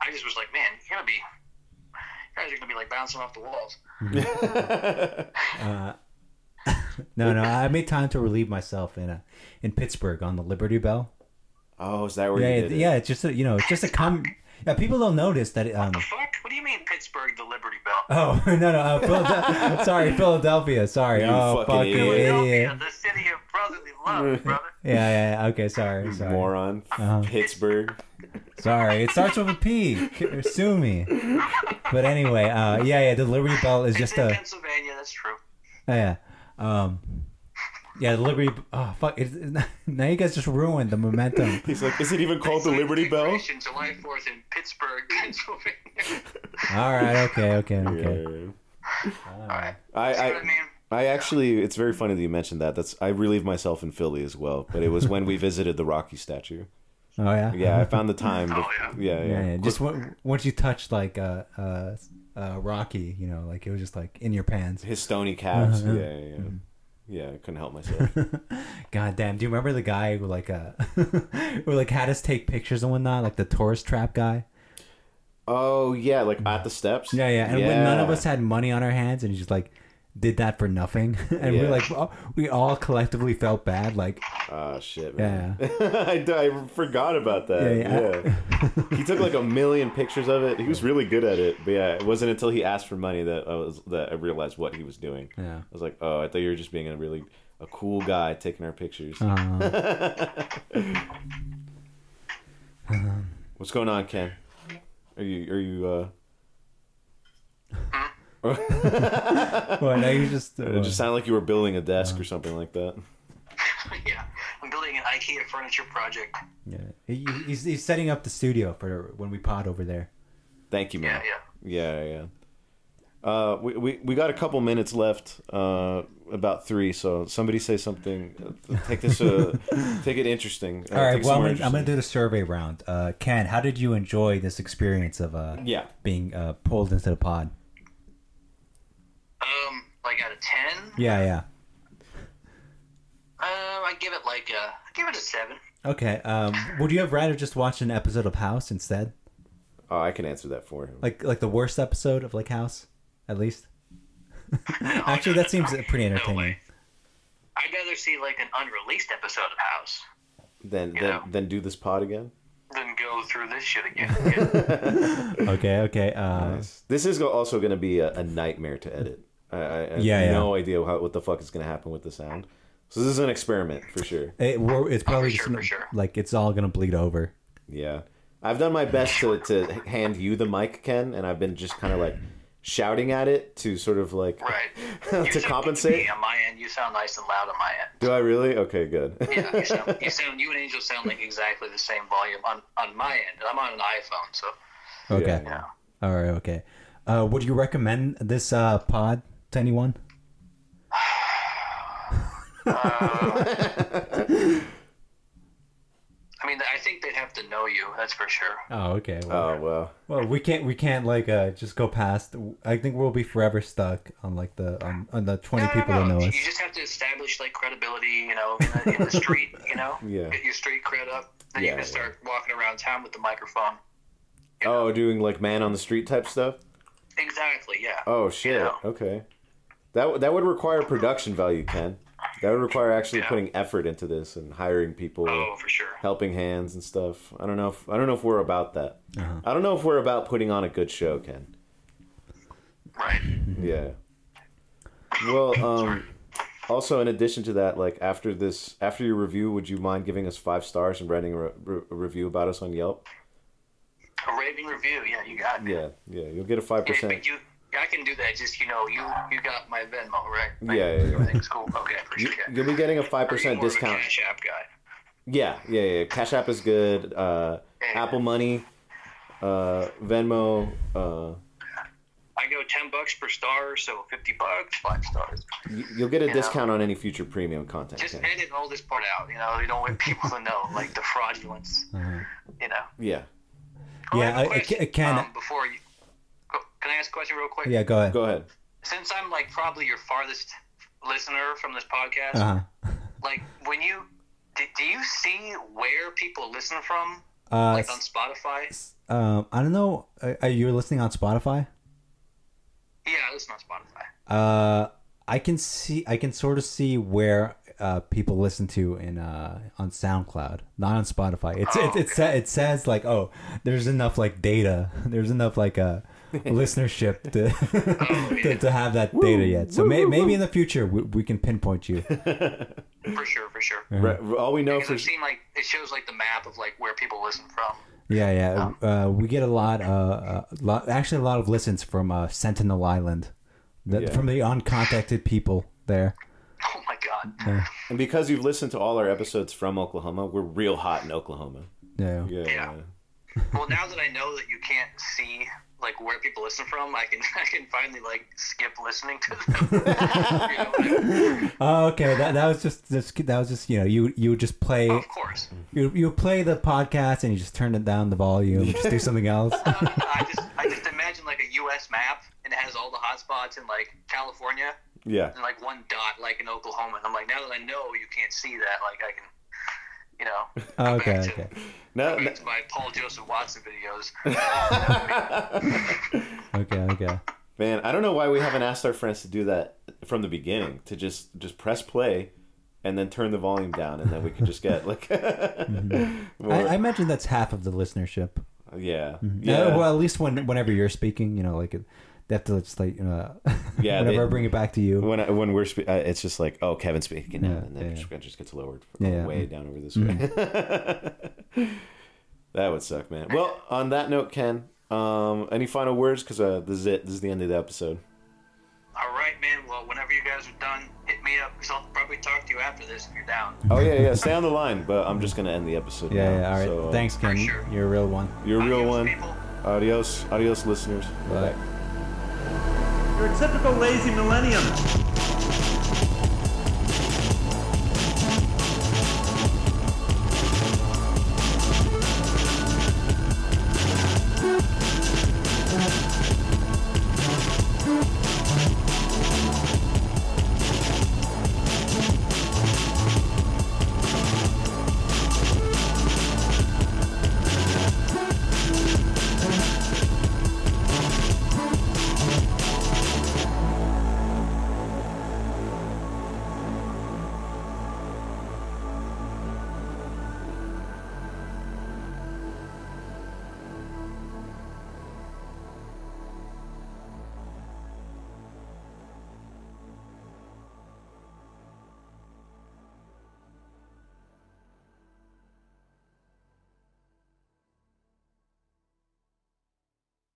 [SPEAKER 4] I just was like, man, you're gonna be, you guys are gonna be like bouncing off the walls.
[SPEAKER 3] Uh, No, no, I made time to relieve myself in uh in Pittsburgh on the Liberty Bell.
[SPEAKER 2] Oh, is that where
[SPEAKER 3] Yeah,
[SPEAKER 2] you
[SPEAKER 3] it-
[SPEAKER 2] did it?
[SPEAKER 3] yeah. It's just a, you know, it's just a com. Yeah, people don't notice that. It, um.
[SPEAKER 4] The fuck? What do you mean Pittsburgh, the Liberty Bell?
[SPEAKER 3] Oh no, no. Uh, Philad- sorry, Philadelphia. Sorry.
[SPEAKER 2] You
[SPEAKER 3] oh,
[SPEAKER 2] fucking
[SPEAKER 3] fucking
[SPEAKER 2] idiot.
[SPEAKER 3] idiot.
[SPEAKER 4] Philadelphia, the city of brotherly love, brother.
[SPEAKER 3] Yeah, yeah, yeah. Okay, sorry, sorry.
[SPEAKER 2] Moron,
[SPEAKER 3] Uh-huh.
[SPEAKER 2] Pittsburgh.
[SPEAKER 3] Sorry. It starts with a P. Sue me. But anyway, uh, yeah, yeah. The Liberty Bell is
[SPEAKER 4] It's
[SPEAKER 3] just uh,
[SPEAKER 4] in
[SPEAKER 3] a.
[SPEAKER 4] Pennsylvania. That's true.
[SPEAKER 3] Yeah. Um, yeah, the Liberty. Oh fuck! It's, now you guys just ruined the momentum.
[SPEAKER 2] He's like, is it even called Oh, the
[SPEAKER 4] Signed
[SPEAKER 2] Liberty Bell?
[SPEAKER 4] Declaration July Fourth in Pittsburgh, Pennsylvania.
[SPEAKER 3] All right. Okay. Okay. Okay.
[SPEAKER 2] Yeah.
[SPEAKER 4] all right.
[SPEAKER 2] I,
[SPEAKER 4] See what I
[SPEAKER 2] I
[SPEAKER 4] mean?
[SPEAKER 2] I actually, it's very funny that you mentioned that. That's I relieve myself in Philly as well, but it was when we visited the Rocky statue.
[SPEAKER 3] Oh yeah.
[SPEAKER 2] Yeah, I found the time.
[SPEAKER 4] Oh,
[SPEAKER 2] bef- yeah, yeah.
[SPEAKER 3] Yeah, yeah. Just when, once you touch like uh, uh, uh, Rocky, you know, like it was just like in your pants.
[SPEAKER 2] His stony calves.
[SPEAKER 3] Uh-huh.
[SPEAKER 2] Yeah, yeah, yeah.
[SPEAKER 3] Mm-hmm.
[SPEAKER 2] Yeah, I couldn't help myself.
[SPEAKER 3] God damn! Do you remember the guy who like uh, who like had us take pictures and whatnot, like the tourist trap guy?
[SPEAKER 2] oh yeah, like at the steps.
[SPEAKER 3] Yeah, yeah. And when none of us had money on our hands, and he just like did that for nothing, and
[SPEAKER 2] Yeah.
[SPEAKER 3] we're like, oh, we all collectively felt bad. Like,
[SPEAKER 2] Oh shit,
[SPEAKER 3] yeah,
[SPEAKER 2] man. I, d- I forgot about that.
[SPEAKER 3] Yeah,
[SPEAKER 2] Yeah. he took like a million pictures of it. He was really good at it. But yeah, it wasn't until he asked for money that I was that I realized what he was doing.
[SPEAKER 3] Yeah.
[SPEAKER 2] I was like, "Oh, I thought you were just being a really a cool guy taking our pictures."
[SPEAKER 3] uh,
[SPEAKER 2] What's going on, Ken? Are you are you uh
[SPEAKER 3] well, now you just, uh,
[SPEAKER 2] it just sounded like you were building a desk or something like that.
[SPEAKER 4] yeah, I'm building an IKEA furniture project.
[SPEAKER 3] yeah. He, he's, he's setting up the studio for when we pod over there.
[SPEAKER 2] Thank you, man.
[SPEAKER 4] Yeah,
[SPEAKER 2] yeah, yeah. Uh, we, we we got a couple minutes left, uh, about three. So somebody say something. Take this, uh, take it interesting. Uh,
[SPEAKER 3] All right.
[SPEAKER 2] take it
[SPEAKER 3] Well, I'm
[SPEAKER 2] somewhere
[SPEAKER 3] gonna, I'm gonna
[SPEAKER 2] interesting.
[SPEAKER 3] do the survey round. Uh, Ken, how did you enjoy this experience of uh,
[SPEAKER 2] Yeah.
[SPEAKER 3] being uh, pulled into the pod?
[SPEAKER 4] Um, like out of ten,
[SPEAKER 3] Yeah, yeah.
[SPEAKER 4] um, I give it like a, I give it a seven.
[SPEAKER 3] Okay. Um, would you have rather just watched an episode of House instead,
[SPEAKER 2] Oh, I can answer that for him.
[SPEAKER 3] like like the worst episode of like House, at least? Actually, that seems pretty entertaining.
[SPEAKER 4] way. I'd rather see like an unreleased episode of House
[SPEAKER 2] then then
[SPEAKER 4] Yeah.
[SPEAKER 2] then do this pod again.
[SPEAKER 4] than go through this shit again. Yeah.
[SPEAKER 3] Okay. Okay. Uh,
[SPEAKER 2] This is go- also going to be a, a nightmare to edit. I, I, I
[SPEAKER 3] Yeah,
[SPEAKER 2] have
[SPEAKER 3] yeah.
[SPEAKER 2] no idea how, what the fuck is going to happen with the sound. So this is an experiment for sure.
[SPEAKER 3] it, we're- it's probably
[SPEAKER 4] sure,
[SPEAKER 3] just,
[SPEAKER 4] for sure.
[SPEAKER 3] like it's all gonna bleed over.
[SPEAKER 2] Yeah. I've done my best to, to hand you the mic, Ken, and I've been just kind of like shouting at it to sort of like
[SPEAKER 4] right. You
[SPEAKER 2] to
[SPEAKER 4] sound good
[SPEAKER 2] compensate.
[SPEAKER 4] me on my end, you sound nice and loud on my end.
[SPEAKER 2] Do I really? Okay, good.
[SPEAKER 4] Yeah, you sound, you sound, you and Angel sound like exactly the same volume on on my end, and I'm on an iPhone, so
[SPEAKER 3] Okay.
[SPEAKER 2] Yeah.
[SPEAKER 3] All right. Okay. Uh, would you recommend this uh, pod to anyone?
[SPEAKER 4] I mean, I think they'd have to know you, that's for sure.
[SPEAKER 3] Oh, okay. Well,
[SPEAKER 2] Oh well.
[SPEAKER 3] Well, we can't we can't like uh just go past. I think we'll be forever stuck on like the on, on the twenty people
[SPEAKER 4] No, no,
[SPEAKER 3] who
[SPEAKER 4] no.
[SPEAKER 3] know
[SPEAKER 4] You
[SPEAKER 3] us.
[SPEAKER 4] just have to establish like credibility, you know, in the, in the street, you know,
[SPEAKER 2] Yeah.
[SPEAKER 4] get your street cred up, then
[SPEAKER 2] Yeah,
[SPEAKER 4] you can
[SPEAKER 2] yeah.
[SPEAKER 4] start walking around town with the microphone.
[SPEAKER 2] Oh, doing like man on the street type stuff.
[SPEAKER 4] Exactly. Yeah.
[SPEAKER 2] Oh shit.
[SPEAKER 4] Yeah.
[SPEAKER 2] Okay. That w- that would require production value, Ken. That would require actually
[SPEAKER 4] Yeah.
[SPEAKER 2] putting effort into this and hiring people,
[SPEAKER 4] Oh, for sure.
[SPEAKER 2] helping hands and stuff. I don't know. If, I don't know if we're about that. I don't know if we're about putting on a good show, Ken.
[SPEAKER 4] Right.
[SPEAKER 2] Yeah. Well, um, also in addition to that, like after this, after your review, would you mind giving us five stars and writing a, re- re- a review about us on Yelp?
[SPEAKER 4] A raving review. Yeah, you got. it.
[SPEAKER 2] Yeah, yeah, you'll get a five
[SPEAKER 4] Yeah,
[SPEAKER 2] percent.
[SPEAKER 4] but you, yeah, I can do that. Just you know, you you got my Venmo, right?
[SPEAKER 2] Yeah,
[SPEAKER 4] I can
[SPEAKER 2] yeah,
[SPEAKER 4] do
[SPEAKER 2] yeah.
[SPEAKER 4] Everything's cool. Okay, I
[SPEAKER 2] You,
[SPEAKER 4] appreciate that.
[SPEAKER 2] you'll be getting a five
[SPEAKER 4] Are you
[SPEAKER 2] percent
[SPEAKER 4] more of a
[SPEAKER 2] discount.
[SPEAKER 4] Cash app guy.
[SPEAKER 2] Yeah, yeah, yeah. Cash App is good. Uh,
[SPEAKER 4] Yeah.
[SPEAKER 2] Apple Money, uh, Venmo. Uh,
[SPEAKER 4] I go ten bucks per star, so fifty bucks, five stars.
[SPEAKER 2] you, you'll get a
[SPEAKER 4] Yeah.
[SPEAKER 2] discount on any future premium content.
[SPEAKER 4] Just
[SPEAKER 2] Ken.
[SPEAKER 4] edit all this part out. You know, you don't want people to know like the fraudulence. You know.
[SPEAKER 2] Yeah,
[SPEAKER 4] Oh, I
[SPEAKER 3] Yeah,
[SPEAKER 4] have a
[SPEAKER 3] I- I
[SPEAKER 4] question,
[SPEAKER 3] ca- can-
[SPEAKER 4] um, before you go, can I ask a question real quick?
[SPEAKER 3] Yeah, go ahead.
[SPEAKER 2] go ahead.
[SPEAKER 4] Since I'm like probably your farthest listener from this podcast,
[SPEAKER 3] Uh-huh.
[SPEAKER 4] like when you do, do you see where people listen from,
[SPEAKER 3] Uh,
[SPEAKER 4] like on Spotify?
[SPEAKER 3] s- um, I don't know. Are, are you listening on Spotify?
[SPEAKER 4] Yeah, I listen on Spotify.
[SPEAKER 3] Uh, I can see. I can sort of see where uh people listen to in uh on SoundCloud, not on Spotify. It's it
[SPEAKER 4] Oh,
[SPEAKER 3] it, sa- it says like oh, there's enough like data. There's enough like uh listenership to
[SPEAKER 4] Oh,
[SPEAKER 3] to, to have that data yet. So may, maybe in the future we, we can pinpoint you.
[SPEAKER 4] For sure, for sure.
[SPEAKER 2] Re- re- all we know
[SPEAKER 4] Because
[SPEAKER 2] for
[SPEAKER 4] I've seen like it shows like the map of like where people listen from.
[SPEAKER 3] Yeah, yeah.
[SPEAKER 2] Um,
[SPEAKER 3] Uh, we get a lot, uh, uh, lot, actually, a lot of listens from uh, Sentinel Island, the,
[SPEAKER 2] Yeah.
[SPEAKER 3] from the uncontacted people there.
[SPEAKER 4] Oh my god.
[SPEAKER 2] and because you've listened to all our episodes from Oklahoma, we're real hot in Oklahoma.
[SPEAKER 3] Yeah,
[SPEAKER 2] Yeah,
[SPEAKER 4] Yeah. Well, now that I know that you can't see like where people listen from, I can I can finally like skip listening to them. You know,
[SPEAKER 3] Oh, okay, that, that was just this, that was just you know you you would just play
[SPEAKER 4] like, of course,
[SPEAKER 3] you you would play the podcast and you just turn it down the volume, just do something else.
[SPEAKER 4] I just I just imagine like a U.S. map and it has all the hotspots in like California
[SPEAKER 2] Yeah.
[SPEAKER 4] and like one dot like in Oklahoma. And I'm like, now that I know you can't see that, like I can, you know, go
[SPEAKER 3] Oh, Okay,
[SPEAKER 4] back to-
[SPEAKER 3] okay,
[SPEAKER 2] Now,
[SPEAKER 4] go back to my Paul Joseph Watson videos.
[SPEAKER 3] okay, okay.
[SPEAKER 2] man, I don't know why we haven't asked our friends to do that from the beginning. To just just press play, and then turn the volume down, and then we can just get like.
[SPEAKER 3] Mm-hmm.
[SPEAKER 2] more-
[SPEAKER 3] I, I imagine that's half of the listenership.
[SPEAKER 2] yeah.
[SPEAKER 3] Yeah.
[SPEAKER 2] Yeah.
[SPEAKER 3] Mm-hmm. well, at least when whenever you're speaking, you know, like it, they have to just like you know,
[SPEAKER 2] Yeah,
[SPEAKER 3] whenever
[SPEAKER 2] they-
[SPEAKER 3] I bring it back to you.
[SPEAKER 2] when I, when we're spe- uh, it's just like oh Kevin's speaking now
[SPEAKER 3] Yeah,
[SPEAKER 2] and then
[SPEAKER 3] yeah,
[SPEAKER 2] it just- it just gets lowered
[SPEAKER 3] Yeah, yeah. Mm-hmm.
[SPEAKER 2] way down over this way. that would suck, man. Well, on that note, Ken, um, any final words? Because uh, this is it. This is the end of the episode.
[SPEAKER 4] All right, man. Well, whenever you guys are done, hit me up because I'll probably talk to you after this if you're down.
[SPEAKER 2] Oh yeah, yeah. Stay on the line, but I'm just gonna end the episode.
[SPEAKER 3] yeah,
[SPEAKER 2] now.
[SPEAKER 3] yeah, all right.
[SPEAKER 2] So, uh,
[SPEAKER 3] Thanks, Ken.
[SPEAKER 4] sure.
[SPEAKER 3] You're a real one.
[SPEAKER 2] You're a real
[SPEAKER 4] Adios,
[SPEAKER 2] one.
[SPEAKER 4] people.
[SPEAKER 2] Adios, adios, listeners.
[SPEAKER 3] Bye.
[SPEAKER 6] You're a typical lazy millennium.